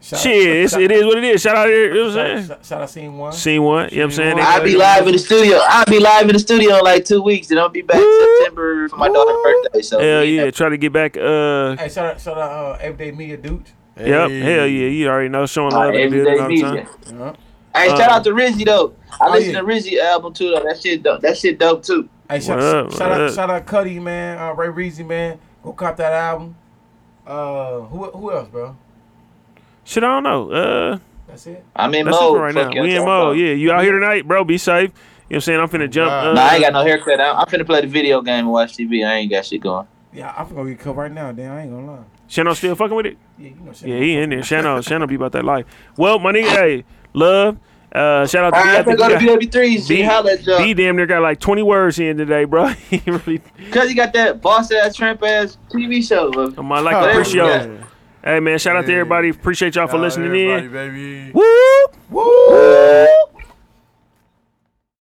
[SPEAKER 8] Shout-
[SPEAKER 2] shit, it's, it is what it is. Shout out here. You know what I'm saying?
[SPEAKER 8] Shout, shout out, scene one.
[SPEAKER 2] Seen one. You know what I'm saying?
[SPEAKER 6] I'll be live in the studio. I'll be live in the studio in like two weeks, and I'll be back September for my daughter's birthday. So
[SPEAKER 2] Hell yeah. Try to get back. Uh,
[SPEAKER 8] Hey, shout out, shout out, uh, everyday media dude.
[SPEAKER 2] Yep. Hell yeah. You already know. Showing
[SPEAKER 6] All
[SPEAKER 2] love
[SPEAKER 6] right,
[SPEAKER 2] in the building all the
[SPEAKER 6] everyday
[SPEAKER 2] time.
[SPEAKER 8] Yeah.
[SPEAKER 6] Hey,
[SPEAKER 2] Uh,
[SPEAKER 6] shout out to Rizzy though. I
[SPEAKER 8] Oh,
[SPEAKER 6] listened
[SPEAKER 8] yeah.
[SPEAKER 6] to Rizzy album too though. That shit dope. That shit dope too.
[SPEAKER 8] Hey, shout,
[SPEAKER 2] What up,
[SPEAKER 8] shout
[SPEAKER 2] what
[SPEAKER 8] out,
[SPEAKER 2] up?
[SPEAKER 8] shout out, Cuddy man, uh, Ray Reezy man, go cop that album. Uh, who who else, bro?
[SPEAKER 2] Shit, I don't know. Uh,
[SPEAKER 8] That's it.
[SPEAKER 6] I'm in
[SPEAKER 2] that's it
[SPEAKER 6] mode.
[SPEAKER 2] for right
[SPEAKER 6] Fuck
[SPEAKER 2] now.
[SPEAKER 6] y'all
[SPEAKER 2] We in
[SPEAKER 6] talking
[SPEAKER 2] mode.
[SPEAKER 6] about.
[SPEAKER 2] Yeah. You out here tonight, bro? Be safe. You know what I'm saying? I'm finna jump. Uh,
[SPEAKER 6] nah, I ain't got no haircut. I'm, I'm finna play the video game and watch TV. I ain't got shit going.
[SPEAKER 8] Yeah, I'm gonna get cut right now. Damn, I ain't gonna lie.
[SPEAKER 2] Shannon still fucking with it?
[SPEAKER 8] Yeah, you know. Shit.
[SPEAKER 2] Yeah, he in there. Shannon, Shannon be about that life. Well, my nigga, hey, love. Uh, shout out to
[SPEAKER 6] All
[SPEAKER 2] B.
[SPEAKER 6] right,
[SPEAKER 2] I
[SPEAKER 6] I'm
[SPEAKER 2] think
[SPEAKER 6] finna go
[SPEAKER 2] we
[SPEAKER 6] to
[SPEAKER 2] got-
[SPEAKER 6] BW3s.
[SPEAKER 2] B,
[SPEAKER 6] G, holla at y'all.
[SPEAKER 2] B damn near got like 20 words in today, bro. he really
[SPEAKER 6] Cause you got that boss ass tramp ass TV show. Of,
[SPEAKER 2] I like to appreciate y'all. Hey man, shout out to everybody. Appreciate y'all for listening in.
[SPEAKER 7] Baby.
[SPEAKER 2] Woo! Woo!